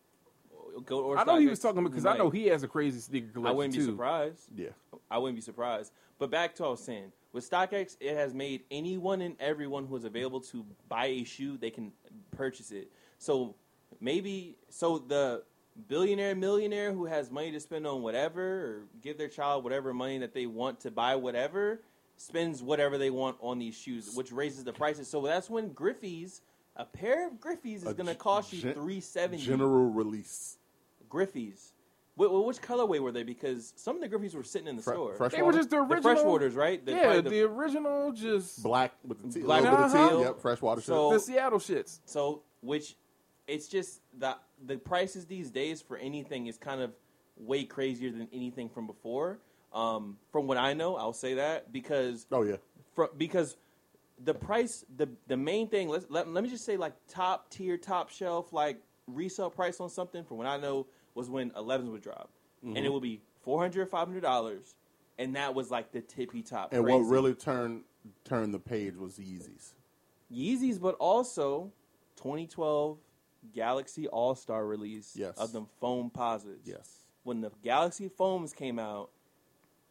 Speaker 2: go or
Speaker 1: I know he was
Speaker 2: StockX,
Speaker 1: talking because I
Speaker 2: might.
Speaker 1: know he has a crazy sneaker
Speaker 2: I
Speaker 1: collection
Speaker 2: wouldn't
Speaker 1: too.
Speaker 2: be surprised.
Speaker 3: Yeah,
Speaker 2: I wouldn't be surprised. But back to what I was saying. With StockX, it has made anyone and everyone who is available to buy a shoe, they can purchase it. So maybe so the billionaire millionaire who has money to spend on whatever or give their child whatever money that they want to buy whatever spends whatever they want on these shoes, which raises the prices. So that's when Griffey's a pair of Griffey's is
Speaker 3: A
Speaker 2: going to
Speaker 3: g-
Speaker 2: cost you
Speaker 3: gen-
Speaker 2: three seventy.
Speaker 3: General release.
Speaker 2: Griffey's. Wh- wh- which colorway were they? Because some of the Griffies were sitting in the
Speaker 3: Fre-
Speaker 2: store.
Speaker 3: fresh-
Speaker 1: They were just the
Speaker 2: The
Speaker 1: original.
Speaker 2: Freshwaters, right? The-
Speaker 1: yeah,
Speaker 2: probably
Speaker 1: the,
Speaker 2: the-
Speaker 1: original, just
Speaker 3: Black with the teal.
Speaker 2: Black
Speaker 3: little
Speaker 1: with
Speaker 3: bit of teal.
Speaker 2: teal.
Speaker 3: Yep, freshwater
Speaker 2: So-
Speaker 3: shit.
Speaker 1: the Seattle shits.
Speaker 2: So, which it's just the the prices these days for anything is kind of way crazier than anything from before. Um, from what I know, I'll say that because
Speaker 3: Oh, yeah.
Speaker 2: fro- because the price the the main thing let's, let let me just say like top tier top shelf like resale price on something from what I know was when 11s would drop and it would be 400 500 dollars and that was like the tippy top
Speaker 3: And what
Speaker 2: crazy.
Speaker 3: really turned turned the page was Yeezys.
Speaker 2: Yeezys but also 2012 Galaxy All-Star release
Speaker 3: Yes.
Speaker 2: of them foam posits
Speaker 3: Yes.
Speaker 2: when the Galaxy foams came out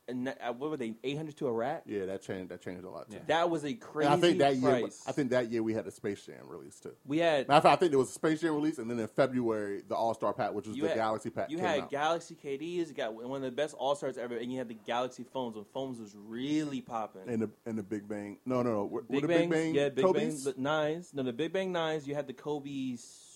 Speaker 2: and that, uh, what were they 800 to a rack
Speaker 3: Yeah, that changed. That changed a lot. Too.
Speaker 1: Yeah.
Speaker 2: that was a crazy
Speaker 3: And I think that year.
Speaker 2: price
Speaker 3: I think that year we had a Space Jam release too.
Speaker 2: we had
Speaker 3: Matter of fact, I think there was a Space Jam release, and then in February the All Star pack, which was
Speaker 2: You
Speaker 3: the
Speaker 2: had-
Speaker 3: Galaxy pack,
Speaker 2: You
Speaker 3: came
Speaker 2: had
Speaker 3: out.
Speaker 2: Galaxy KDs, you got one of the best All Stars ever, and you had the Galaxy phones when phones was really popping.
Speaker 3: and the and the Big Bang. No, no, no. Were, were
Speaker 2: Big
Speaker 3: the
Speaker 2: Bang,
Speaker 3: Big Bang
Speaker 2: yeah, Big
Speaker 3: Kobe's?
Speaker 2: Bang the nines. No, the Big Bang nines. You had the Kobe's.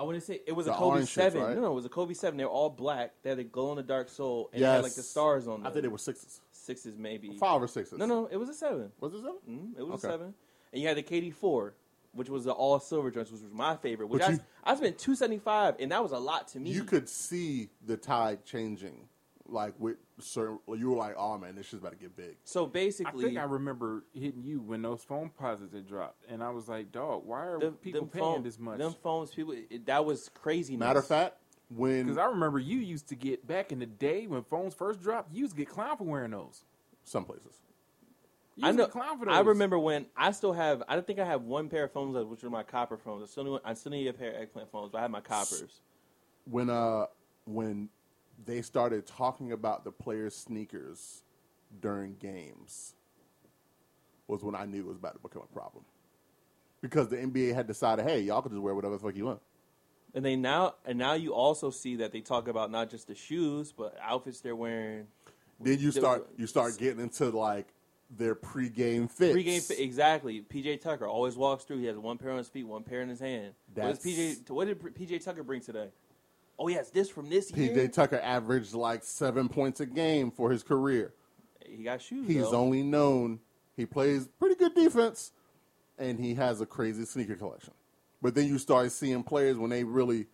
Speaker 2: I wouldn't say it was a
Speaker 3: The
Speaker 2: Kobe
Speaker 3: orange shits,
Speaker 2: seven.
Speaker 3: right?
Speaker 2: No, no, it was a Kobe seven. They were all black. They had a glow in the dark soul, and they had like the
Speaker 3: Yes.
Speaker 2: stars on them.
Speaker 3: I think they were sixes,
Speaker 2: sixes, maybe
Speaker 3: five or sixes.
Speaker 2: No, no, it was a seven.
Speaker 3: was it seven?
Speaker 2: Mm, it was
Speaker 3: Okay.
Speaker 2: a seven. And you had the KD four, which was the all silver joints, which was my favorite. Which
Speaker 3: But
Speaker 2: I,
Speaker 3: you-
Speaker 2: I spent two seventy five, and that was a lot to me.
Speaker 3: You could see the tide changing, like with certain. You were like, "Oh man, this shit's about to get big."
Speaker 2: So
Speaker 1: I
Speaker 2: basically,
Speaker 1: think I remember hitting you when those phone posits had dropped, and I was like, "Dog, why are
Speaker 2: them,
Speaker 1: people
Speaker 2: them
Speaker 1: paying
Speaker 2: phone-
Speaker 1: this much?"
Speaker 2: Them phones, people. It, that was crazy.
Speaker 3: Matter of fact,
Speaker 1: Because
Speaker 3: when
Speaker 1: I remember you used to get back in the day when phones first dropped, you used to get clown for wearing those.
Speaker 3: some places,
Speaker 1: You
Speaker 2: I
Speaker 1: used To
Speaker 2: know.
Speaker 1: get clown for those.
Speaker 2: I remember when I still have. I think I have one pair of phones left, which are my copper phones. I still need. I still need a pair of eggplant phones, but I have my coppers.
Speaker 3: when uh when they started talking about the players' sneakers during games was when I knew it was about to become a problem. Because the NBA had decided, hey, y'all can just wear whatever the fuck you want.
Speaker 2: And they now and now you also see that they talk about not just the shoes, but outfits they're wearing.
Speaker 3: Then you
Speaker 2: There
Speaker 3: start
Speaker 2: was-
Speaker 3: you start getting into like their pregame fits.
Speaker 2: Pre-game, fit- exactly. PJ Tucker always walks through. He has one pair on his feet, one pair in his hand.
Speaker 3: That's-
Speaker 2: What, is PJ, what did PJ Tucker bring today? Oh yes, this from this year.
Speaker 3: PJ Tucker averaged like seven points a game for his career.
Speaker 2: he got shoes.
Speaker 3: He's
Speaker 2: though.
Speaker 3: only known he plays pretty good defense, and he has a crazy sneaker collection. But then you start seeing players when they really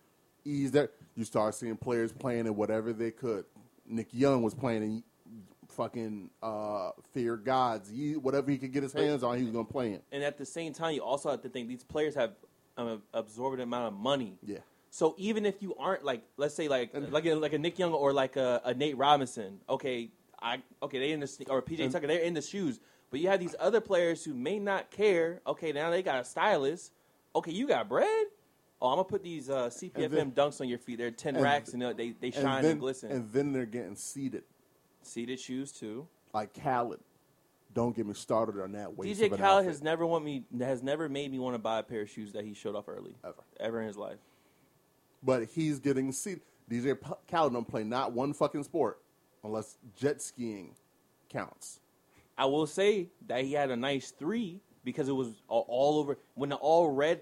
Speaker 3: ease their. You start seeing players playing in whatever they could. Nick Young was playing in fucking uh, Fear Gods, Ye- whatever he could get his hands on, he was gonna play in.
Speaker 2: and at the same time, you also have to think these players have um, absorbed amount of money.
Speaker 3: Yeah,
Speaker 2: So even if you aren't like, let's say like like a, like a Nick Young or like a, a Nate Robinson, okay, I okay they in the sne- or PJ Tucker, they're in the shoes, but you have these other players who may not care. Okay, now they got a stylist. Okay, you got bread. Oh, I'm gonna put these uh, CPFM
Speaker 3: then-
Speaker 2: dunks on your feet. They're ten
Speaker 3: and-
Speaker 2: racks and uh, they they shine and,
Speaker 3: then
Speaker 2: glisten.
Speaker 3: and then they're getting seated
Speaker 2: Seated shoes too.
Speaker 3: like Khaled. Don't get me started on that. Waste
Speaker 2: DJ
Speaker 3: of an
Speaker 2: Khaled
Speaker 3: outfit.
Speaker 2: has never want me has never made me want to buy a pair of shoes that he showed off early
Speaker 3: Ever.
Speaker 2: ever in his life.
Speaker 3: but he's getting seated. DJ P- Khaled don't play not one fucking sport unless jet skiing counts.
Speaker 2: I will say that he had a nice three because it was a- all over when the all red,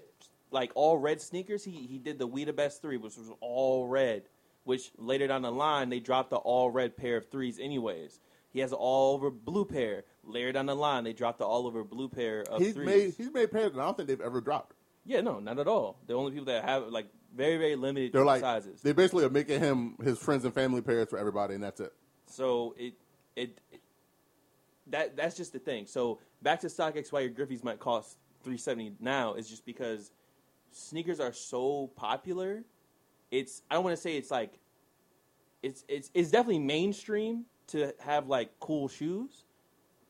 Speaker 2: like all red sneakers. He he did the We the Best three, which was all red. Which later down the line they dropped the all red pair of threes. Anyways, he has an all over blue pair. Later down the line they dropped the all over blue pair of
Speaker 3: He's
Speaker 2: threes.
Speaker 3: made he's made pairs, and I don't think they've ever dropped.
Speaker 2: yeah, no, not at all. The only people that have like very very limited
Speaker 3: They're like
Speaker 2: sizes.
Speaker 3: they basically are making him his friends and family pairs for everybody, and that's it.
Speaker 2: So it, it it that that's just the thing. So back to StockX, why your Griffies might cost three seventy now is just because sneakers are so popular. It's I don't want to say it's like it's it's it's definitely mainstream to have like cool shoes,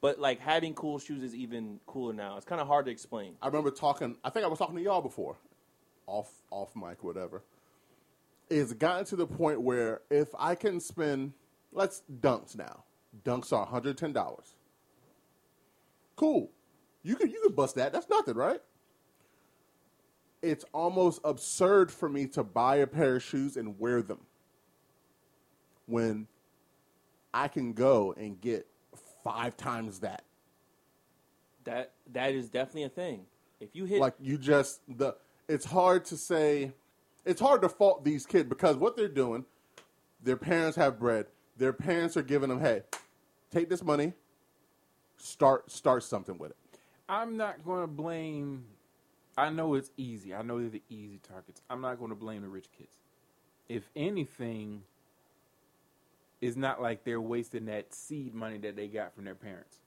Speaker 2: but like having cool shoes is even cooler now. It's kind of hard to explain.
Speaker 3: I remember talking. I think I was talking to y'all before, off off mic, whatever. It's gotten to the point where if I can spend, let's dunks now. Dunks are one hundred ten dollars. Cool. You could you could bust that. That's nothing, right? It's almost absurd for me to buy a pair of shoes and wear them when I can go and get five times that.
Speaker 2: That that is definitely a thing. If you hit
Speaker 3: like you just the it's hard to say it's hard to fault these kids because what they're doing their parents have bread their parents are giving them hey take this money start start something with it
Speaker 1: I'm not going to blame. I know it's easy. I know they're the easy targets. I'm not going to blame the rich kids. If anything, it's not like they're wasting that seed money that they got from their parents.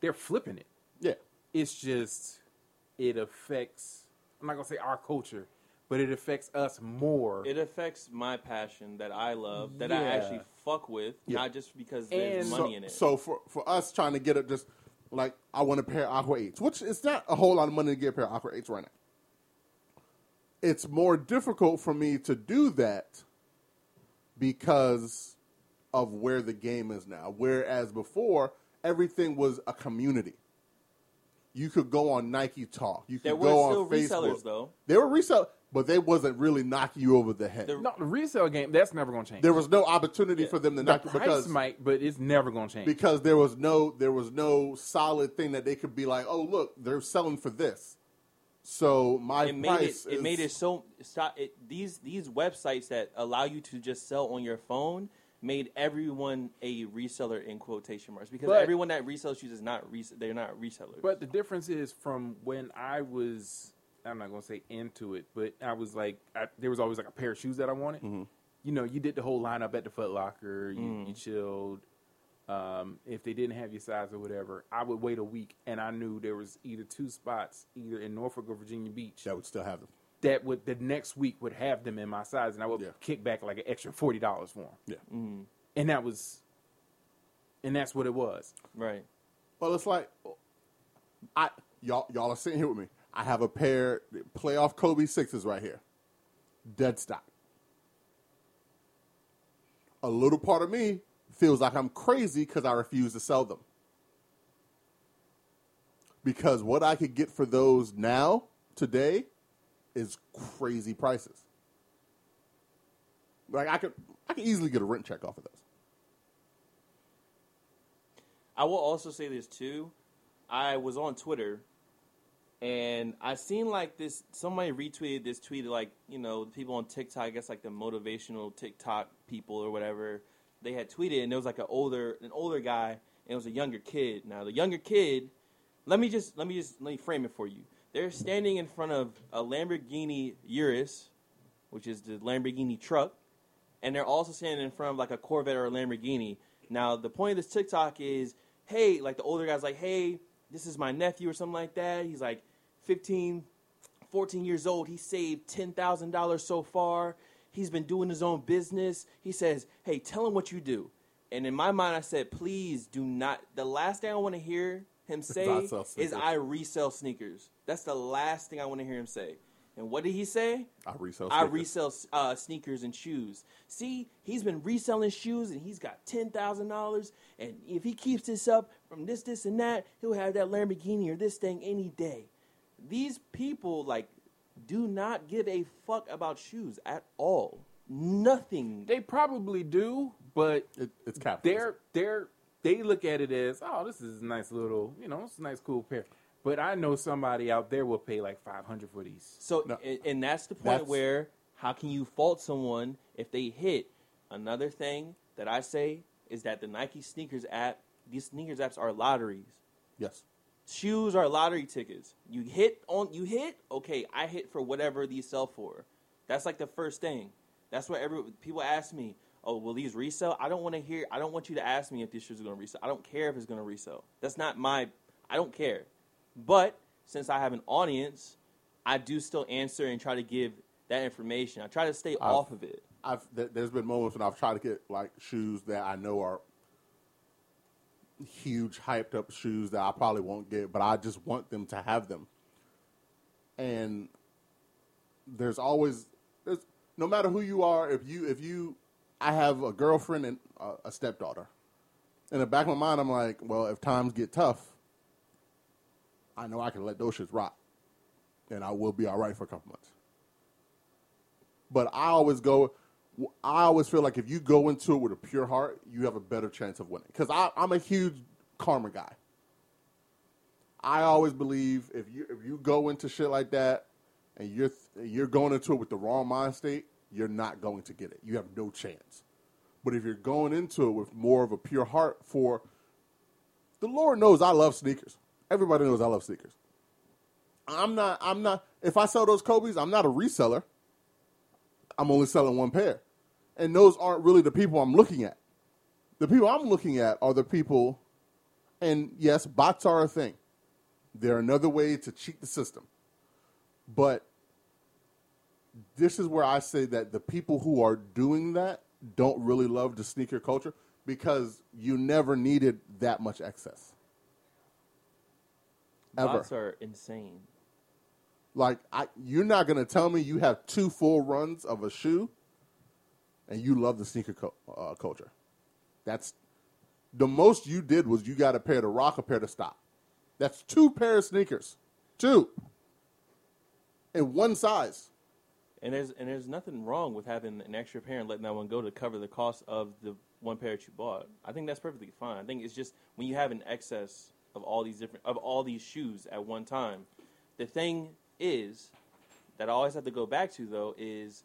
Speaker 1: They're flipping it.
Speaker 3: yeah
Speaker 1: It's just it affects. I'm not going to say our culture, but it affects us more.
Speaker 2: it affects my passion that I love, that I
Speaker 1: Yeah.
Speaker 2: actually fuck with,
Speaker 3: Yeah.
Speaker 2: not just because there's
Speaker 1: And-
Speaker 2: money
Speaker 3: so,
Speaker 2: in it.
Speaker 3: so for for us trying to get it just like i want a pair of aqua eights which it's not a whole lot of money to get a pair of aqua eights right now it's more difficult for me to do that because of where the game is now. Whereas before, everything was a community. You could go on Nike Talk. You could
Speaker 2: There
Speaker 3: go
Speaker 2: were
Speaker 3: on
Speaker 2: still
Speaker 3: Facebook.
Speaker 2: resellers, though.
Speaker 3: There were resellers, but they wasn't really knocking you over the head.
Speaker 2: The-
Speaker 1: no, the resale game that's never going to change.
Speaker 3: there was no opportunity for them to
Speaker 1: the
Speaker 3: knock
Speaker 1: price
Speaker 3: because
Speaker 1: might, but it's never going to change.
Speaker 3: because there was no there was no solid thing that they could be like, oh look, they're selling for this. So my
Speaker 2: it made it,
Speaker 3: price
Speaker 2: it made it
Speaker 3: is-
Speaker 2: so stop it, these these websites that allow you to just sell on your phone made everyone a reseller in quotation marks because
Speaker 1: But-
Speaker 2: everyone that resells shoes is not res- they're not resellers.
Speaker 1: But the difference is from when I was, I'm not gonna say into it, but I was like, I, there was always like a pair of shoes that I wanted.
Speaker 3: Mm-hmm.
Speaker 1: You know, you did the whole lineup at the Foot Locker, you, you chilled. Um, if they didn't have your size or whatever, I would wait a week, and I knew there was either two spots, either in Norfolk or Virginia Beach,
Speaker 3: that would still have them.
Speaker 1: that would the next week would have them in my size, and I would
Speaker 3: Yeah.
Speaker 1: kick back like an extra forty dollars for them,
Speaker 3: Yeah.
Speaker 2: Mm-hmm.
Speaker 1: and that was, and that's what it was.
Speaker 2: right.
Speaker 3: Well, it's like I y'all y'all are sitting here with me. I have a pair playoff Kobe sixes right here, dead stock. A little part of me feels like I'm crazy because I refuse to sell them. Because what I could get for those now today is crazy prices. Like I could I could easily get a rent check off of those.
Speaker 2: I will also say this too. I was on Twitter and I seen like this somebody retweeted this tweet like, you know, the people on TikTok, I guess like the motivational TikTok people or whatever, they had tweeted and there was like an older an older guy and it was a younger kid. Now the younger kid let me just let me just let me frame it for you. They're standing in front of a Lamborghini Urus, which is the Lamborghini truck, and they're also standing in front of like a Corvette or a Lamborghini. Now, the point of this TikTok is, hey, like the older guy's like, hey, this is my nephew or something like that. He's like 15, 14 years old. He saved $10,000 so far. He's been doing his own business. He says, hey, tell him what you do. And in my mind, I said, please do not. The last thing I want to hear him say
Speaker 3: I sell
Speaker 2: is,
Speaker 3: sneakers.
Speaker 2: I resell sneakers. That's the last thing I want to hear him say. And what did he say?
Speaker 3: I resell.
Speaker 2: I
Speaker 3: sneakers.
Speaker 2: resell uh, sneakers and shoes. See, he's been reselling shoes and he's got ten thousand dollars. And if he keeps this up from this, this, and that, he'll have that Lamborghini or this thing any day. These people like do not give a fuck about shoes at all. Nothing.
Speaker 1: They probably do, but
Speaker 3: It, it's capitalism.
Speaker 1: they're they're they look at it as oh this is a nice little you know it's a nice cool pair but i know somebody out there will pay like 500 for these
Speaker 2: So,
Speaker 3: No.
Speaker 2: and, and that's the point
Speaker 3: That's-
Speaker 2: where how can you fault someone if they hit? Another thing that I say is that the Nike sneakers app, these sneakers apps are lotteries.
Speaker 3: yes.
Speaker 2: Shoes are lottery tickets. You hit on, you hit. Okay, I hit for whatever these sell for. That's like the first thing. That's what every people ask me. Oh, will these resell? I don't want to hear. I don't want you to ask me if these shoes are going to resell. I don't care if it's going to resell. That's not my. I don't care. But since I have an audience, I do still answer and try to give that information. I try to stay off of it.
Speaker 3: I've th- there's been moments when I've tried to get like shoes that I know are huge hyped up shoes that I probably won't get, but I just want them to have them. And there's always there's no matter who you are, if you if you I have a girlfriend and uh, a stepdaughter. In the back of my mind, I'm like, well, if times get tough, I know I can let those shits rock, and I will be all right for a couple months. But I always go. I always feel like if you go into it with a pure heart, you have a better chance of winning. Because I'm a huge karma guy. I always believe if you if you go into shit like that and you're you're going into it with the wrong mind state, you're not going to get it. You have no chance. But if you're going into it with more of a pure heart for the Lord knows I love sneakers. Everybody knows I love sneakers. I'm not I'm not if I sell those Kobe's, I'm not a reseller. I'm only selling one pair. And those aren't really the people I'm looking at. The people I'm looking at are the people and yes, bots are a thing. They're another way to cheat the system. But this is where I say that the people who are doing that don't really love the sneaker culture because you never needed that much excess. Ever.
Speaker 2: Bots are insane.
Speaker 3: Like I you're not gonna tell me you have two full runs of a shoe and you love the sneaker co- uh, culture. That's the most you did was you got a pair to rock, a pair to stop. That's two pair of sneakers, two, in one size.
Speaker 2: And there's and there's nothing wrong with having an extra pair and letting that one go to cover the cost of the one pair that you bought. I think that's perfectly fine. I think it's just when you have an excess of all these different of all these shoes at one time. The thing is that I always have to go back to though is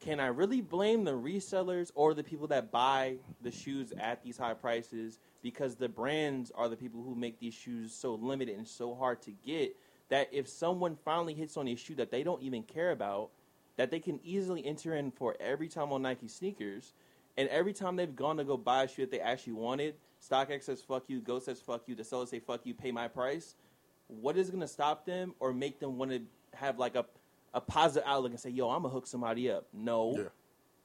Speaker 2: can I really blame the resellers or the people that buy the shoes at these high prices because the brands are the people who make these shoes so limited and so hard to get that if someone finally hits on a shoe that they don't even care about, that they can easily enter in for every time on Nike sneakers, and every time they've gone to go buy a shoe that they actually wanted, StockX says fuck you, Go says fuck you, the seller say fuck you, pay my price. What is going to stop them or make them want to have like a a positive outlook and say, "Yo, I'm gonna hook somebody up." No,
Speaker 3: Yeah.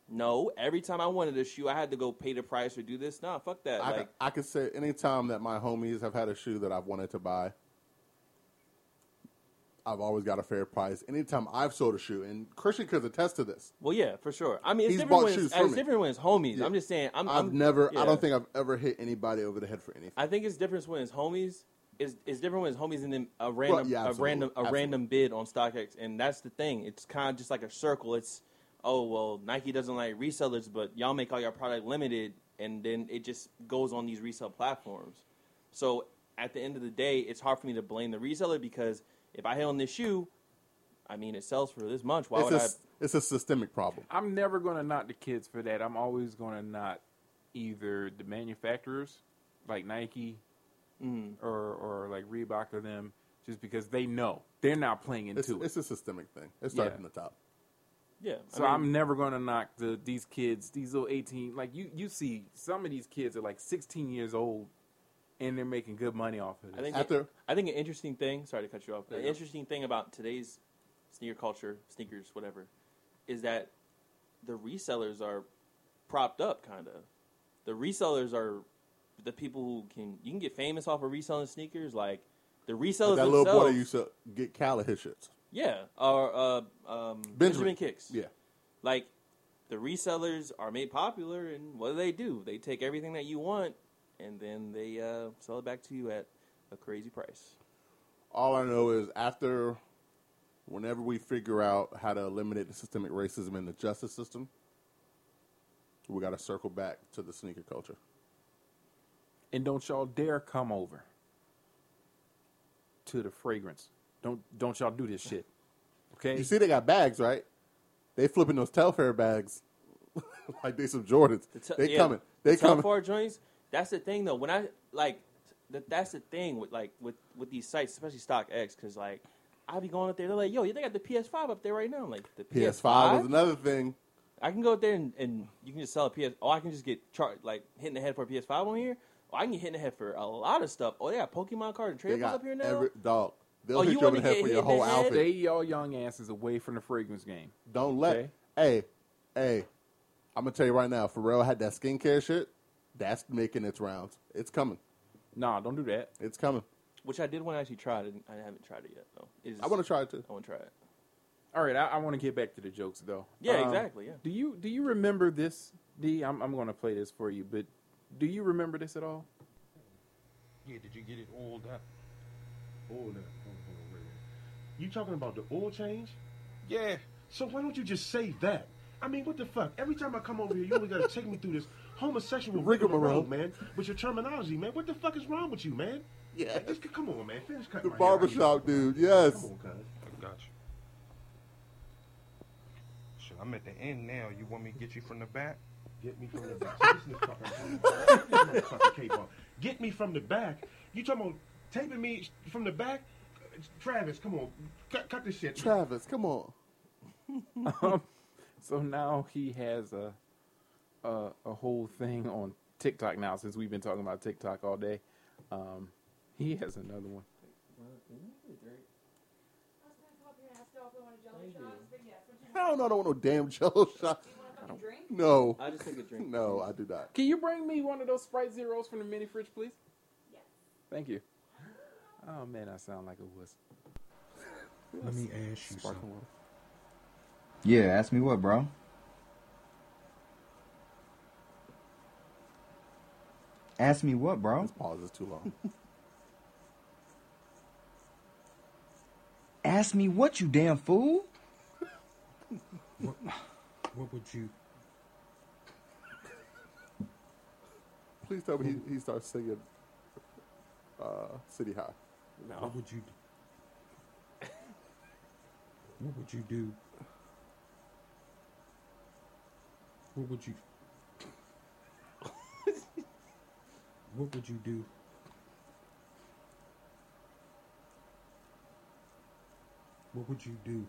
Speaker 2: no. Every time I wanted a shoe, I had to go pay the price or do this. Nah, fuck that.
Speaker 3: I,
Speaker 2: like,
Speaker 3: I could say any time that my homies have had a shoe that I've wanted to buy, I've always got a fair price. Anytime I've sold a shoe, and Christian could attest to this.
Speaker 2: well, yeah, for sure. I mean, it's
Speaker 3: He's
Speaker 2: different
Speaker 3: bought
Speaker 2: when it's,
Speaker 3: shoes from
Speaker 2: it's
Speaker 3: me.
Speaker 2: different when it's homies.
Speaker 3: Yeah.
Speaker 2: I'm just saying. I'm,
Speaker 3: i have
Speaker 2: I'm-
Speaker 3: never. I
Speaker 2: yeah.
Speaker 3: don't think I've ever hit anybody over the head for anything.
Speaker 2: I think it's different when it's homies. It's, it's different when it's homies and then a random
Speaker 3: yeah,
Speaker 2: a
Speaker 3: absolutely.
Speaker 2: random a
Speaker 3: Absolutely.
Speaker 2: random bid on StockX, and that's the thing. It's kind of just like a circle. It's oh well, Nike doesn't like resellers, but y'all make all your product limited, and then it just goes on these resell platforms. So at the end of the day, it's hard for me to blame the reseller because if I hit on this shoe, I mean it sells for this much. Why
Speaker 3: it's,
Speaker 2: would
Speaker 3: a,
Speaker 2: I?
Speaker 3: s- it's a systemic problem.
Speaker 1: I'm never going to knock the kids for that. I'm always going to knock either the manufacturers, like Nike, or or like Reebok or them, just because they know they're not playing into
Speaker 3: It's,
Speaker 1: it.
Speaker 3: it's a systemic thing. It starts
Speaker 1: Yeah.
Speaker 3: from the top.
Speaker 2: Yeah.
Speaker 1: so
Speaker 2: I mean,
Speaker 1: I'm never going to knock the these kids, these little 18. Like you, you see some of these kids are like 16 years old, and they're making good money off of it.
Speaker 2: I think
Speaker 3: After-
Speaker 2: I think an interesting thing. Sorry to cut you off. An
Speaker 3: you go.
Speaker 2: interesting thing about today's sneaker culture, sneakers, whatever, is that the resellers are propped up, kind of. The resellers are the people who can you can get famous off of reselling sneakers, like the resellers
Speaker 3: Like that little
Speaker 2: themselves.
Speaker 3: boy that used to get Cal at his shits.
Speaker 2: yeah, or uh, um, Benjamin Kicks.
Speaker 3: Yeah.
Speaker 2: like the resellers are made popular and what do they do they take everything that you want and then they uh, sell it back to you at a crazy price
Speaker 3: All I know is after, whenever we figure out how to eliminate the systemic racism in the justice system, we got to circle back to the sneaker culture.
Speaker 1: And don't y'all dare come over to the fragrance. Don't don't y'all do this shit. Okay.
Speaker 3: You see, they got bags, right? They flipping those Telfair bags like they some Jordans.
Speaker 2: The tel-
Speaker 3: they
Speaker 2: yeah,
Speaker 3: coming.
Speaker 2: the
Speaker 3: They coming.
Speaker 2: Telfar joints. That's the thing though. When I like, th- that's the thing with like with with these sites, especially StockX, because like I be going up there. They're like, "Yo, they got the PS5 up there right now." I'm like, "The
Speaker 3: PS5
Speaker 2: PS5?
Speaker 3: was another thing.
Speaker 2: I can go up there and, and you can just sell a PS. Oh, I can just get char- like hitting the head for a PS5 on here. Oh, I can get hit in the head for a lot of stuff. Oh, they got Pokemon cards and
Speaker 3: They
Speaker 2: trade cards
Speaker 3: got
Speaker 2: up here now.
Speaker 3: every dog. They'll
Speaker 2: Oh,
Speaker 3: hit
Speaker 2: you
Speaker 3: you over
Speaker 2: wanna
Speaker 3: the head
Speaker 2: get
Speaker 3: for
Speaker 2: hit
Speaker 3: your
Speaker 2: in the
Speaker 3: whole
Speaker 2: head?
Speaker 3: outfit.
Speaker 1: Stay y'all young asses away from the fragrance game.
Speaker 3: Don't let.
Speaker 1: Okay.
Speaker 3: Hey, hey, I'm gonna tell you right now. Pharrell had that skincare shit. That's making its rounds. It's coming.
Speaker 1: Nah, don't do that.
Speaker 3: It's coming.
Speaker 2: Which I did want to actually try. it, and I haven't tried it yet though. It's-
Speaker 3: I want to try it too.
Speaker 2: I want to try it.
Speaker 1: All right, I, I want to get back to the jokes though.
Speaker 2: Yeah,
Speaker 1: Um,
Speaker 2: exactly. Yeah.
Speaker 1: Do you do you remember this? D, I'm I'm going to play this for you, but do you remember this at all?
Speaker 7: Yeah, did you get it all done? Oil now. Hold on, hold on, wait a minute. You talking about the oil change?
Speaker 6: Yeah.
Speaker 7: So why don't you just say that? I mean, what the fuck? Every time I come over here, you always gotta take me through this homosexual
Speaker 3: Rigmarole.
Speaker 7: rigmarole, man. With your terminology, man. What the fuck is wrong with you, man?
Speaker 3: Yeah.
Speaker 7: Like, just, come on, man. Finish cutting
Speaker 3: The
Speaker 7: my hair.
Speaker 3: barbershop dude,
Speaker 7: Come
Speaker 3: yes.
Speaker 7: on, cuz.
Speaker 6: I got you. Shit, I'm at the end now. You want me to get you from the back?
Speaker 7: Get me from the back. So this motherfucker- this motherfucker cape on. Get me from the back. You talking about taping me from the back? Travis, come on, cut, cut this shit.
Speaker 3: Travis, come on.
Speaker 1: So now he has a, a a whole thing on TikTok now since we've been talking about TikTok all day. Um, he has another one.
Speaker 3: Hell no, I don't want no damn jello shot.
Speaker 5: Drink?
Speaker 3: No.
Speaker 2: I just take a drink.
Speaker 3: No, I do not.
Speaker 1: Can you bring me one of those Sprite Zeros from the mini fridge, please?
Speaker 5: Yes.
Speaker 1: Thank you. Oh man, I sound like a wuss.
Speaker 6: Let me ask you
Speaker 3: Sparkling water.
Speaker 9: Yeah, ask me what, bro. Ask me what, bro.
Speaker 3: This pause is too long.
Speaker 9: Ask me what, you damn fool.
Speaker 6: What would you?
Speaker 3: Please tell me he, he starts singing uh, City High.
Speaker 6: What would you? What would you do? What would you? What would you do? What would you do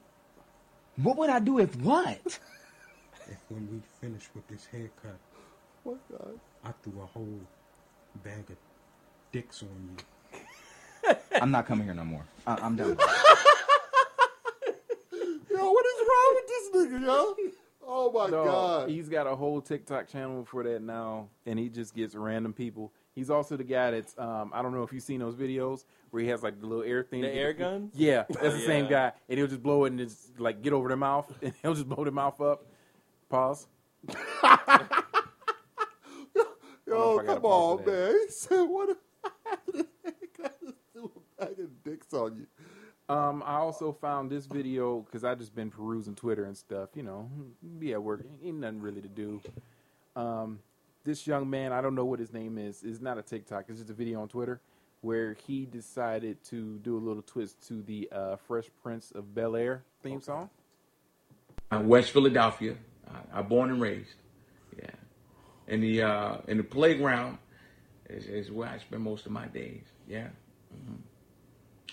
Speaker 9: What would I do if what?
Speaker 6: if when we finish with this haircut,
Speaker 3: What
Speaker 7: Uh,
Speaker 3: God?
Speaker 6: I threw a whole bag of dicks on you?
Speaker 9: I'm not coming here no more. I- I'm done.
Speaker 3: Yo, what is wrong with this nigga, yo? Oh my
Speaker 1: No,
Speaker 3: god.
Speaker 1: he's got a whole TikTok channel for that now, and he just gets random people. He's also the guy that's um, I don't know if you've seen those videos where he has like the little air thing.
Speaker 2: The air gun?
Speaker 1: Yeah, that's the same
Speaker 2: Yeah.
Speaker 1: guy, and he'll just blow it and just like get over their mouth, and he'll just blow their mouth up. Pause.
Speaker 3: Yo,
Speaker 1: I gotta
Speaker 3: come
Speaker 1: pause for
Speaker 3: on,
Speaker 1: that.
Speaker 3: man. He said, what if I got to do a bag of dicks on you?
Speaker 1: Um, I also found this video because I just been perusing Twitter and stuff. You know, be at work, ain't nothing really to do. Um, this young man, I don't know what his name is. It's not a TikTok. It's just a video on Twitter where he decided to do a little twist to the uh, Fresh Prince of Bel Air theme song.
Speaker 10: I'm West Philadelphia. I, I born and raised. Yeah. In the uh, in the playground is, is where I spend most of my days. Yeah. Mm-hmm.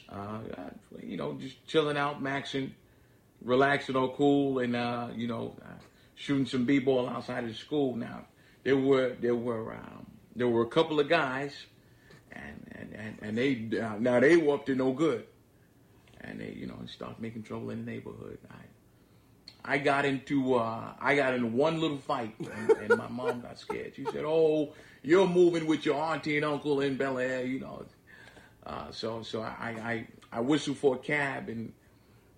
Speaker 10: Uh, I- you know, just chilling out, maxing, relaxing, all cool, and uh, you know, uh, shooting some b-ball outside of school. Now there were there were um, there were a couple of guys, and and and, and they uh, now they were up to no good, and they you know started making trouble in the neighborhood. I, I got into uh, I got into one little fight, and, and my mom got scared. She said, "Oh, you're moving with your auntie and uncle in Bel Air, you know." Uh, so so I, I I whistled for a cab, and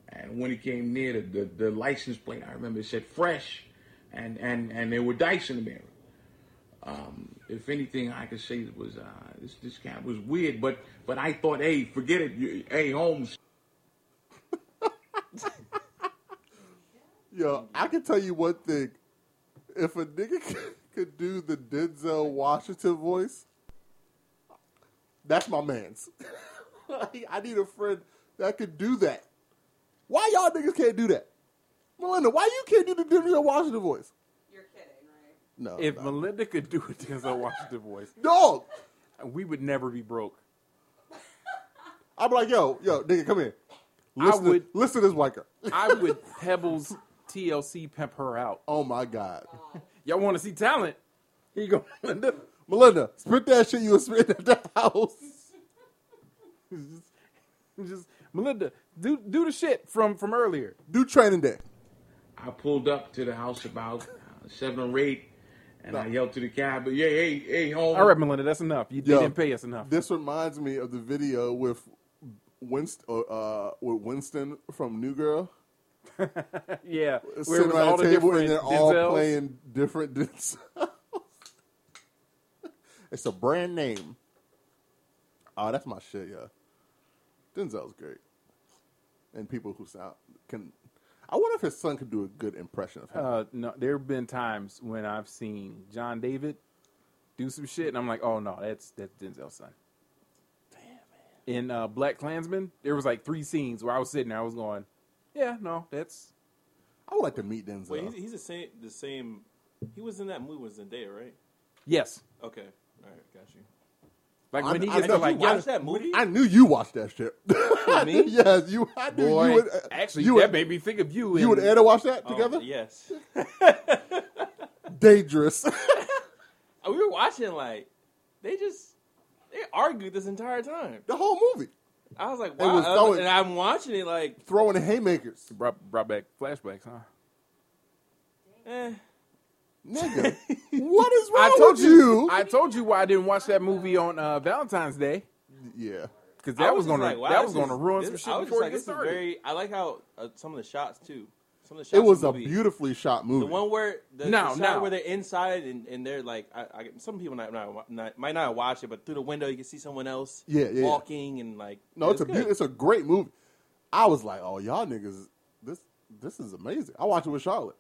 Speaker 10: and when it came near the, the, the license plate, I remember it said fresh, and and and there were dice in the mirror. Um, if anything, I could say it was uh, this this cab was weird, but but I thought, hey, forget it, you, hey Holmes,
Speaker 3: Yo, I can tell you one thing. If a nigga could- could do the Denzel Washington voice, that's my man's. Like, I need a friend that could do that. Why y'all niggas can't do that? Melinda, why you can't do the Denzel Washington voice?
Speaker 5: You're kidding, right?
Speaker 3: No.
Speaker 1: If
Speaker 3: no.
Speaker 1: Melinda could do it, because I watched the voice,
Speaker 3: Dog!
Speaker 1: we would never be broke.
Speaker 3: I'm like, yo, yo, nigga, come here. Listen, to-
Speaker 1: would-
Speaker 3: listen to this wanker.
Speaker 1: I would Pebbles TLC pimp her out.
Speaker 3: Oh my god.
Speaker 1: Y'all want to see talent? Here you go, Melinda.
Speaker 3: Melinda, spit that shit you were spitting at the house.
Speaker 1: Just Melinda, do do the shit from from earlier.
Speaker 3: Do training day.
Speaker 10: I pulled up to the house about uh, seven or eight, and I yelled to the cab, "But yeah, hey, hey, home."
Speaker 1: All right, Melinda, that's enough. You
Speaker 3: Yo,
Speaker 1: didn't pay us enough.
Speaker 3: This reminds me of the video with Winston, uh, with Winston from New Girl
Speaker 1: yeah, where it
Speaker 3: sitting
Speaker 1: was
Speaker 3: around
Speaker 1: all
Speaker 3: a
Speaker 1: the
Speaker 3: table and
Speaker 1: different
Speaker 3: they're all
Speaker 1: Denzels.
Speaker 3: playing different Denzels. it's a brand name. Oh, that's my shit, yeah. Denzel's great, and people who sound can. I wonder if his son could do a good impression of him.
Speaker 1: Uh, no, there have been times when I've seen John David do some shit, and I'm like, oh no, that's that's Denzel's son. Damn man. In uh, Black Klansman, there was like three scenes where I was sitting there, I was going, yeah, no, that's.
Speaker 3: I would like to meet Denzel.
Speaker 2: Wait, he's, he's the same. The same. He was in that movie with Zendaya, right?
Speaker 1: Yes.
Speaker 2: Okay. All right. Got you.
Speaker 1: Like
Speaker 3: I-
Speaker 1: when he
Speaker 3: I
Speaker 1: gets
Speaker 3: know
Speaker 1: to like
Speaker 3: you watched
Speaker 1: yeah,
Speaker 2: that movie?
Speaker 3: I knew you watched that shit.
Speaker 2: me?
Speaker 3: yes, you. I knew
Speaker 1: boy,
Speaker 3: you would. uh,
Speaker 1: actually,
Speaker 3: you
Speaker 1: that
Speaker 3: would,
Speaker 1: made me think of you.
Speaker 3: you would
Speaker 1: and-
Speaker 3: Anna watch that
Speaker 2: Oh,
Speaker 3: together.
Speaker 2: yes.
Speaker 3: Dangerous.
Speaker 2: Uh, we were watching like they just they argued this entire time.
Speaker 3: the whole movie
Speaker 2: I was like,
Speaker 3: They
Speaker 2: wow.
Speaker 3: was
Speaker 2: I was-
Speaker 3: throwing-
Speaker 2: and I'm watching it like,
Speaker 3: throwing haymakers,
Speaker 1: brought brought back flashbacks, huh?
Speaker 2: eh.
Speaker 3: nigga. what is wrong
Speaker 1: I told
Speaker 3: with you?
Speaker 1: I told you why I didn't watch that movie on uh, Valentine's Day
Speaker 3: yeah.
Speaker 1: because
Speaker 2: I
Speaker 1: that was
Speaker 2: just
Speaker 1: gonna
Speaker 2: like, wow,
Speaker 1: that
Speaker 2: this
Speaker 1: was gonna
Speaker 2: is-
Speaker 1: ruin
Speaker 2: this-
Speaker 1: some
Speaker 2: I
Speaker 1: shit
Speaker 2: was
Speaker 1: before
Speaker 2: just like,
Speaker 1: it
Speaker 2: this
Speaker 1: gets
Speaker 2: is
Speaker 1: started.
Speaker 2: Very, I like how uh, some of the shots too. Some of the shots.
Speaker 3: It was
Speaker 2: in
Speaker 3: a
Speaker 2: the movie-
Speaker 3: beautifully shot movie.
Speaker 2: The one where the,
Speaker 1: No,
Speaker 2: the shot
Speaker 1: no.
Speaker 2: where they're inside and, and they're like, I, I, some people not, not, not, might not watch it, but through the window you can see someone else
Speaker 3: Yeah, yeah, yeah.
Speaker 2: walking and like.
Speaker 3: no, it's a
Speaker 2: good.
Speaker 3: beau- it's a great movie. I was like, oh y'all niggas, this this is amazing. I watched it with Charlotte.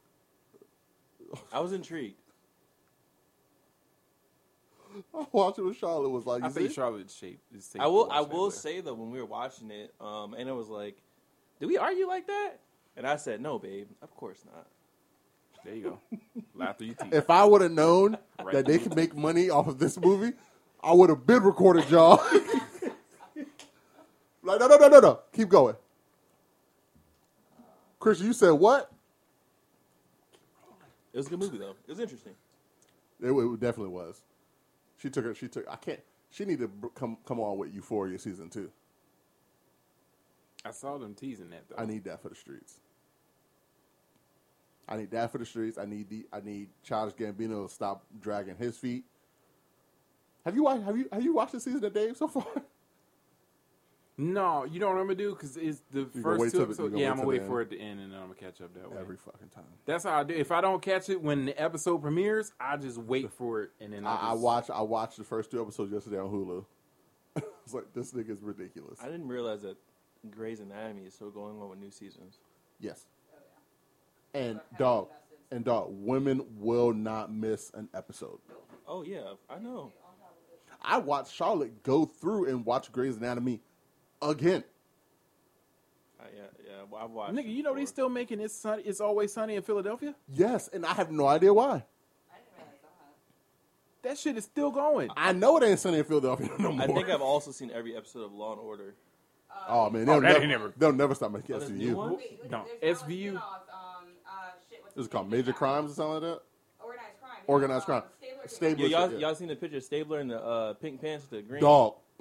Speaker 2: I was intrigued.
Speaker 3: I watched it with Charlotte. Was like,
Speaker 1: I
Speaker 3: you see?
Speaker 1: think Charlotte's shape is safe
Speaker 2: I will.
Speaker 1: to
Speaker 2: I
Speaker 1: watch that
Speaker 2: will
Speaker 1: with.
Speaker 2: say though, when we were watching it, um, and it was like, "Did we argue like that?" And I said, "No, babe, of course not."
Speaker 1: There you go. Laugh through your teeth.
Speaker 3: if I would have known
Speaker 1: Right.
Speaker 3: that they could make money off of this movie, I would have been recorded y'all. like, no, no, no, no, no. Keep going. Chris, you said what?
Speaker 2: It was a good movie though. It was interesting.
Speaker 3: It, wa- it definitely was. She took her. She took. I can't. She need to br- come come on with Euphoria season two.
Speaker 1: I saw them teasing that though.
Speaker 3: I need that for the streets. I need that for the streets. I need the. I need Charles Gambino to stop dragging his feet. Have you watched? Have you have you watched the season of Dave so far?
Speaker 1: no, you know what I'm gonna do because it's the
Speaker 3: gonna wait
Speaker 1: first
Speaker 3: till
Speaker 1: two
Speaker 3: the-
Speaker 1: episodes.
Speaker 3: you gonna
Speaker 1: Yeah,
Speaker 3: wait
Speaker 1: I'm
Speaker 3: till
Speaker 1: gonna wait
Speaker 3: the
Speaker 1: for
Speaker 3: end.
Speaker 1: it to end and then I'm gonna catch up that way.
Speaker 3: Every fucking time.
Speaker 1: That's how I do. If I don't catch it when the episode premieres, I just wait for it and then I,
Speaker 3: I, I
Speaker 1: just-
Speaker 3: watched I watched the first two episodes yesterday on Hulu. I was like, this nigga's ridiculous.
Speaker 2: I didn't realize that Grey's Anatomy is still going on with new seasons.
Speaker 3: yes. And dog, and dog, women will not miss an episode.
Speaker 2: Oh yeah, I know.
Speaker 3: I watched Charlotte go through and watch Grey's Anatomy again.
Speaker 2: I, yeah, yeah. well, I've watched.
Speaker 1: Nigga,
Speaker 2: it
Speaker 1: you know they
Speaker 2: before.
Speaker 1: still making it's sun. It's always sunny in Philadelphia.
Speaker 3: Yes, and I have no idea why.
Speaker 1: That shit is still going.
Speaker 3: I know it ain't Sunny in Philadelphia no more.
Speaker 2: I think I've also seen every episode of Law and Order.
Speaker 3: oh man, they'll,
Speaker 1: that
Speaker 3: never,
Speaker 1: ain't never-
Speaker 3: they'll never stop making
Speaker 2: Oh, there's
Speaker 3: SVU.
Speaker 2: new ones?
Speaker 5: Wait, wait,
Speaker 1: No,
Speaker 5: there's now a
Speaker 1: SVU.
Speaker 5: spin-off, um, uh, shit,
Speaker 3: Is
Speaker 5: what's the
Speaker 3: it called
Speaker 5: name?
Speaker 3: Major
Speaker 5: Yeah.
Speaker 3: Crimes or something like that?
Speaker 5: Organized crime.
Speaker 3: Organized crime.
Speaker 5: Stabler.
Speaker 3: Stabler.
Speaker 2: Yo, y'all,
Speaker 3: yeah.
Speaker 2: y'all seen the picture of Stabler in the uh, pink pants with the green?
Speaker 3: Dog.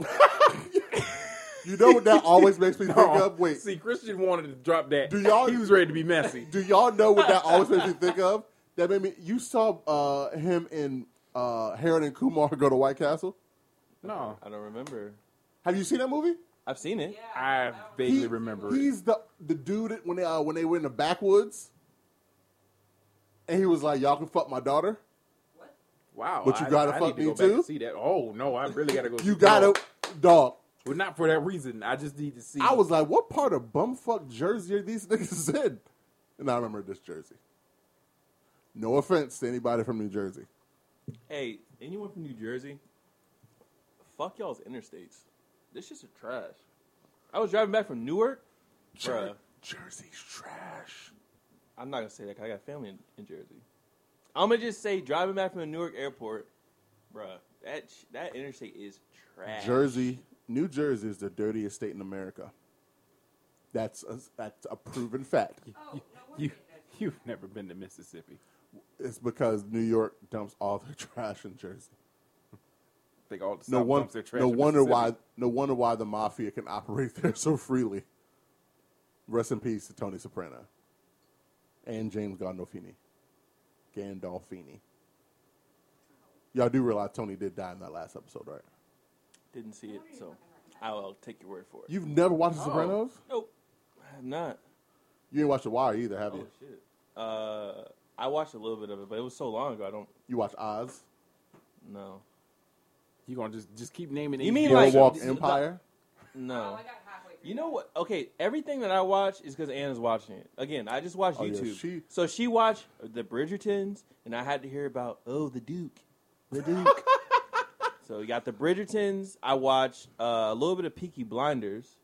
Speaker 3: you know what that always makes me think
Speaker 1: Oh,
Speaker 3: of? Wait,
Speaker 1: see, Christian wanted to drop that.
Speaker 3: Do y'all-
Speaker 1: He was ready to be messy.
Speaker 3: Do y'all know what that always makes me think of? That made me. You saw uh, him and uh, Harold and Kumar go to White Castle.
Speaker 1: no,
Speaker 2: I don't remember.
Speaker 3: Have you seen that movie?
Speaker 2: I've seen it.
Speaker 5: Yeah,
Speaker 1: I
Speaker 5: don't
Speaker 1: vaguely remember it.
Speaker 3: He's the the dude that when they uh, when they were in the backwoods, and he was like, "Y'all can fuck my daughter."
Speaker 5: What?
Speaker 1: Wow,
Speaker 3: But you
Speaker 1: I-
Speaker 3: gotta
Speaker 1: I need
Speaker 3: fuck
Speaker 1: to
Speaker 3: me
Speaker 1: go back
Speaker 3: too?
Speaker 1: and see that? Oh no, I really gotta go.
Speaker 3: You
Speaker 1: see-
Speaker 3: gotta,
Speaker 1: No.
Speaker 3: dog.
Speaker 1: Well, not for that reason. I just need to see.
Speaker 3: I was like, "What part of bumfuck Jersey are these niggas in?" And I remember this Jersey. No offense to anybody from New Jersey.
Speaker 2: Hey, anyone from New Jersey? Fuck y'all's interstates. This shit's a trash. I was driving back from Newark. Bruh,
Speaker 3: Jersey's trash.
Speaker 2: I'm not gonna say that 'cause I got family in, in Jersey. I'm gonna just say driving back from the Newark airport, bruh, that sh- that interstate is trash.
Speaker 3: Jersey, New Jersey is the dirtiest state in America. That's a, that's a proven fact.
Speaker 5: Oh, no wonder
Speaker 1: you.
Speaker 5: you guys-
Speaker 1: You've never been to Mississippi.
Speaker 3: It's because New York dumps all their trash in Jersey.
Speaker 1: I think all the
Speaker 3: No,
Speaker 1: South
Speaker 3: one,
Speaker 1: dumps their trash
Speaker 3: no
Speaker 1: in
Speaker 3: wonder why.
Speaker 1: Mississippi.
Speaker 3: No wonder why the mafia can operate there so freely. Rest in peace to Tony Soprano and James Gandolfini. Gandolfini. Y'all do realize Tony did die in that last episode, right?
Speaker 2: Didn't see it, so I'll take your word for it.
Speaker 3: You've never watched The
Speaker 1: Oh.
Speaker 3: Sopranos?
Speaker 2: nope, I have not.
Speaker 3: You ain't watched The Wire either, have
Speaker 2: Oh
Speaker 3: you?
Speaker 2: shit. Uh, I watched a little bit of it, but it was so long ago. I don't
Speaker 3: You watch Oz?
Speaker 2: know.
Speaker 1: You gonna just just keep naming?
Speaker 2: You
Speaker 1: these
Speaker 2: mean
Speaker 1: people.
Speaker 2: like-
Speaker 3: Boardwalk
Speaker 2: this is-
Speaker 3: Empire?
Speaker 5: Oh,
Speaker 2: No,
Speaker 5: I got halfway through
Speaker 2: You know what? Okay, everything that I watch is because Anna's watching it. Again, I just watch
Speaker 3: Oh, yeah,
Speaker 2: YouTube.
Speaker 3: she-
Speaker 2: so she watched the Bridgertons, and I had to hear about oh the Duke, the Duke. so we got the Bridgertons. I watched uh, a little bit of Peaky Blinders,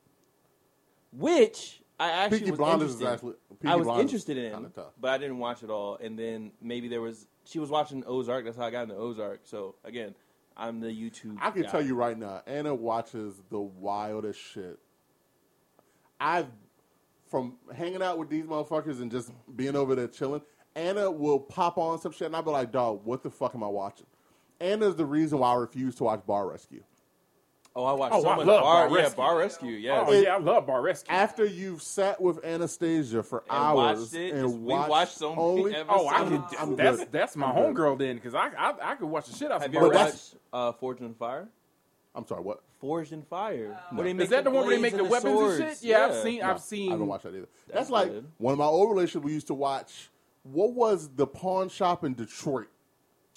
Speaker 2: which I actually
Speaker 3: Peaky
Speaker 2: was
Speaker 3: Blinders is
Speaker 2: interested.
Speaker 3: actually-
Speaker 2: I
Speaker 3: Peaky
Speaker 2: was
Speaker 3: Blinders
Speaker 2: interested in,
Speaker 3: kinda tough.
Speaker 2: but I didn't watch it all. And then maybe there was she was watching Ozark. That's how I got into Ozark. So again, I'm the YouTube.
Speaker 3: I can
Speaker 2: guy.
Speaker 3: tell you right now, Anna watches the wildest shit. I've from hanging out with these motherfuckers and just being over there chilling. Anna will pop on some shit, and I'll be like, "Dog, what the fuck am I watching?" Anna's the reason why I refuse to watch Bar Rescue.
Speaker 2: Oh, I watched
Speaker 1: Oh,
Speaker 2: so
Speaker 1: I
Speaker 2: much
Speaker 1: love
Speaker 2: Bar,
Speaker 1: Bar
Speaker 2: yeah,
Speaker 1: Rescue.
Speaker 2: Bar Rescue. Yes.
Speaker 1: Oh yeah, I love Bar Rescue.
Speaker 3: After you've sat with Anastasia for
Speaker 2: And
Speaker 3: hours
Speaker 2: watched it.
Speaker 3: and
Speaker 2: just- we
Speaker 3: watched
Speaker 2: watched so many
Speaker 3: only,
Speaker 2: episodes.
Speaker 1: Oh, I could.
Speaker 3: I'm
Speaker 1: that's
Speaker 3: good.
Speaker 1: that's my
Speaker 3: I'm good.
Speaker 1: homegirl then, because I, I I could watch the shit out of
Speaker 2: Have
Speaker 1: Bar
Speaker 2: you ever
Speaker 3: But
Speaker 1: Rescue.
Speaker 3: that's-
Speaker 2: watched uh, Forged and Fire?
Speaker 3: I'm sorry, what?
Speaker 2: Forged and Fire.
Speaker 3: No.
Speaker 2: Where they
Speaker 3: Is
Speaker 2: make
Speaker 1: Is that the one where they make
Speaker 2: blades
Speaker 1: the weapons and
Speaker 2: swords.
Speaker 1: shit? Yeah, I've seen.
Speaker 3: No,
Speaker 1: I've seen.
Speaker 3: I don't watch that either. That's,
Speaker 2: That's
Speaker 3: like
Speaker 2: good.
Speaker 3: one of my old relationships. We used to watch. What was the pawn shop in Detroit?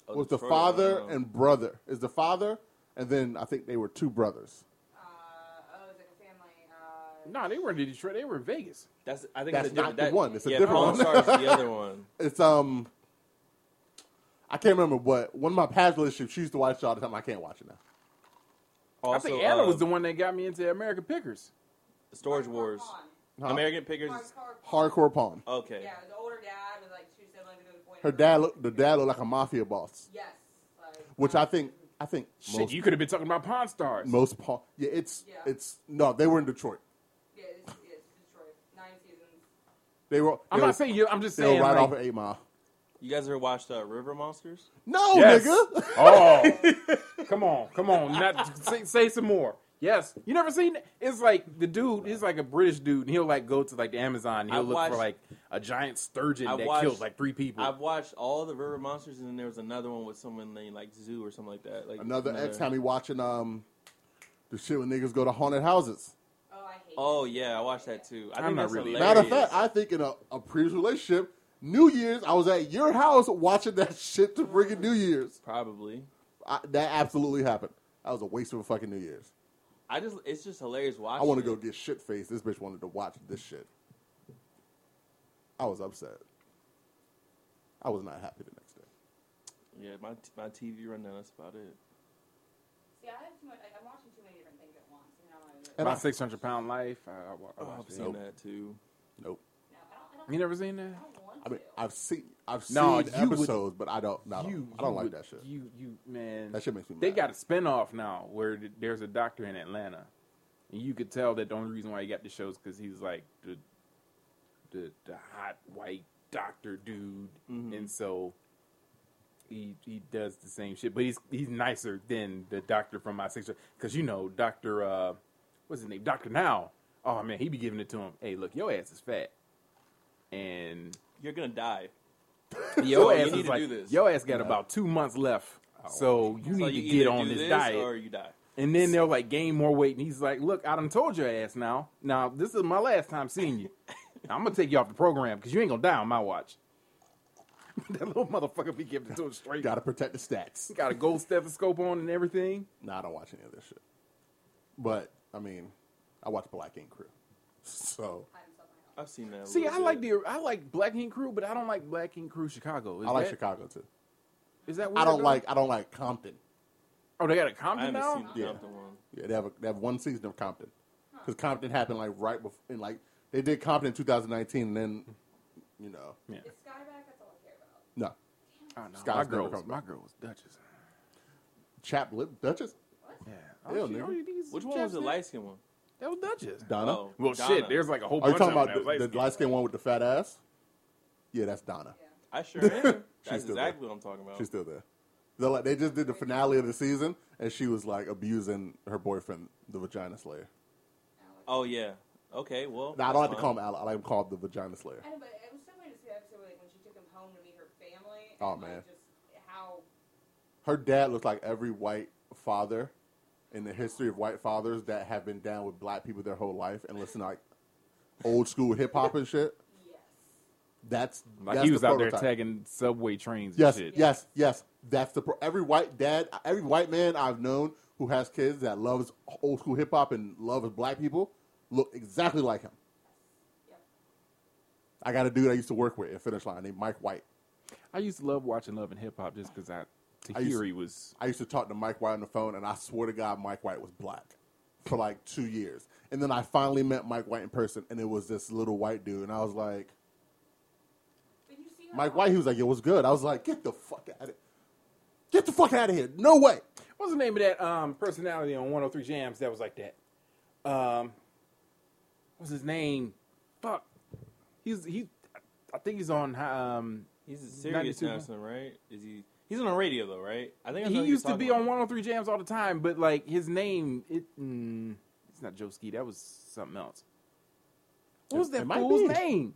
Speaker 2: Oh,
Speaker 3: was the
Speaker 2: Detroit,
Speaker 3: father
Speaker 2: wow.
Speaker 3: and brother. Is the father, and then I think they were two brothers.
Speaker 5: Uh, oh, it's like a family. Uh,
Speaker 1: No, they weren't in Detroit. They were in Vegas.
Speaker 2: That's I think
Speaker 3: That's
Speaker 2: it's a different,
Speaker 3: not the
Speaker 2: that-
Speaker 3: one. It's a
Speaker 2: yeah,
Speaker 3: different
Speaker 2: Pawn
Speaker 3: one.
Speaker 2: Stars is the other one.
Speaker 3: It's um, I can't remember what one of my past relationships. She used to watch it all the time. I can't watch it now.
Speaker 1: I
Speaker 2: Also,
Speaker 1: think Anna
Speaker 2: uh,
Speaker 1: was the one that got me into American Pickers.
Speaker 2: Storage Wars.
Speaker 3: Huh?
Speaker 2: American Pickers.
Speaker 3: Hardcore pawn.
Speaker 2: Okay.
Speaker 5: Yeah, the older dad was like two siblings ago. Boy
Speaker 3: Her dad, look, the dad looked like a mafia boss,
Speaker 5: Yes. Like,
Speaker 3: which I think I think
Speaker 1: Shit,
Speaker 3: most
Speaker 1: you could have been talking about Pawn Stars.
Speaker 3: most pawn. Yeah, it's
Speaker 5: Yeah.
Speaker 3: it's no, they were in Detroit.
Speaker 5: Yeah, it's, it's Detroit. Nine seasons.
Speaker 3: They were.
Speaker 1: I'm
Speaker 3: they were-
Speaker 1: not saying you. I'm just
Speaker 3: they were
Speaker 1: saying.
Speaker 3: right
Speaker 1: like,
Speaker 3: off of Eight Mile.
Speaker 2: You guys ever watched uh, River Monsters?
Speaker 3: No,
Speaker 1: Yes.
Speaker 3: nigga.
Speaker 1: Oh, come on, come on. Not say, say some more. Yes, you never seen? It's like the dude. He's like a British dude, and he'll like go to like the Amazon. And he'll
Speaker 2: I
Speaker 1: look
Speaker 2: watched-
Speaker 1: for like a giant sturgeon
Speaker 2: I
Speaker 1: that
Speaker 2: watched-
Speaker 1: kills like three people.
Speaker 2: I've watched all the River Monsters, and then there was another one with someone named like Zoo or something like that. Like
Speaker 3: Another ex time he watching um, the shit when niggas go to haunted houses.
Speaker 5: Oh, I hate
Speaker 2: Oh
Speaker 5: it.
Speaker 2: yeah, I watched that too. I
Speaker 1: I'm
Speaker 2: think
Speaker 1: not
Speaker 2: that's
Speaker 1: really-
Speaker 2: hilarious.
Speaker 3: Matter of fact, I think in a, a previous relationship, New Year's, I was at your house watching that shit to bring in New Year's.
Speaker 2: probably.
Speaker 3: I, that absolutely happened. That was a waste of a fucking New Year's.
Speaker 2: I just it's just hilarious
Speaker 3: I
Speaker 2: watching.
Speaker 3: want to
Speaker 2: it.
Speaker 3: go get shit faced. This bitch wanted to watch this shit. I was upset. I was not happy the next day.
Speaker 2: Yeah, my my TV rundown. That's about it.
Speaker 5: See, I have too much. I, I'm watching too many different things at once. You know, I,
Speaker 3: And
Speaker 1: My
Speaker 3: I,
Speaker 1: six hundred pound life. I, I, wa- I
Speaker 2: Oh,
Speaker 1: watched
Speaker 2: I've
Speaker 1: it.
Speaker 2: seen that too.
Speaker 3: nope.
Speaker 5: no, I don't. I don't,
Speaker 1: You never seen that?
Speaker 5: I don't want
Speaker 3: I mean,
Speaker 5: to.
Speaker 3: I've seen I've
Speaker 1: No,
Speaker 3: seen
Speaker 1: you would-
Speaker 3: episodes, but I don't. No, I don't- I don't like
Speaker 1: would-
Speaker 3: that shit.
Speaker 1: You you man.
Speaker 3: That shit makes me
Speaker 1: They
Speaker 3: mad.
Speaker 1: got a spinoff now where th- there's a doctor in Atlanta, and you could tell that the only reason why he got the show is because he's like the the the hot white doctor dude,
Speaker 3: Mm-hmm.
Speaker 2: Mhm.
Speaker 1: and so he he does the same shit, but he's he's nicer than the doctor from my six because you know Doctor uh what's his name Doctor Now. Oh man, he be giving it to him. Hey, look, your ass is fat, and
Speaker 2: You're gonna die.
Speaker 1: your
Speaker 2: you
Speaker 1: ass
Speaker 2: need
Speaker 1: is
Speaker 2: to
Speaker 1: like,
Speaker 2: do this. Oh.
Speaker 1: your ass got about two months left, so you
Speaker 2: So
Speaker 1: need
Speaker 2: you
Speaker 1: to get
Speaker 2: either
Speaker 1: on
Speaker 2: do
Speaker 1: this, diet.
Speaker 2: or you die.
Speaker 1: And then they'll like gain more weight, and he's like, "Look, I done told your ass now. Now this is my last time seeing you. I'm gonna take you off the program because you ain't gonna die on my watch." that little motherfucker be giving it to him straight.
Speaker 3: Got to protect the stacks.
Speaker 1: Got a gold stethoscope on and everything.
Speaker 3: No, I don't watch any of this shit. But I mean, I watch Black Ink Crew, so
Speaker 5: I'm so my
Speaker 2: I've seen that. a
Speaker 1: See,
Speaker 2: little
Speaker 1: I
Speaker 2: bit.
Speaker 1: like the I like Black Ink Crew, but I don't like Black Ink Crew Chicago. Is
Speaker 3: I like
Speaker 1: that-
Speaker 3: Chicago too.
Speaker 1: Is that weird
Speaker 3: I don't
Speaker 1: though?
Speaker 3: like I don't like Compton.
Speaker 1: Oh, they got a
Speaker 2: I
Speaker 1: Compton
Speaker 2: haven't
Speaker 1: now.
Speaker 2: seen the
Speaker 3: Yeah.
Speaker 2: Compton one.
Speaker 3: Yeah, they have a, they have one season of Compton because Compton happened like right before and like they did Compton in 2019 and then you know
Speaker 1: Yeah.
Speaker 5: Is Sky back? That's all I care
Speaker 3: no
Speaker 5: about.
Speaker 1: Oh, no,
Speaker 3: Sky's
Speaker 1: my
Speaker 3: never
Speaker 1: girl, was,
Speaker 3: come
Speaker 1: my
Speaker 3: back.
Speaker 1: girl was Duchess.
Speaker 3: Chap Lip Duchess
Speaker 1: Yeah. Oh,
Speaker 3: Hell,
Speaker 1: she-
Speaker 3: nigga.
Speaker 1: you think it's
Speaker 2: Which one was the
Speaker 1: Jackson?
Speaker 2: light skin one?
Speaker 1: That was Duchess.
Speaker 3: Donna.
Speaker 2: Oh,
Speaker 1: Well,
Speaker 2: Donna.
Speaker 1: shit. There's like a whole
Speaker 3: Are you
Speaker 1: bunch
Speaker 3: talking
Speaker 1: of
Speaker 3: about
Speaker 1: them that
Speaker 3: the,
Speaker 1: was
Speaker 3: the light skinned one with the fat ass? Yeah, that's Donna.
Speaker 5: Yeah.
Speaker 2: I sure am.
Speaker 3: She's
Speaker 2: That's exactly
Speaker 3: still there.
Speaker 2: what I'm talking about.
Speaker 3: She's still there. They're like they just did the finale of the season and she was like abusing her boyfriend, the Vagina Slayer.
Speaker 2: oh yeah. Okay. Well,
Speaker 3: Now, I
Speaker 2: that's
Speaker 3: don't like to
Speaker 2: fine.
Speaker 3: call him Alec. I like him called the Vagina Slayer.
Speaker 5: I know, but it was so weird to see that episode where, like, when she took him home to meet her family. And,
Speaker 3: Oh,
Speaker 5: like,
Speaker 3: man.
Speaker 5: Just how
Speaker 3: her dad looked like every white father in the history of white fathers that have been down with black people their whole life and listen to like old school hip hop and shit.
Speaker 5: yes.
Speaker 3: That's
Speaker 1: Like
Speaker 3: that's
Speaker 1: he was
Speaker 3: the
Speaker 1: out there
Speaker 3: prototype.
Speaker 1: tagging subway trains.
Speaker 3: Yes,
Speaker 1: and shit.
Speaker 3: yes, yes. That's the pro- every white dad, every white man I've known who has kids that loves old school hip hop and loves black people look exactly like him. I got a dude I used to work with at Finish Line named Mike White.
Speaker 1: I used to love watching Love and Hip Hop just because I to
Speaker 3: I
Speaker 1: hear
Speaker 3: used-
Speaker 1: he was.
Speaker 3: I used to talk to Mike White on the phone, and I swear to God, Mike White was black for like two years. And then I finally met Mike White in person, and it was this little white dude, and I was like, Mike White, he was like, "Yo, what's good?" I was like, "Get the fuck out of here! Get the fuck out of here! No way!"
Speaker 1: What's the name of that um, personality on 103 Jams that was like that? Um, what's his name? Fuck. He's he. I think he's on. Um,
Speaker 2: He's a serious
Speaker 1: 92.
Speaker 2: now, son, right? Is he? He's on the radio though, right? I think I
Speaker 1: He
Speaker 2: know who you're
Speaker 1: used to
Speaker 2: talking
Speaker 1: be
Speaker 2: about.
Speaker 1: on 103 Jams all the time, but like his name, it mm, it's not Joe Ski. That was something else. What was
Speaker 3: It-
Speaker 1: that
Speaker 3: it might
Speaker 1: fool's
Speaker 3: be.
Speaker 1: name?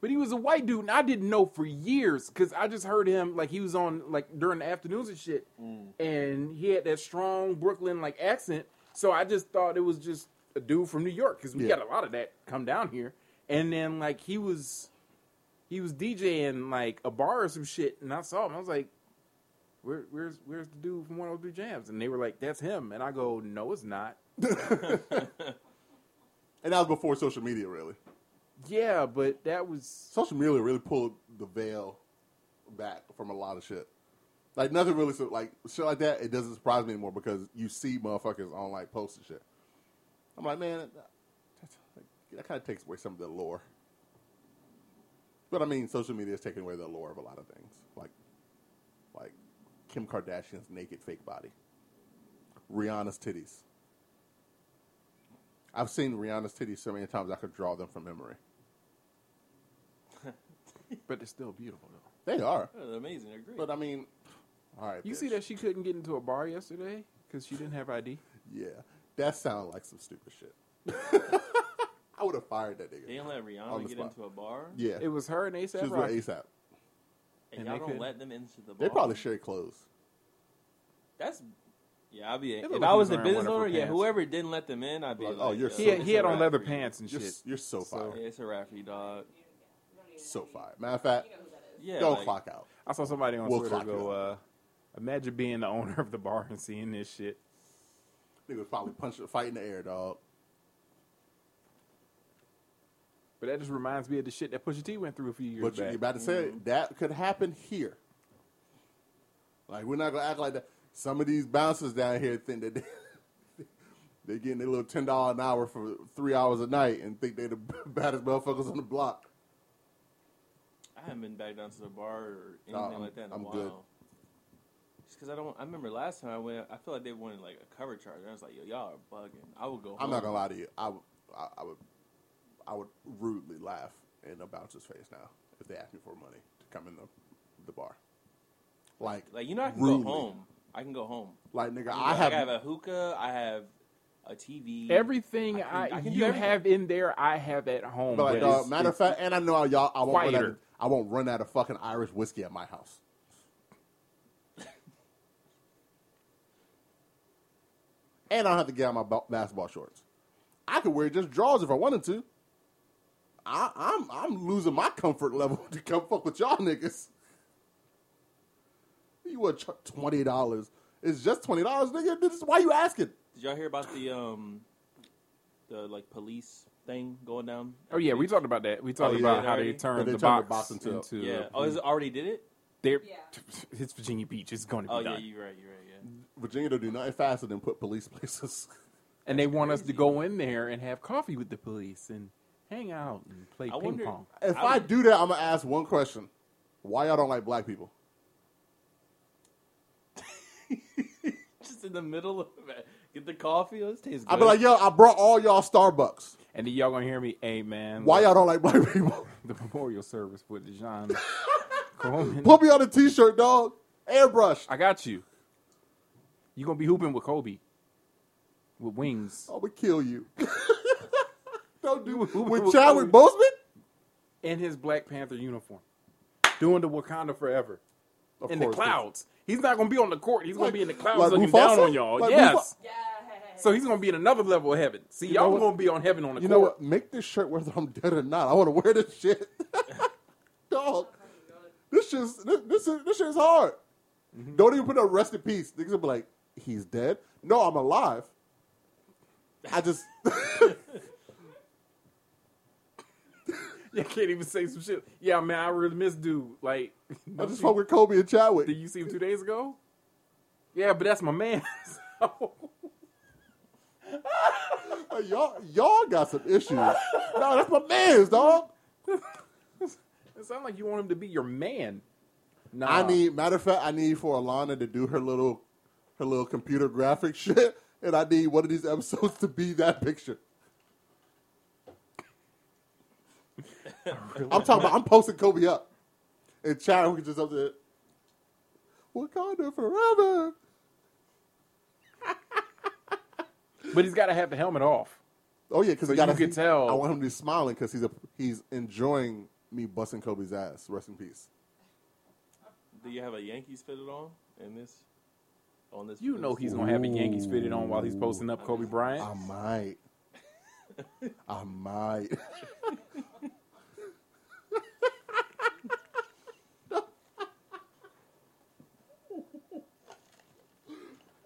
Speaker 1: But he was a white dude, and I didn't know for years because I just heard him like he was on like during the afternoons and shit,
Speaker 3: Mm.
Speaker 1: and he had that strong Brooklyn like accent. So I just thought it was just a dude from New York because we
Speaker 3: Yeah.
Speaker 1: got a lot of that come down here. And then like he was, he was DJing like a bar or some shit, and I saw him. I was like, where, where's where's the dude from 103 Jams? And they were like, that's him. And I go, no, it's not.
Speaker 3: And that was before social media, really.
Speaker 1: Yeah, but that was
Speaker 3: Social media really pulled the veil back from a lot of shit. Like nothing really, so, like shit like that. It doesn't surprise me anymore because you see motherfuckers on like posts and shit. I'm like, man, that, that's- that kind of takes away some of the lore. But I mean, social media is taking away the lore of a lot of things, like like Kim Kardashian's naked fake body, Rihanna's titties. I've seen Rihanna's titties so many times I could draw them from memory.
Speaker 1: but they're still beautiful though.
Speaker 3: They are,
Speaker 2: Oh, they're amazing. They're great.
Speaker 3: but I mean, all right.
Speaker 1: You see
Speaker 3: bitch.
Speaker 1: that she couldn't get into a bar yesterday because she didn't have ID.
Speaker 3: Yeah, that sounded like some stupid shshit. I would have fired that nigga.
Speaker 2: they don't let
Speaker 3: On
Speaker 2: Rihanna
Speaker 3: the
Speaker 2: get
Speaker 3: spot.
Speaker 2: into a bar.
Speaker 3: Yeah,
Speaker 1: It was her and
Speaker 3: she was
Speaker 1: ASAP Rocky.
Speaker 3: with ASAP.
Speaker 2: and,
Speaker 1: and
Speaker 2: y'all
Speaker 1: they
Speaker 2: don't
Speaker 1: couldn't.
Speaker 2: let them into the bar.
Speaker 3: They probably share clothes.
Speaker 2: That's yeah. I'd be
Speaker 1: They
Speaker 2: if
Speaker 1: look like
Speaker 2: I
Speaker 1: he's
Speaker 2: was the
Speaker 1: wearing
Speaker 2: business
Speaker 1: wonderful
Speaker 2: owner. Yeah,
Speaker 1: pants.
Speaker 2: whoever didn't let them in, I'd be
Speaker 3: Like,
Speaker 2: like,
Speaker 3: oh, you're
Speaker 2: yo,
Speaker 3: so-
Speaker 1: He had,
Speaker 2: it's
Speaker 1: he
Speaker 2: a
Speaker 1: had on
Speaker 2: wrap
Speaker 1: leather
Speaker 2: for you.
Speaker 1: pants and
Speaker 3: You're,
Speaker 1: shit.
Speaker 3: you're so
Speaker 2: Yeah,
Speaker 3: fired.
Speaker 2: it's a rap for you, dog.
Speaker 3: So fired. Matter of fact,
Speaker 2: Yeah,
Speaker 3: don't
Speaker 2: like,
Speaker 3: clock out.
Speaker 1: I saw somebody on
Speaker 3: We'll
Speaker 1: Twitter
Speaker 3: clock
Speaker 1: go,
Speaker 3: you
Speaker 1: uh, "Imagine being the owner of the bar and seeing this shit."
Speaker 3: Nigga was probably punching, fight in the air, dog.
Speaker 1: But that just reminds me of the shit that Pusha T went through a few years
Speaker 3: But you,
Speaker 1: back.
Speaker 3: you're about to say that could happen here. Like we're not gonna act like that. Some of these bouncers down here think that they, they're getting their little ten dollar an hour for three hours a night and think they're the baddest motherfuckers on the block.
Speaker 2: I haven't been back down to the bar or anything
Speaker 3: Nah, I'm-
Speaker 2: like that in a
Speaker 3: I'm
Speaker 2: while.
Speaker 3: good.
Speaker 2: Just because I don't. I remember last time I went, I feel like they wanted like a cover charge. I was like, yo, y'all are bugging. I would go. Home.
Speaker 3: I'm not gonna lie to you. I, would- I, I would, I would rudely laugh in a bouncer's face now if they asked me for money to come in the, the bar. Like,
Speaker 2: Like you know, I can
Speaker 3: rudely.
Speaker 2: go home. I can go home.
Speaker 3: Like, nigga,
Speaker 2: Like,
Speaker 3: I have,
Speaker 2: I have a hookah. I have a TV.
Speaker 1: everything
Speaker 2: I
Speaker 1: I,
Speaker 2: can- I can do
Speaker 1: you
Speaker 2: everything.
Speaker 1: have in there, I have at home.
Speaker 3: but uh,
Speaker 1: but
Speaker 3: like, dog,
Speaker 1: it's-
Speaker 3: matter of fact, and I know y'all. I won't, run out of,
Speaker 1: quieter.
Speaker 3: I won't run out of fucking Irish whiskey at my house. and I don't have to get out my ba- basketball shorts. I could wear just drawers if I wanted to. I, I'm I'm losing my comfort level to come fuck with y'all niggas. You want ch- twenty dollars? It's just twenty dollars, nigga. This is why you asking.
Speaker 2: Did y'all hear about the um, the like police thing going down?
Speaker 1: oh yeah, we talked about that. We talked
Speaker 3: yeah.
Speaker 1: about how
Speaker 2: Already?
Speaker 1: they turned
Speaker 3: Yeah, they
Speaker 1: the
Speaker 3: turned the
Speaker 1: box
Speaker 3: box into-
Speaker 1: into
Speaker 2: Yeah. oh, is it already did it?
Speaker 1: they're-
Speaker 5: Yeah.
Speaker 1: it's Virginia Beach. It's going to be
Speaker 2: Oh
Speaker 1: done.
Speaker 2: yeah, you're right. You're right. Yeah.
Speaker 3: Virginia don't do nothing faster than put police places.
Speaker 1: and they want us to go in there and have coffee with the police and hang out and play
Speaker 2: I
Speaker 1: ping
Speaker 2: wonder-
Speaker 1: pong.
Speaker 3: If
Speaker 2: I
Speaker 3: I,
Speaker 2: would-
Speaker 3: do that, I'm gonna ask one question: Why y'all don't like black people?
Speaker 2: Just in the middle of it. Get the coffee. Let's taste good.
Speaker 3: I'd be like, yo, I brought all y'all Starbucks.
Speaker 1: And then y'all gonna hear me, hey man.
Speaker 3: Why
Speaker 1: like,
Speaker 3: y'all don't like black people?
Speaker 1: the memorial service with John Coleman?
Speaker 3: Put me on a T-shirt, dog. Airbrushed.
Speaker 1: I got you. You gonna be hooping with Kobe with wings
Speaker 3: I, am gonna kill you. don't do
Speaker 1: You-
Speaker 3: with Chadwick Boseman.
Speaker 1: in his Black Panther uniform, doing the Wakanda forever
Speaker 3: Of
Speaker 1: in the
Speaker 3: course.
Speaker 1: clouds. He's not gonna be on the court. He's gonna
Speaker 3: Like-
Speaker 1: be in the clouds
Speaker 3: like
Speaker 1: looking
Speaker 3: Mufasa?
Speaker 1: down on y'all.
Speaker 3: Like
Speaker 1: yes.
Speaker 3: Mufa-
Speaker 5: Yeah.
Speaker 1: So he's gonna be in another level of heaven. See,
Speaker 3: know
Speaker 1: y'all
Speaker 3: what?
Speaker 1: gonna be on heaven on the
Speaker 3: You
Speaker 1: court.
Speaker 3: know what? Make this shirt whether I'm dead or not. I want to wear this shit, dog. This shit's this this, is, this shit's hard. Don't even put up rest in peace. Niggas will be like, he's dead. No, I'm alive. I just
Speaker 1: I can't even say some shit. Yeah, man, I really miss dude. Like,
Speaker 3: I just fuck with Kobe and Chadwick.
Speaker 1: Did you see him two days ago? Yeah, but that's my man. so.
Speaker 3: Like, y'all, y'all got some issues. no, that's my man's dog.
Speaker 1: It sounds like you want him to be your man. Nah,
Speaker 3: I need. Matter of fact, I need for Alana to do her little, her little computer graphic shit, and I need one of these episodes to be that picture. I'm talking about. I'm posting Kobe up, and Chadwick is just up there. Wakanda forever.
Speaker 1: but he's got to have the helmet off.
Speaker 3: Oh yeah, because
Speaker 1: So you can tell.
Speaker 3: I want him to be smiling because he's a, he's enjoying me busting Kobe's ass. Rest in peace.
Speaker 2: Do you have a Yankees fitted on in this? On this,
Speaker 1: You know he's gonna have a Yankees fitted on while he's posting up Kobe Bryant.
Speaker 3: I might. I might.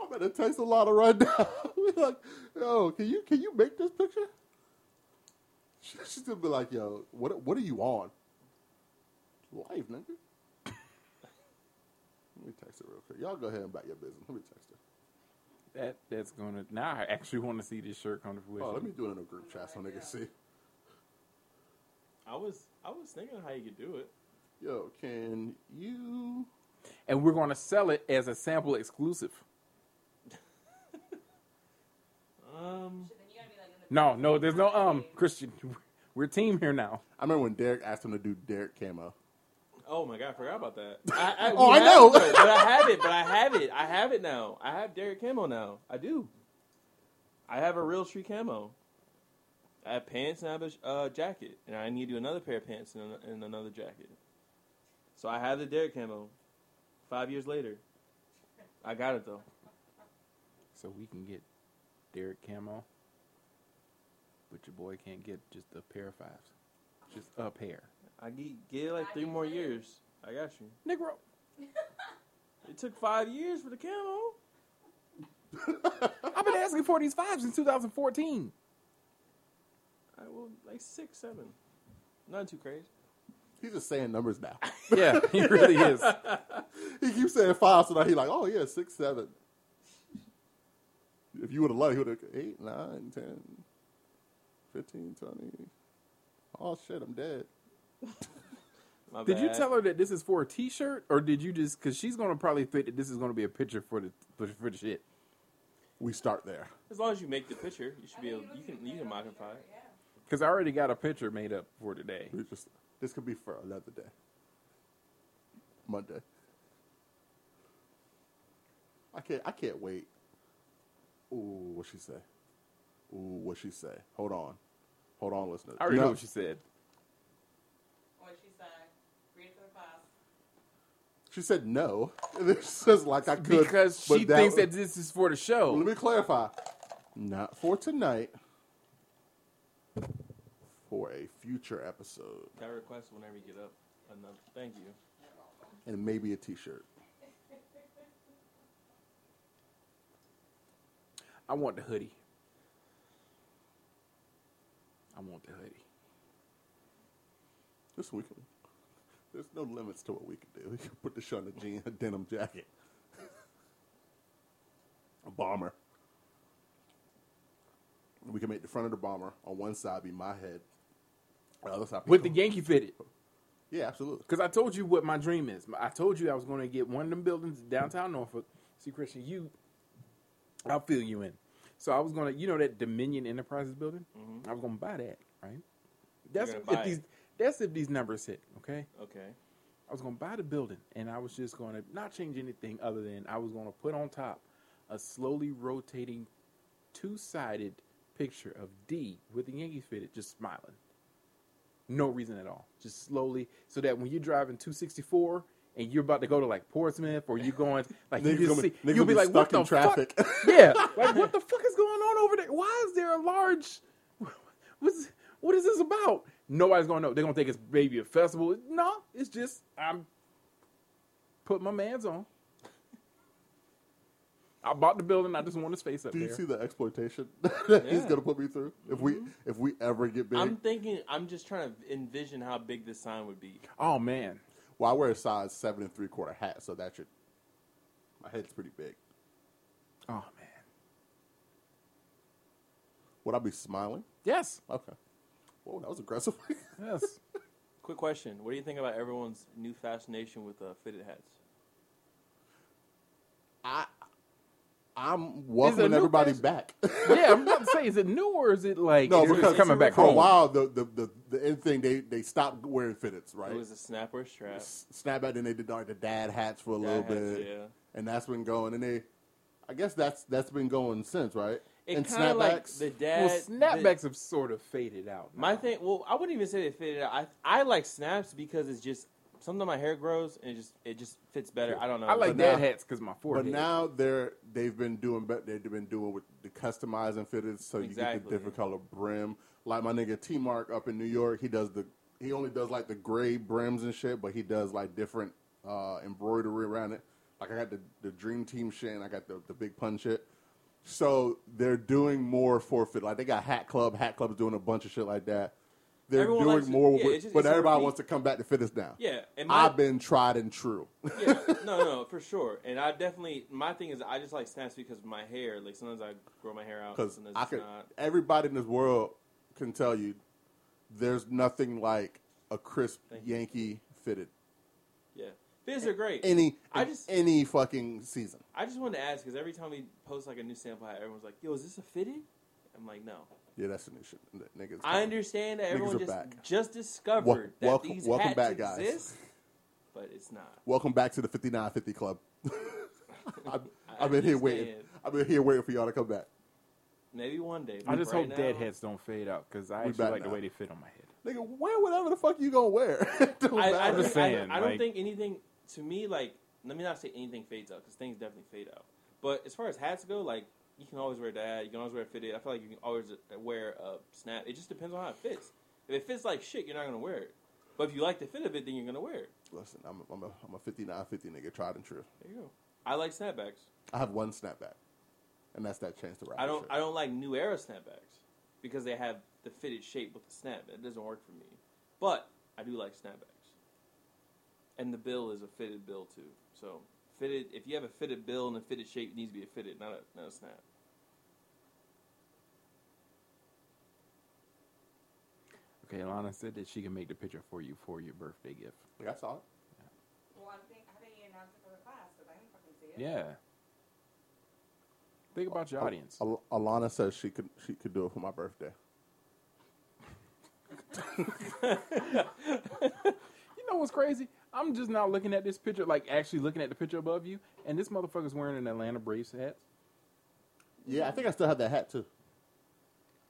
Speaker 3: I'm gonna text a lot of right now. We're like, yo, can you can you make this picture? She, she's gonna be like, yo, what what are you on? Life, nigga. Let me text her real quick. Y'all go ahead and back your business. Let me text her.
Speaker 1: That that's gonna. Now I actually want to see this shirt come to fruition.
Speaker 3: Oh, let me do it in a group chat so they can see.
Speaker 2: I was I was thinking how you could do it.
Speaker 3: Yo, can you?
Speaker 1: and we're gonna sell it as a sample exclusive.
Speaker 2: Um,
Speaker 1: No, no, there's no um Christian. We're a team here now.
Speaker 3: I remember when Derek asked him to do Derek camo.
Speaker 2: oh my god, I forgot about that. I, I,
Speaker 3: Oh,
Speaker 2: we
Speaker 3: I
Speaker 2: have
Speaker 3: know.
Speaker 2: it, but I have it, but I have it, I have it now. I have Derek Camo now. I do. I have a real tree camo. I have pants and I have a sh- uh, jacket, and I need to do another pair of pants and, an- and another jacket. So I have the Derek Camo. Five years later, I got it though.
Speaker 1: So we can get Derek Camo, but your boy can't get just a pair of fives, just a pair.
Speaker 2: I get, get it like three more years. I got you.
Speaker 1: Negro.
Speaker 2: It took five years for the camo.
Speaker 1: I've been asking for these fives since 2014.
Speaker 2: I will like six, seven. Not too crazy.
Speaker 3: He's just saying numbers now.
Speaker 1: Yeah, he really is.
Speaker 3: he keeps saying five, so now he's like, oh yeah, six, seven. If you would have loved, he would have eight, nine, ten, fifteen, twenty. Oh shit, I'm dead.
Speaker 2: My
Speaker 1: Did you
Speaker 2: bad.
Speaker 1: tell her that this is for a T-shirt, or did you just because she's gonna probably think that this is gonna be a picture for the for, for the shit?
Speaker 3: We start there.
Speaker 2: As long as you make the picture, you should be able. You can you can modify it.
Speaker 1: Because I already got a picture made up for today.
Speaker 3: We just this could be for another day. Monday. I can't. I can't wait. Ooh, what she say? Ooh, what she say? Hold on, hold on, listeners.
Speaker 1: I already
Speaker 3: You
Speaker 1: know
Speaker 3: know-
Speaker 1: what she said. Mm.
Speaker 5: What she said. Read it uh, for the class.
Speaker 3: She said no. And then she says like I could
Speaker 1: because
Speaker 3: but
Speaker 1: she thinks that
Speaker 3: was-
Speaker 1: this is for the
Speaker 3: Let
Speaker 1: show.
Speaker 3: me clarify. Not for tonight. For a future episode
Speaker 2: That request whenever you get up. Another. Thank you.
Speaker 3: and maybe a T-shirt.
Speaker 1: I want the hoodie. I want the hoodie.
Speaker 3: This week, there's no limits to what we can do. We can put the show in a jean, a denim jacket, a bomber. We can make the front of the bomber on one side be my head, on the other side be
Speaker 1: With the Yankee fitted.
Speaker 3: Yeah, absolutely.
Speaker 1: Because I told you what my dream is. I told you I was going to get one of them buildings downtown Norfolk. See, Christian, you, I'll fill you in. So I was going to, you know, that Dominion Enterprises building. I was going to buy that, right? That's
Speaker 2: Mm-hmm. gonna
Speaker 1: if
Speaker 2: buy it.
Speaker 1: these. That's if these numbers hit. Okay,
Speaker 2: Okay.
Speaker 1: I was going to buy the building, and I was just going to not change anything other than I was going to put on top a slowly rotating, two-sided picture of D with the Yankees fitted, just smiling no reason at all. Just slowly, so that when you're driving 264 and you're about to go to like Portsmouth or you're going like you
Speaker 3: Niggas
Speaker 1: just
Speaker 3: gonna be-
Speaker 1: see, you'll
Speaker 3: niggas gonna
Speaker 1: be
Speaker 3: be
Speaker 1: like, what
Speaker 3: stuck
Speaker 1: the
Speaker 3: in
Speaker 1: traffic.
Speaker 3: traffic.
Speaker 1: fuck? yeah, like what the fuck is going on over there? Why is there a large? What's what is this about? Nobody's gonna know. They're gonna think it's maybe a festival. No, it's just I'm putting my man's on. I bought the building. I just want his face up
Speaker 3: Do you
Speaker 1: there.
Speaker 3: see the exploitation that he's
Speaker 2: Yeah.
Speaker 3: gonna put me through if we if we ever get big?
Speaker 2: I'm thinking. I'm just trying to envision how big this sign would be.
Speaker 1: oh man,
Speaker 3: well, I wear a size seven and three quarter hat, so that should my head's pretty big.
Speaker 1: oh man,
Speaker 3: Would I be smiling?
Speaker 1: yes,
Speaker 3: Okay. Whoa, that was aggressive.
Speaker 1: yes.
Speaker 2: Quick question: What do you think about everyone's new fascination with uh, fitted hats?
Speaker 3: I'm
Speaker 1: Is it a
Speaker 3: welcoming
Speaker 1: new
Speaker 3: everybody
Speaker 1: fashion?
Speaker 3: back.
Speaker 1: yeah, I'm about to say, is it new or is it like
Speaker 3: no,
Speaker 1: it's
Speaker 3: because
Speaker 1: coming back
Speaker 3: for
Speaker 1: home?
Speaker 3: a while the, the, the, the end thing they, they stopped wearing fitteds, right?
Speaker 2: It was a snapper strap.
Speaker 3: snap at, and they did like the dad hats for a
Speaker 2: Dad
Speaker 3: little
Speaker 2: hats,
Speaker 3: bit,
Speaker 2: yeah.
Speaker 3: and that's been going. And they, I guess that's that's been going since, right?
Speaker 2: It
Speaker 3: and
Speaker 2: kind of like the dad.
Speaker 1: Well,
Speaker 2: the-
Speaker 1: snapbacks have sort of faded out.
Speaker 2: My
Speaker 1: now.
Speaker 2: thing, well, I wouldn't even say they fit it out. I, I like snaps because it's just sometimes my hair grows and it just it just fits better. I don't know.
Speaker 1: I like
Speaker 3: But
Speaker 1: dad
Speaker 3: now-
Speaker 1: hats because my
Speaker 3: but
Speaker 1: forehead.
Speaker 3: now they're they've been doing better. They've been doing with the customizing fitteds, so you get the
Speaker 2: Exactly.
Speaker 3: different color brim. Like my nigga T Mark up in New York, he does the he only does like the gray brims and shit, but he does like different uh, embroidery around it. Like I got the, the Dream Team shit, and I got the the Big Pun shit. So they're doing more forfeit. Like they got Hat Club. Hat Club's doing a bunch of shit like that. They're
Speaker 2: Everyone
Speaker 3: doing
Speaker 2: likes it.
Speaker 3: more,
Speaker 2: Yeah,
Speaker 3: with,
Speaker 2: it's just-
Speaker 3: but
Speaker 2: it's a
Speaker 3: everybody
Speaker 2: repeat.
Speaker 3: wants to come back to fittest now.
Speaker 2: Yeah, and my-
Speaker 3: I've been tried and true.
Speaker 2: yeah, no, no, for sure. And I definitely my thing is I just like snaps because of my hair. Like sometimes I grow my hair out,
Speaker 3: because
Speaker 2: sometimes
Speaker 3: I
Speaker 2: it's
Speaker 3: could.
Speaker 2: not.
Speaker 3: Everybody in this world can tell you, there's nothing like a crisp
Speaker 2: Thank you.
Speaker 3: Yankee fitted
Speaker 2: Yeah, fits are great.
Speaker 3: any
Speaker 2: I
Speaker 3: in
Speaker 2: just-
Speaker 3: any fucking season.
Speaker 2: I just wanted to ask because every time we post like a new sample hat, everyone's like, "Yo, is this a fitted?" I'm like, "No."
Speaker 3: Yeah, that's the new shit, N- niggas.
Speaker 2: I understand that
Speaker 3: Niggas
Speaker 2: everyone
Speaker 3: are
Speaker 2: just
Speaker 3: back.
Speaker 2: just discovered
Speaker 3: Wel-
Speaker 2: that
Speaker 3: welcome-
Speaker 2: these
Speaker 3: welcome
Speaker 2: hats
Speaker 3: back, guys.
Speaker 2: exist, but it's not.
Speaker 3: Welcome back to the 5950 Club. I've, I've been here waiting.
Speaker 2: understand.
Speaker 3: I've been here waiting for y'all to come back.
Speaker 2: Maybe one day.
Speaker 1: I just
Speaker 2: Right
Speaker 1: hope dad
Speaker 2: now-
Speaker 1: hats don't fade out because I
Speaker 3: We
Speaker 1: actually
Speaker 3: back
Speaker 1: like the
Speaker 3: now.
Speaker 1: way they fit on my head.
Speaker 3: Nigga, wear whatever the fuck you gonna wear. It don't
Speaker 2: I, I,
Speaker 3: matter.
Speaker 2: think-
Speaker 1: just saying,
Speaker 2: I, I don't
Speaker 1: like-
Speaker 2: think anything. To me, like, let me not say anything fades out because things definitely fade out. But as far as hats go, like, you can always wear dad. You can always wear fitted. I feel like you can always uh, wear a snap. It just depends on how it fits. If it fits like shit, you're not gonna wear it. But if you like the fit of it, then you're gonna wear it.
Speaker 3: Listen, I'm, a- I'm a I'm a 5950 nigga, tried and true.
Speaker 2: There you go. I like snapbacks.
Speaker 3: I have one snapback, and that's that chance to ride.
Speaker 2: I don't.
Speaker 3: shit.
Speaker 2: I don't like new era snapbacks because they have the fitted shape with the snap. That doesn't work for me. But I do like snapbacks. And the bill is a fitted bill too. So fitted. If you have a fitted bill and a fitted shape, it needs to be a fitted, not a not a snap.
Speaker 1: Okay, Alana said that she can make the picture for you for your birthday gift.
Speaker 3: Like, I saw it.
Speaker 5: Well, I'm think, how do you announce it for the class? Because I didn't fucking see it.
Speaker 1: Yeah. Think about your audience.
Speaker 3: Al- Alana says she could she could do it for my birthday.
Speaker 1: You know what's crazy? I'm just now looking at this picture, like actually looking at the picture above you, and this motherfucker's wearing an Atlanta Braves hat.
Speaker 3: Yeah, I think I still have that hat too.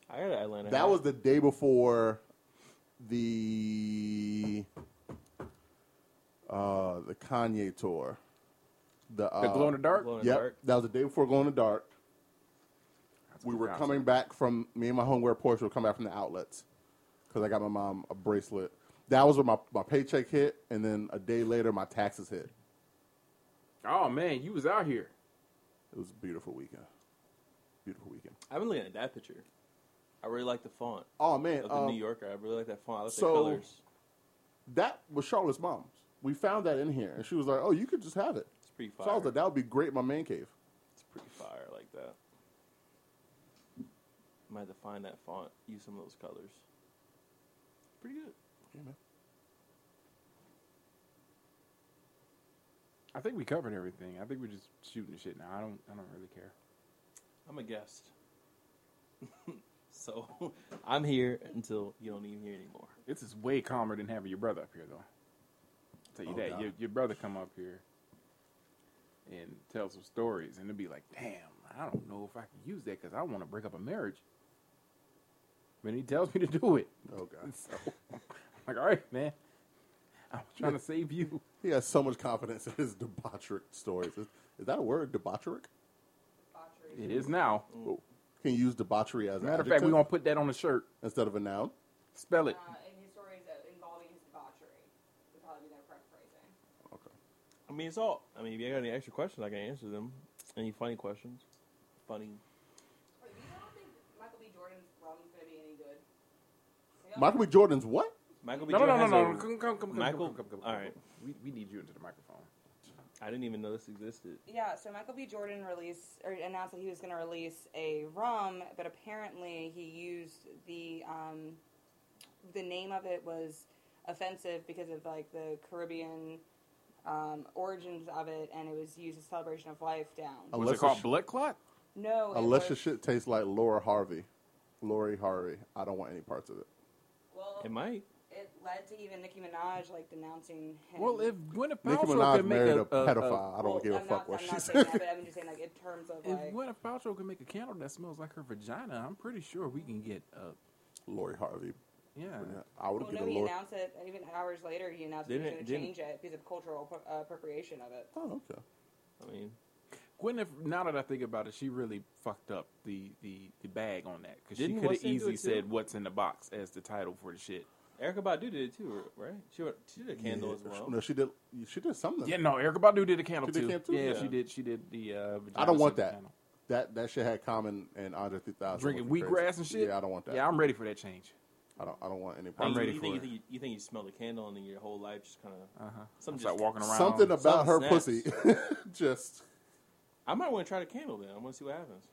Speaker 2: I got an Atlanta.
Speaker 3: That was the day before the uh the Kanye tour. The, uh,
Speaker 1: The glow in the dark.
Speaker 2: Glow in the
Speaker 3: Yep,
Speaker 2: dark.
Speaker 3: that was the day before Glow in the Dark.
Speaker 1: That's
Speaker 3: We
Speaker 1: what
Speaker 3: were
Speaker 1: I was
Speaker 3: coming
Speaker 1: like.
Speaker 3: back from me and my homeware Porsche were coming back from the outlets because I got my mom a bracelet. That was when my, my paycheck hit, and then a day later my taxes hit.
Speaker 1: Oh man, you was out here.
Speaker 3: It was a beautiful weekend. Beautiful weekend.
Speaker 2: I've been looking at that picture. I really like the font
Speaker 3: Oh man,
Speaker 2: of the
Speaker 3: um,
Speaker 2: New Yorker. I really like that font. I like
Speaker 3: so-
Speaker 2: the colors.
Speaker 3: that was Charlotte's mom's. We found that in here, and she was like, "Oh, you could just have it."
Speaker 2: It's pretty fire.
Speaker 3: So I was like, "That would be great, in my man cave."
Speaker 2: It's pretty fire. I like that. Might have to find that font. Use some of those colors. Pretty good.
Speaker 1: I think we covered everything. I think we're just shooting the shit now. I don't. I don't really care.
Speaker 2: I'm a guest. so I'm here until you don't even hear anymore.
Speaker 1: This is way calmer than having your brother up here, though. I'll tell you
Speaker 3: Oh,
Speaker 1: that
Speaker 3: God.
Speaker 1: your, your brother come up here and tell some stories, and it'd be like, "Damn, I don't know if I can use that because I want to break up a marriage." But he tells me to do it.
Speaker 3: Oh god,
Speaker 1: So I'm like, all right, man, I'm trying to save you.
Speaker 3: he has so much confidence in his debaucheric stories. Is, is that a word, debaucheric?
Speaker 5: Debauchery.
Speaker 1: It is now.
Speaker 3: Can you use debauchery as
Speaker 1: As
Speaker 3: an
Speaker 1: a matter of
Speaker 3: adjective
Speaker 1: fact, we're gonna put that on the shirt.
Speaker 3: instead of a noun?
Speaker 1: Spell
Speaker 5: Uh,
Speaker 1: it.
Speaker 5: and his stories that involving his debauchery would probably be their correct phrasing.
Speaker 3: Okay.
Speaker 2: I mean, it's all. I mean, if you got any extra questions, I can answer them. Any funny questions? Funny.
Speaker 5: Michael B. Jordan's rum's gonna be any good.
Speaker 3: Michael B. Jordan's what?
Speaker 2: Michael B.
Speaker 1: No, no,
Speaker 2: Jordan
Speaker 1: no,
Speaker 2: has
Speaker 1: no,
Speaker 2: a-
Speaker 1: no. Come, come, come, come,
Speaker 2: Michael,
Speaker 1: come, come, come, come.
Speaker 2: All right.
Speaker 1: We, we need you into the microphone.
Speaker 2: I didn't even know this existed.
Speaker 5: Yeah, so Michael B. Jordan released or announced that he was going to release a rum, but apparently he used the um, the name of it was offensive because of like the Caribbean um, origins of it, and it was used as celebration of life down.
Speaker 1: Was
Speaker 3: Unless
Speaker 1: it called
Speaker 3: it's-
Speaker 1: blood clot?
Speaker 5: No, it
Speaker 3: Unless your
Speaker 5: was,
Speaker 3: shit tastes like Laura Harvey, Lori Harvey, I don't want any parts of it.
Speaker 5: well,
Speaker 2: It might.
Speaker 5: it led to even Nicki Minaj like denouncing him.
Speaker 1: Well, if Gwyneth
Speaker 3: Nicki
Speaker 1: Paltrow
Speaker 3: Minaj
Speaker 1: can make
Speaker 3: married
Speaker 1: a,
Speaker 3: a, pedophile. I don't
Speaker 5: Well,
Speaker 3: give a
Speaker 5: I'm
Speaker 3: fuck
Speaker 5: not,
Speaker 3: what
Speaker 5: I'm
Speaker 3: she
Speaker 5: not saying
Speaker 3: said.
Speaker 5: that, but I'm just saying like in terms of
Speaker 1: if
Speaker 5: like
Speaker 1: Gwyneth Paltrow can make a candle that smells like her vagina, I'm pretty sure we can get a
Speaker 3: Lori Harvey.
Speaker 1: yeah.
Speaker 3: I would
Speaker 5: Uh, Well,
Speaker 3: get
Speaker 5: no,
Speaker 3: a
Speaker 5: he
Speaker 3: Lori.
Speaker 5: announced it even hours later. He announced that he was
Speaker 2: Didn't-
Speaker 5: going to
Speaker 2: didn't-
Speaker 5: change it because of cultural appro- appropriation of it.
Speaker 3: Oh, okay.
Speaker 2: I mean,
Speaker 1: Gwyneth, now that I think about it, she really fucked up the the, the bag on that because she
Speaker 2: Didn't
Speaker 1: could
Speaker 2: What's
Speaker 1: have
Speaker 2: Into
Speaker 1: easily
Speaker 2: It too?
Speaker 1: said "What's in the box" as the title for the shit.
Speaker 2: Erica Badu did it too, right? She went- she did a candle
Speaker 3: Yeah,
Speaker 2: as well.
Speaker 3: No, she did. She did something.
Speaker 1: Yeah, no, Erica Badu did a candle
Speaker 3: Uh, She did
Speaker 1: too.
Speaker 3: candle too?
Speaker 1: Yeah,
Speaker 2: Yeah.
Speaker 1: she did. She did the. Uh,
Speaker 3: I don't
Speaker 1: vagina sex
Speaker 3: want that.
Speaker 1: candle.
Speaker 3: That that shit had Common and Andre 3000
Speaker 1: Drinking
Speaker 3: looking crazy.
Speaker 1: wheatgrass and shit.
Speaker 3: Yeah, I don't want that.
Speaker 1: Yeah, I'm ready for that change.
Speaker 3: I don't. I don't want any
Speaker 2: I mean,
Speaker 3: part.
Speaker 1: I'm
Speaker 2: you-
Speaker 1: ready
Speaker 2: you
Speaker 1: for it.
Speaker 2: think, You think, you, you think you smell the candle and then your whole life just kind of.
Speaker 1: Uh huh.
Speaker 2: Some
Speaker 1: Start
Speaker 2: just-
Speaker 1: walking around.
Speaker 3: Something about
Speaker 2: Something
Speaker 3: her
Speaker 2: snaps.
Speaker 3: pussy. just
Speaker 2: I might want to try the candle then. I want to see what happens.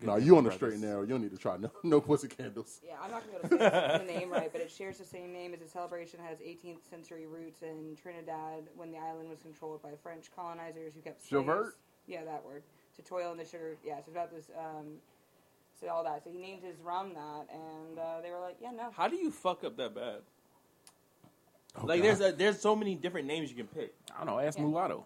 Speaker 3: no. You on the straight and narrow. You don't need to try no no pussy candles.
Speaker 5: Yeah, I'm not going to be able to say the name right, but it shares the same name as the celebration has 18th century roots in Trinidad when the island was controlled by French colonizers who kept slaves.
Speaker 1: Chevert?
Speaker 5: Yeah, that word. To toil in the sugar. Yeah, so it's about this. Um, so all that. So he named his rum that, and uh, they were like, "Yeah, no."
Speaker 2: How do you fuck up that bad?
Speaker 3: Oh,
Speaker 2: like
Speaker 3: God.
Speaker 2: there's a, there's so many different names you can pick.
Speaker 1: I don't know. Ask
Speaker 5: Yeah.
Speaker 1: mulatto.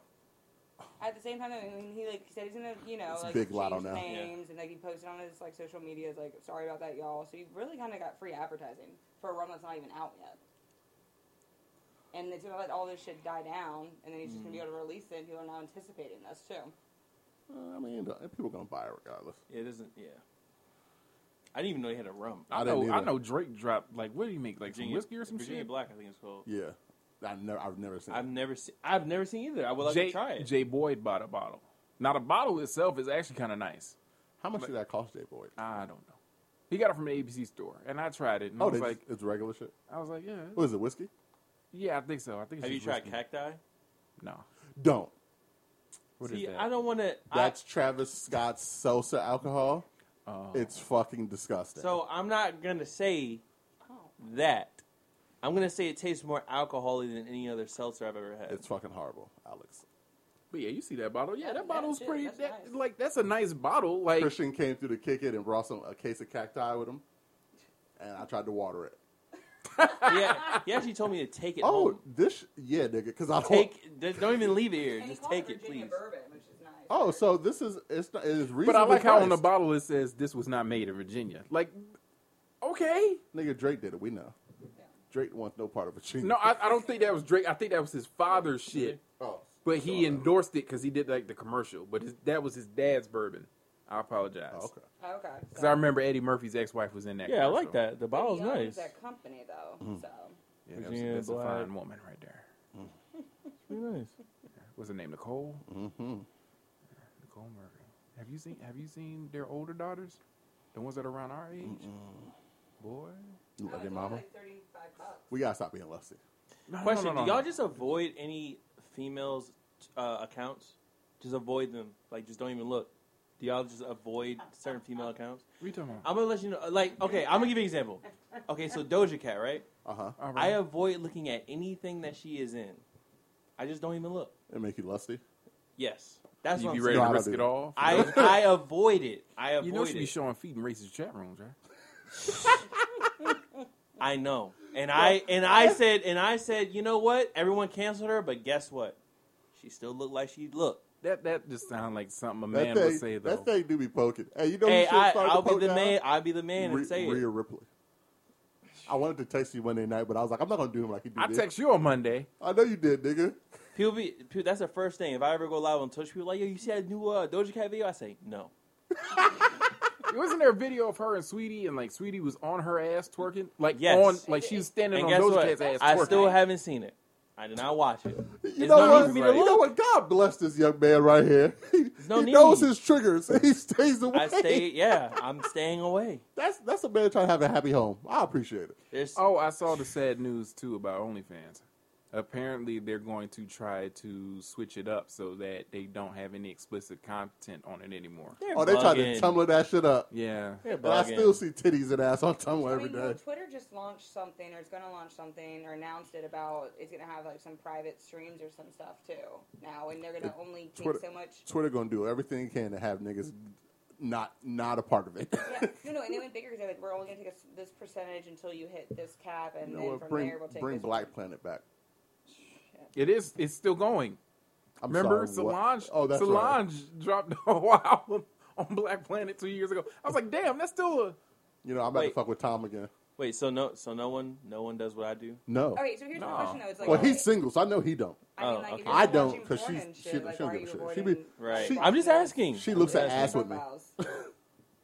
Speaker 5: At the same time, I mean, he like he said he's gonna, you know,
Speaker 3: It's
Speaker 5: like
Speaker 3: big
Speaker 5: change
Speaker 3: lotto now.
Speaker 5: names, and like he posted on his like social media, like sorry about that, y'all. So he really kind of got free advertising for a rum that's not even out yet. And it's gonna let all this shit die down, and then he's just
Speaker 3: Mm-hmm.
Speaker 5: gonna be able to release it. And people are now anticipating this too.
Speaker 3: Uh, I mean, uh, people gonna buy it regardless.
Speaker 2: It isn't. Yeah. I didn't even know he had a rum.
Speaker 1: I,
Speaker 3: I didn't
Speaker 1: know. I
Speaker 3: either.
Speaker 1: know Drake dropped like what do you make like some
Speaker 2: Virginia,
Speaker 1: Uh, whiskey or some
Speaker 2: Virginia
Speaker 1: shit?
Speaker 2: Black, I think it's called.
Speaker 3: Yeah, I never. I've never seen.
Speaker 2: I've
Speaker 3: it.
Speaker 2: never seen. I've never seen either. I would like
Speaker 1: Jay,
Speaker 2: to try it.
Speaker 1: Jay Boyd bought a bottle. Now the bottle itself is actually kind of nice.
Speaker 3: How much did that cost, Jay Boyd?
Speaker 1: I don't know. He got it from the ABC store, and I tried it, and
Speaker 3: Oh,
Speaker 1: I was
Speaker 3: they
Speaker 1: like,
Speaker 3: just, it's regular shit.
Speaker 1: I was like, yeah,
Speaker 3: What is it? Whiskey?
Speaker 1: yeah, I think so. I think. It's
Speaker 2: Have you
Speaker 1: just
Speaker 2: tried
Speaker 1: whiskey.
Speaker 2: cacti?
Speaker 1: No.
Speaker 3: Don't.
Speaker 1: What is
Speaker 2: See,
Speaker 1: that?
Speaker 2: I don't want to.
Speaker 3: That's Travis Scott's Seltzer alcohol.
Speaker 1: Oh.
Speaker 3: It's fucking disgusting.
Speaker 2: So I'm not gonna say
Speaker 5: Oh.
Speaker 2: that. I'm gonna say it tastes more alcoholic than any other seltzer I've ever had.
Speaker 3: it's fucking horrible, Alex.
Speaker 1: But yeah, you see that bottle? Yeah,
Speaker 5: Yeah,
Speaker 1: that bottle's
Speaker 5: yeah,
Speaker 1: pretty.
Speaker 5: that's
Speaker 1: that,
Speaker 5: nice.
Speaker 1: Like that's a nice bottle. Like
Speaker 3: Christian came through to kick it and brought some a case of cacti with him, and I tried to water it.
Speaker 2: yeah, he actually told me to take it
Speaker 3: Oh,
Speaker 2: home.
Speaker 3: this yeah, nigga, because I don't.
Speaker 2: Take. Just don't even leave it here.
Speaker 5: And he
Speaker 2: Just
Speaker 5: called
Speaker 2: take
Speaker 5: it
Speaker 2: it,
Speaker 5: Virginia
Speaker 2: please.
Speaker 5: bourbon, which is nice.
Speaker 3: oh, so this is it's not, it is reasonable.
Speaker 1: but I like how on the
Speaker 3: priced.
Speaker 1: bottle it says this was not made in Virginia. Like, okay,
Speaker 3: nigga Drake did it. We know Drake wants no part of it.
Speaker 1: no, I, I don't think that was Drake. I think that was his father's shit.
Speaker 3: oh,
Speaker 1: But he endorsed it because he did like the commercial. But his, that was his dad's bourbon. I apologize
Speaker 3: Oh, okay.
Speaker 5: Oh, okay.
Speaker 1: because I remember Eddie Murphy's ex-wife was in that.
Speaker 2: Yeah, I like
Speaker 1: commercial.
Speaker 2: that. The
Speaker 5: But he
Speaker 2: bottle's
Speaker 5: owns
Speaker 2: nice.
Speaker 5: That company though,
Speaker 3: Mm-hmm.
Speaker 5: so.
Speaker 1: Yeah, that's,
Speaker 2: Virginia
Speaker 1: that's a
Speaker 2: Black.
Speaker 1: fine woman right there.
Speaker 2: Pretty nice.
Speaker 1: What's her name? Nicole. Mm-hmm. Nicole Murray. Have you seen? Have you seen their older daughters? The ones that are around our age. Boy.
Speaker 3: You
Speaker 5: Oh,
Speaker 3: love
Speaker 5: it's
Speaker 3: your
Speaker 5: only
Speaker 3: mama.
Speaker 5: like 35 bucks.
Speaker 3: We gotta stop being lusty.
Speaker 1: No, no,
Speaker 2: Question:
Speaker 1: no, no,
Speaker 2: Do y'all
Speaker 1: no.
Speaker 2: just avoid any females' uh, accounts? Just avoid them. Like, just don't even look. Do y'all just avoid certain female accounts?
Speaker 1: What you talking about?
Speaker 2: I'm gonna let you know. Like, okay, I'm gonna give you an example. Okay, so Doja Cat, right?
Speaker 3: Uh huh.
Speaker 1: All
Speaker 2: I
Speaker 1: right.
Speaker 2: avoid looking at anything that she is in. I just don't even look.
Speaker 3: It make you lusty.
Speaker 2: Yes, that's
Speaker 1: you
Speaker 2: what
Speaker 1: be
Speaker 2: I'm
Speaker 1: ready to
Speaker 2: saying.
Speaker 3: No, I don't
Speaker 1: risk
Speaker 3: do
Speaker 1: it
Speaker 3: that.
Speaker 1: all? for
Speaker 2: I
Speaker 1: that?
Speaker 2: I avoid it. I avoid
Speaker 1: you know she
Speaker 2: it.
Speaker 1: be showing feet in racist chat rooms, right?
Speaker 2: I know. And I and I said and I said, you know what? Everyone canceled her, but guess what? She still looked like she looked.
Speaker 1: That that just sounds like something a
Speaker 3: That
Speaker 1: man
Speaker 3: thing,
Speaker 1: would say though.
Speaker 3: that thing do be poking. Hey, you know who
Speaker 2: hey,
Speaker 3: should
Speaker 2: I,
Speaker 3: start
Speaker 2: I'll
Speaker 3: to poke
Speaker 2: be the
Speaker 3: now?
Speaker 2: man. I'll be the man
Speaker 3: Rhea-
Speaker 2: and say
Speaker 3: Rhea
Speaker 2: it.
Speaker 3: Ripley. I wanted to text you Monday night, but I was like, I'm not gonna do him like he did.
Speaker 1: I text you on Monday.
Speaker 3: I know you did, nigga.
Speaker 2: People be, people, that's the first thing. If I ever go live on Twitch, people like, yo, you see that new uh, Doja Cat video? I say no.
Speaker 1: Wasn't there a video of her and Sweetie and like Sweetie was on her ass twerking? Like
Speaker 2: Yes.
Speaker 1: on like she was standing
Speaker 2: And
Speaker 1: on
Speaker 2: guess
Speaker 1: Doja
Speaker 2: what?
Speaker 1: Cat's ass
Speaker 2: I
Speaker 1: twerking.
Speaker 2: still haven't seen it. I did not watch it.
Speaker 3: You
Speaker 2: There's
Speaker 3: know
Speaker 2: no
Speaker 3: what?
Speaker 2: need for me to
Speaker 3: You know
Speaker 2: look.
Speaker 3: what? God bless this young man right here. He,
Speaker 2: no
Speaker 3: he
Speaker 2: need.
Speaker 3: knows his triggers. He stays away.
Speaker 2: I stay. Yeah, I'm staying away.
Speaker 3: That's that's a man trying to have a happy home. I appreciate it.
Speaker 1: Oh, I saw the sad news too about OnlyFans. Apparently, they're going to try to switch it up so that they don't have any explicit content on it anymore.
Speaker 3: oh, they tried to tumble that shit up.
Speaker 1: Yeah. They're
Speaker 3: and I
Speaker 1: bugging.
Speaker 3: still see titties and ass on Tumblr
Speaker 5: I
Speaker 3: every
Speaker 5: mean, you know,
Speaker 3: day.
Speaker 5: Twitter just launched something, or it's going to launch something, or announced it about it's going to have like some private streams or some stuff too now, and they're going to only take
Speaker 3: Twitter,
Speaker 5: so much.
Speaker 3: Twitter gonna do everything it can to have niggas not not a part of it.
Speaker 5: Yeah, no, no, and they went bigger because they're like, we're only going to take a s this percentage until you hit this cap, and
Speaker 3: You know
Speaker 5: then
Speaker 3: what?
Speaker 5: from
Speaker 3: bring
Speaker 5: there we'll take
Speaker 3: bring
Speaker 5: this
Speaker 3: Black Planet back.
Speaker 1: It is. It's still going.
Speaker 3: I'm
Speaker 1: Remember
Speaker 3: sorry, what?
Speaker 1: Solange?
Speaker 3: Oh, that's
Speaker 1: Solange dropped a whole album on Black Planet two years ago. I was like, damn, that's still a.
Speaker 3: You know, I'm about to
Speaker 2: Wait.
Speaker 3: fuck with Tom again.
Speaker 2: Wait, so no, so no one, no one does what I do.
Speaker 3: No.
Speaker 5: All right, so here's my question though: It's like,
Speaker 3: well, he's single, so I know he don't.
Speaker 5: I
Speaker 2: Oh,
Speaker 5: mean, like, if you're
Speaker 3: I don't
Speaker 5: watching
Speaker 3: because
Speaker 5: porn
Speaker 3: she's
Speaker 5: and
Speaker 3: she,
Speaker 5: shit, like,
Speaker 3: she don't
Speaker 5: why
Speaker 3: give a
Speaker 5: are you
Speaker 3: shit. She
Speaker 5: avoiding
Speaker 3: be
Speaker 2: Right.
Speaker 3: She,
Speaker 2: I'm just asking.
Speaker 3: she looks at ass with me.
Speaker 5: profiles.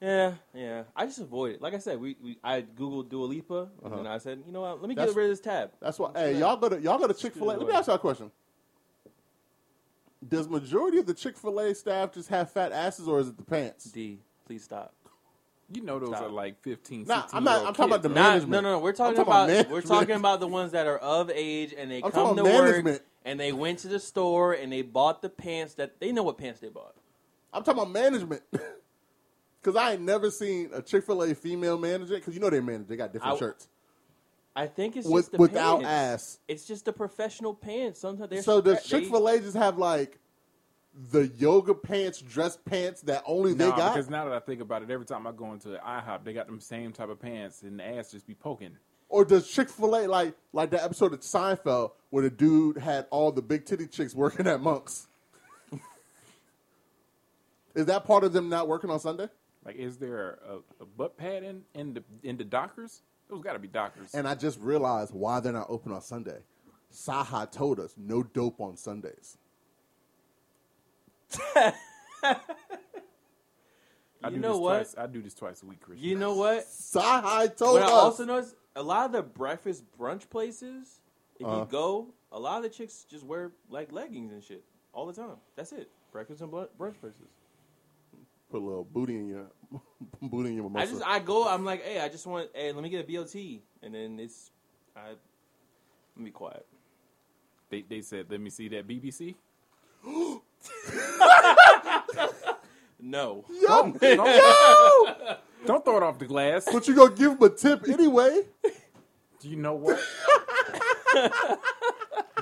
Speaker 2: Yeah, yeah. I just avoid it. Like I said, we, we I googled Dua Lipa, and then
Speaker 3: Uh-huh.
Speaker 2: I said, you know what? Let me
Speaker 3: That's-
Speaker 2: get rid of this tab.
Speaker 3: That's why. Hey, y'all go to y'all go to Chick Fil A. Let me ask y'all a question. Does majority of the Chick Fil A staff just have fat asses, or is it the pants?
Speaker 2: D, please stop.
Speaker 1: You know those
Speaker 2: Stop.
Speaker 1: are like 15,
Speaker 3: Nah,
Speaker 1: 16
Speaker 3: I'm not-
Speaker 1: year old
Speaker 3: I'm talking about
Speaker 1: kids,
Speaker 3: the
Speaker 1: right?
Speaker 2: Not-
Speaker 3: management.
Speaker 2: no, no, no. We're talking,
Speaker 3: talking
Speaker 2: about,
Speaker 3: about
Speaker 2: we're
Speaker 3: management.
Speaker 2: talking about the ones that are of age and they
Speaker 3: I'm
Speaker 2: come to
Speaker 3: talking
Speaker 2: work
Speaker 3: management.
Speaker 2: and they went to the store and they bought the pants that they know what pants they bought.
Speaker 3: I'm talking about management. Because I ain't never seen a Chick Fil A female manager. Because you know they manage. They got different
Speaker 2: I-
Speaker 3: shirts.
Speaker 2: I think it's
Speaker 3: With-
Speaker 2: just the
Speaker 3: without
Speaker 2: pants.
Speaker 3: ass.
Speaker 2: It's just the professional pants. Sometimes they're
Speaker 3: So does
Speaker 2: they-
Speaker 3: Chick Fil A just have like the yoga pants, dress pants that only they
Speaker 1: Nah,
Speaker 3: got?
Speaker 1: because now that I think about it, every time I go into an IHOP, they got them same type of pants, and the ass just be poking.
Speaker 3: Or does Chick Fil A like like that episode of Seinfeld where the dude had all the big titty chicks working at Monks? Is that part of them not working on Sunday?
Speaker 1: Like, is there a, a butt pad in in the in the Dockers? Those got to be Dockers.
Speaker 3: And I just realized why they're not open on Sunday. Saha told us no dope on Sundays.
Speaker 1: I
Speaker 2: You
Speaker 1: do
Speaker 2: know
Speaker 1: this
Speaker 2: what?
Speaker 1: Twice, I do this twice a week, Christian.
Speaker 2: You know what?
Speaker 3: Saha told
Speaker 2: What I
Speaker 3: us.
Speaker 2: also noticed a lot of the breakfast brunch places, if
Speaker 3: Uh-huh.
Speaker 2: you go, a lot of the chicks just wear like leggings and shit all the time. That's it. Breakfast and blu- brunch places.
Speaker 3: Put a little booty in your booty in your
Speaker 2: I
Speaker 3: mimosa.
Speaker 2: just I go. I'm like, hey, I just want. Hey, let me get a BLT, and then it's. I let me be quiet.
Speaker 1: They they said, let me see that BBC.
Speaker 2: No.
Speaker 3: Yo,
Speaker 1: Don't, don't- don't throw it off the glass.
Speaker 3: but you gonna give him a tip anyway.
Speaker 1: Do you know what?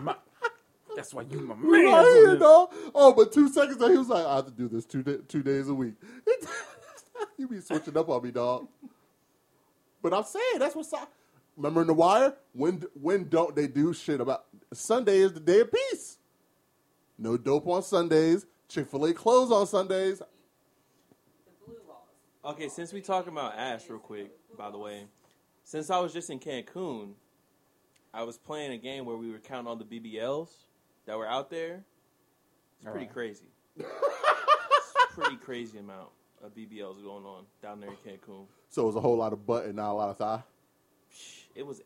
Speaker 1: my, that's why you my
Speaker 3: Right
Speaker 1: man.
Speaker 3: here, dog. Oh, but two seconds later, he was like, "I have to do this two da- two days a week." you be switching up on me, dog. But I'm saying that's what's. up. Remember in the wire when when don't they do shit about Sunday is the day of peace. No dope on Sundays. Chick Fil A closed on Sundays.
Speaker 2: Okay, since we talking about ass real quick, by the way, since I was just in Cancun, I was playing a game where we were counting all the BBLs that were out there. It's pretty
Speaker 1: Alright.
Speaker 2: crazy. it's a pretty crazy amount of BBLs going on down there in Cancun.
Speaker 3: So it was a whole lot of butt and not a lot of thigh.
Speaker 2: Psh, It was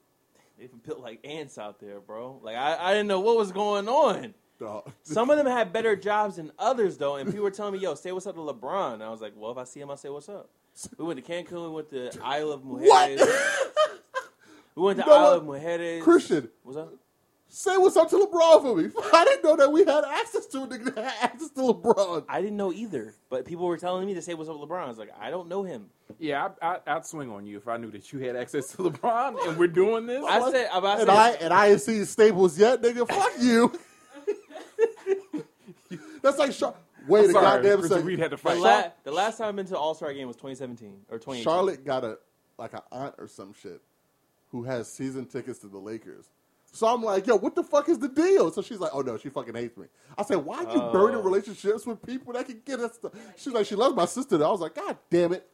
Speaker 2: they built like ants out there, bro. Like I, I didn't know what was going on.
Speaker 3: Dog.
Speaker 2: Some of them had better jobs than others, though, and people were telling me, "Yo, say what's up to LeBron." And I was like, "Well, if I see him, I say what's up." We went to Cancun. We went to Isle of Mujeres. We went to
Speaker 3: You know
Speaker 2: Isle of
Speaker 3: what?
Speaker 2: Mujeres.
Speaker 3: Christian,
Speaker 2: what's up?
Speaker 3: say what's up to LeBron for me. I didn't know that we had access to a nigga that had access to LeBron.
Speaker 2: I didn't know either, but people were telling me to say what's up, with LeBron. I was like, I don't know him.
Speaker 1: Yeah, I, I, I'd swing on you if I knew that you had access to LeBron and we're doing this.
Speaker 2: I said, I, I said,
Speaker 3: and I and I ain't seen Staples yet, nigga. Fuck you. That's like Char- wait
Speaker 1: I'm
Speaker 3: a
Speaker 1: sorry,
Speaker 3: goddamn
Speaker 1: Christian Reed had
Speaker 3: second.
Speaker 1: to fight.
Speaker 2: the, la- the last time I've been to All Star game was 2017 or 2018.
Speaker 3: Charlotte got a like an aunt or some shit who has season tickets to the Lakers. So I'm like, yo, what the fuck is the deal? So she's like, oh no, she fucking hates me. I said, why you
Speaker 2: Oh.
Speaker 3: burning relationships with people that can get us? The-? She's like, she loves my sister. though. I was like, god damn it.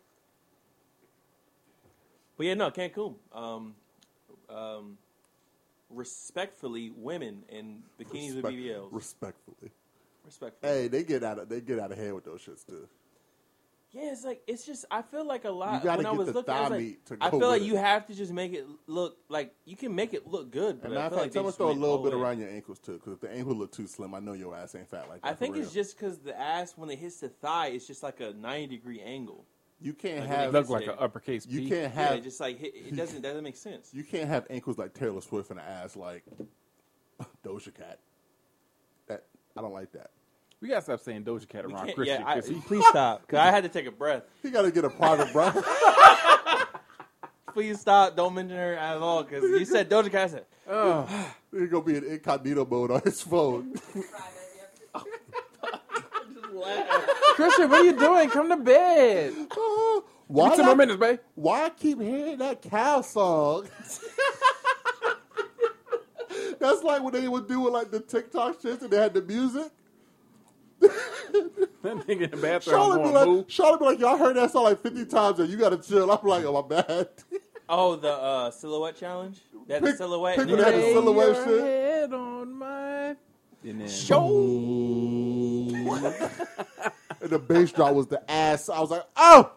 Speaker 2: But yeah, no, Cancun. Um, um, respectfully, women in bikinis with
Speaker 3: Respect-
Speaker 2: BBLs.
Speaker 3: Respectfully,
Speaker 2: respectfully.
Speaker 3: hey, they get out of they get out of hand with those shits too.
Speaker 2: Yeah, it's like it's just I feel like a lot.
Speaker 3: You gotta
Speaker 2: when I
Speaker 3: get
Speaker 2: was
Speaker 3: the
Speaker 2: looking, I, was
Speaker 3: thigh
Speaker 2: like,
Speaker 3: meat to
Speaker 2: I
Speaker 3: go
Speaker 2: feel like
Speaker 3: with
Speaker 2: you
Speaker 3: it.
Speaker 2: have to just make it look like you can make it look good. But
Speaker 3: And matter
Speaker 2: I
Speaker 3: of
Speaker 2: feel like
Speaker 3: fact,
Speaker 2: they
Speaker 3: tell us
Speaker 2: just
Speaker 3: throw a
Speaker 2: went
Speaker 3: little
Speaker 2: all
Speaker 3: bit
Speaker 2: in.
Speaker 3: around your ankles too, because if the ankle look too slim, I know your ass ain't fat like that.
Speaker 2: I
Speaker 3: for
Speaker 2: think it's
Speaker 3: real.
Speaker 2: just because the ass when it hits the thigh, it's just like a ninety degree angle.
Speaker 3: you can't
Speaker 2: like, when it
Speaker 3: have
Speaker 2: gets Look like there. a
Speaker 1: uppercase.
Speaker 3: You
Speaker 2: P.
Speaker 3: can't
Speaker 2: Yeah,
Speaker 3: have
Speaker 2: just like hit- it doesn't- doesn't make sense.
Speaker 3: You can't have ankles like Taylor Swift and an ass like Doja Cat. That I don't like that.
Speaker 1: We gotta stop saying Doja Cat around
Speaker 2: can't-
Speaker 1: Christian.
Speaker 2: yeah, I-
Speaker 1: 'cause he-
Speaker 2: please stop, 'cause I had to take a breath.
Speaker 3: You gotta get a private brother.
Speaker 2: Please stop. Don't mention her at all because you said Doja Cat. I said,
Speaker 3: Oh, he's gonna be in incognito mode on his phone.
Speaker 1: Christian, what are you doing? Come to bed.
Speaker 3: Why
Speaker 1: Give me two
Speaker 3: not-
Speaker 1: more minutes, babe.
Speaker 3: Why I keep hearing that cow song? That's like when they would do with like the TikTok shit and they had the music.
Speaker 1: That nigga in the bathroom.
Speaker 3: Charlotte be
Speaker 1: going,
Speaker 3: like,
Speaker 1: "Boo."
Speaker 3: Charlotte be like, y'all heard that song like fifty times and you gotta chill. I'm like, oh my bad.
Speaker 2: "Oh, the uh, silhouette challenge. That
Speaker 3: Pick-
Speaker 2: silhouette.
Speaker 3: pick one that had a silhouette
Speaker 1: Your
Speaker 3: shit.
Speaker 1: head on my and then
Speaker 3: and the bass drop was the ass. I was like, oh,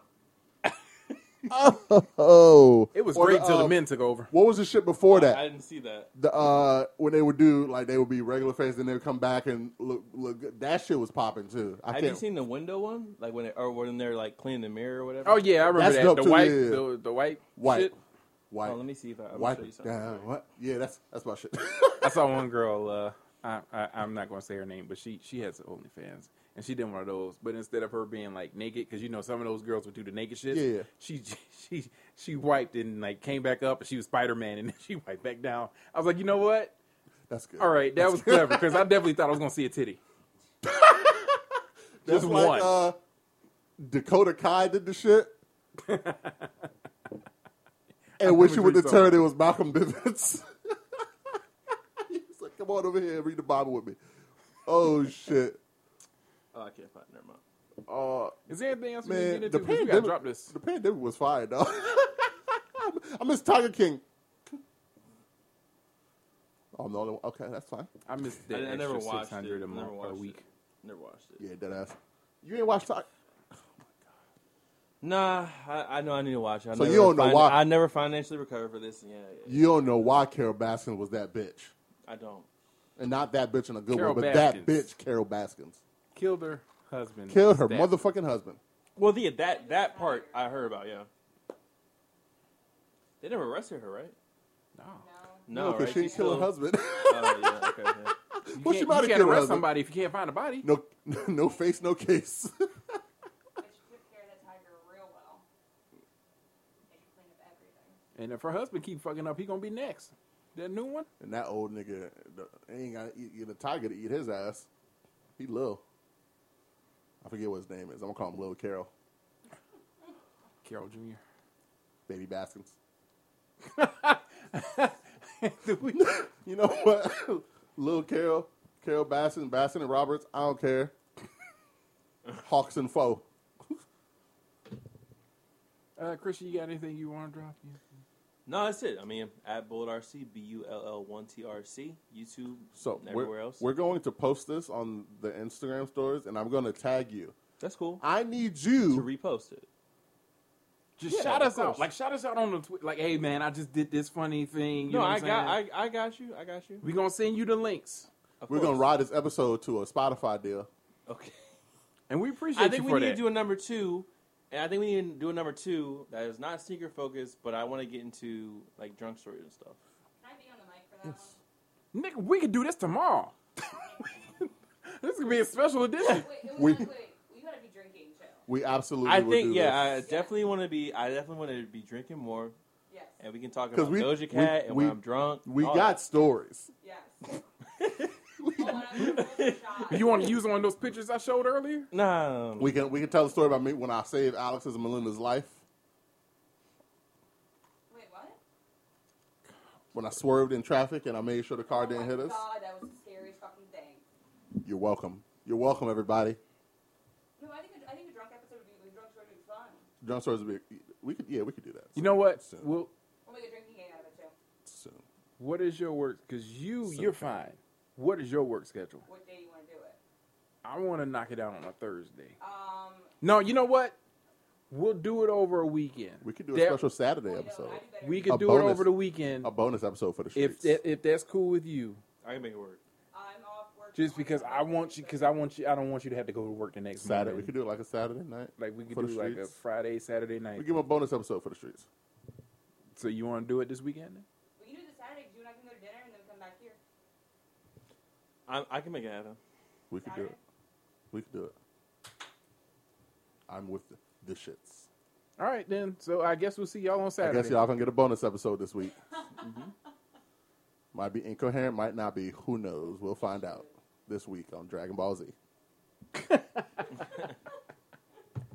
Speaker 3: oh.
Speaker 1: It was
Speaker 3: Or
Speaker 1: great till the
Speaker 3: uh,
Speaker 1: men took over.
Speaker 3: What was the shit before
Speaker 2: I
Speaker 3: that?
Speaker 2: didn't see that.
Speaker 3: The uh, when they would do like they would be regular fans, then they would come back and look, look. good. That shit was popping too. I
Speaker 2: Have
Speaker 3: can't.
Speaker 2: you seen the window one? Like when it, or when they're like cleaning the mirror or whatever.
Speaker 1: Oh yeah, I remember
Speaker 3: That's
Speaker 1: that.
Speaker 3: dope
Speaker 1: The
Speaker 3: too,
Speaker 1: white,
Speaker 3: yeah.
Speaker 1: the, the white,
Speaker 3: white,
Speaker 1: shit.
Speaker 3: white,
Speaker 2: Oh, let me see if I. I'm
Speaker 3: white.
Speaker 2: Show you something.
Speaker 3: Damn, what? Yeah, that's that's my shit.
Speaker 1: I saw one girl. Uh, I, I, I'm not gonna say her name, but she she has OnlyFans, and she did one of those. But instead of her being like naked, because you know some of those girls would do the naked shit.
Speaker 3: Yeah.
Speaker 1: She she she wiped and like came back up, and she was Spider Man, and then she wiped back down. I was like, you know what?
Speaker 3: that's good.
Speaker 1: All right, that was clever because I definitely thought I was gonna see a titty.
Speaker 3: that's
Speaker 1: just
Speaker 3: like,
Speaker 1: one.
Speaker 3: Uh, Dakota Kai did the shit. and when she
Speaker 1: remember
Speaker 3: went
Speaker 1: you
Speaker 3: to
Speaker 1: saw
Speaker 3: turn, it was Malcolm Bivens. He was like, "Come on over here and read the Bible with me." Oh shit!
Speaker 2: Oh, I can't find. Never mind.
Speaker 3: Uh,
Speaker 1: Is there anything else we need to
Speaker 3: man,
Speaker 1: get
Speaker 3: the
Speaker 1: into? 'Cause we gotta
Speaker 3: pandemic,
Speaker 1: drop this.
Speaker 3: the pandemic was fire, though. I miss Tiger King. Oh, I'm the only one. Okay, that's fine.
Speaker 1: I missed that
Speaker 2: I, I never
Speaker 1: extra
Speaker 2: watched
Speaker 1: six hundred
Speaker 2: it.
Speaker 1: a month
Speaker 2: never
Speaker 1: a
Speaker 2: watched
Speaker 1: week.
Speaker 2: It. Never watched it.
Speaker 3: Yeah, dead ass. You ain't watched Tiger.
Speaker 2: Nah, I, I know I need to watch. it. I
Speaker 3: So
Speaker 2: never
Speaker 3: you don't know
Speaker 2: fin-
Speaker 3: why-
Speaker 2: I never financially recovered for this. Yeah, yeah,
Speaker 3: You don't know why Carol Baskin was that bitch,
Speaker 2: I don't.
Speaker 3: and not that bitch in a good
Speaker 1: Carol
Speaker 3: way, but that
Speaker 1: Baskins.
Speaker 3: bitch, Carol Baskins,
Speaker 1: Killed her husband.
Speaker 3: killed her
Speaker 1: Stab-
Speaker 3: motherfucking husband.
Speaker 2: Well, the that that part I heard about. Yeah, they never arrested her, right?
Speaker 1: No.
Speaker 2: No,
Speaker 3: because
Speaker 2: right?
Speaker 3: she didn't kill her
Speaker 2: still-
Speaker 3: husband.
Speaker 2: Oh, yeah, okay, yeah.
Speaker 3: well,
Speaker 1: You
Speaker 3: she
Speaker 1: can't-
Speaker 3: might
Speaker 1: you can't
Speaker 3: have killed her
Speaker 1: arrest
Speaker 3: husband.
Speaker 1: somebody if you can't find a body.
Speaker 3: No, no face, no case.
Speaker 5: But she took care of that tiger real well. And she cleaned up everything.
Speaker 1: And if her husband keep fucking up, he gonna be next. That new one.
Speaker 3: and that old nigga the- ain't got to eat, get a tiger to eat his ass. He little. I forget what his name is. I'm gonna call him Lil Carol,
Speaker 1: Carol Jr.
Speaker 3: Baby Baskins.
Speaker 1: Do we-
Speaker 3: You know what? Lil Carol, Carol Baskin, Baskin and Roberts. I don't care. Hawks and foe.
Speaker 1: uh, Christian, you got anything you want to drop? Yeah.
Speaker 2: No, that's it. I mean, at Bullet RC, B U L L one T R C, YouTube,
Speaker 3: So
Speaker 2: and
Speaker 3: we're,
Speaker 2: everywhere else.
Speaker 3: we're going to post this on the Instagram stories, and I'm gonna tag you.
Speaker 2: that's cool.
Speaker 3: I need you.
Speaker 2: to repost it.
Speaker 1: Just
Speaker 3: Yeah,
Speaker 1: shout
Speaker 3: of
Speaker 1: us out.
Speaker 3: course.
Speaker 1: Like shout us out on the tweet. Like, hey man, I just did this funny thing. You
Speaker 2: no,
Speaker 1: know
Speaker 2: I
Speaker 1: what
Speaker 2: got,
Speaker 1: I'm saying?
Speaker 2: I, I got you. I got you.
Speaker 1: We gonna send you the links,
Speaker 2: Of
Speaker 3: We're gonna
Speaker 2: course.
Speaker 3: ride this episode to a Spotify deal.
Speaker 2: Okay.
Speaker 1: and we appreciate
Speaker 2: I think
Speaker 1: you
Speaker 2: we
Speaker 1: for
Speaker 2: need
Speaker 1: that.
Speaker 2: to do a number two, and I think we need to do a number two that is not sneaker focused, but I want to get into like drunk stories and stuff.
Speaker 5: Can I be on the mic for that
Speaker 1: Nigga, we could do this tomorrow. this could be a special edition.
Speaker 5: one? Wait, it was
Speaker 3: We-
Speaker 5: like, wait, you gotta be drinking too.
Speaker 3: We absolutely.
Speaker 2: I
Speaker 3: will
Speaker 2: think,
Speaker 3: do
Speaker 2: yeah,
Speaker 3: this.
Speaker 2: I definitely want to be. I definitely want to be drinking more,
Speaker 5: Yes.
Speaker 2: and we can talk
Speaker 3: 'Cause
Speaker 2: about
Speaker 3: we-
Speaker 2: Doja Cat
Speaker 3: we-
Speaker 2: and when
Speaker 3: we-
Speaker 2: I'm drunk.
Speaker 3: we
Speaker 2: all
Speaker 3: got stories.
Speaker 5: Yes. oh, and I'm full of shots.
Speaker 1: you want to use one of those pictures I showed earlier?
Speaker 2: that. no.
Speaker 3: We can we can tell the story about me when I saved Alex's and Melinda's life
Speaker 5: Wait, what?
Speaker 3: when I swerved in traffic and I made sure the car
Speaker 5: oh
Speaker 3: didn't
Speaker 5: my
Speaker 3: hit us.
Speaker 5: God, that was the scariest fucking thing.
Speaker 3: You're welcome. You're welcome, everybody.
Speaker 5: No, I think a, I think a drunk episode would be a drunk story would be fun.
Speaker 3: Drunk stories. would be- We could yeah we could do that.
Speaker 1: You know what?
Speaker 3: Soon.
Speaker 1: Well,
Speaker 5: We'll make a drinking game out of it too.
Speaker 3: soon.
Speaker 1: what is your work? Because you, you're fine. What is your work schedule?
Speaker 5: What day you want to do it?
Speaker 1: I want to knock it out on a Thursday.
Speaker 5: Um,
Speaker 1: No, you know what? We'll do it over a weekend.
Speaker 3: We could do a
Speaker 1: There-
Speaker 3: special Saturday episode.
Speaker 1: We could
Speaker 3: A
Speaker 1: do it
Speaker 3: bonus-
Speaker 1: over the weekend.
Speaker 3: A bonus episode for the
Speaker 1: If
Speaker 3: streets.
Speaker 1: that, if that's cool with you,
Speaker 2: I can make it work.
Speaker 1: just because I want you, because I want you, I don't want you to have to go to work the next
Speaker 3: Saturday,
Speaker 1: morning.
Speaker 3: we could do it like a Saturday night.
Speaker 1: Like we could
Speaker 3: for the
Speaker 1: do like a
Speaker 3: streets.
Speaker 1: Friday, Saturday night.
Speaker 3: We give 'em a bonus episode for the streets.
Speaker 1: so you want to do it this weekend? then?
Speaker 5: We can do this Saturday 'cause you and I can go to dinner and then come back here.
Speaker 2: I, I can make it happen.
Speaker 3: We could do it. We could do it. I'm with the, the shits.
Speaker 1: All right, then. So I guess we'll see y'all on Saturday.
Speaker 3: I guess y'all gonna get a bonus episode this week. Might be incoherent, might not be. Who knows? We'll find out this week on Dragon Ball Z.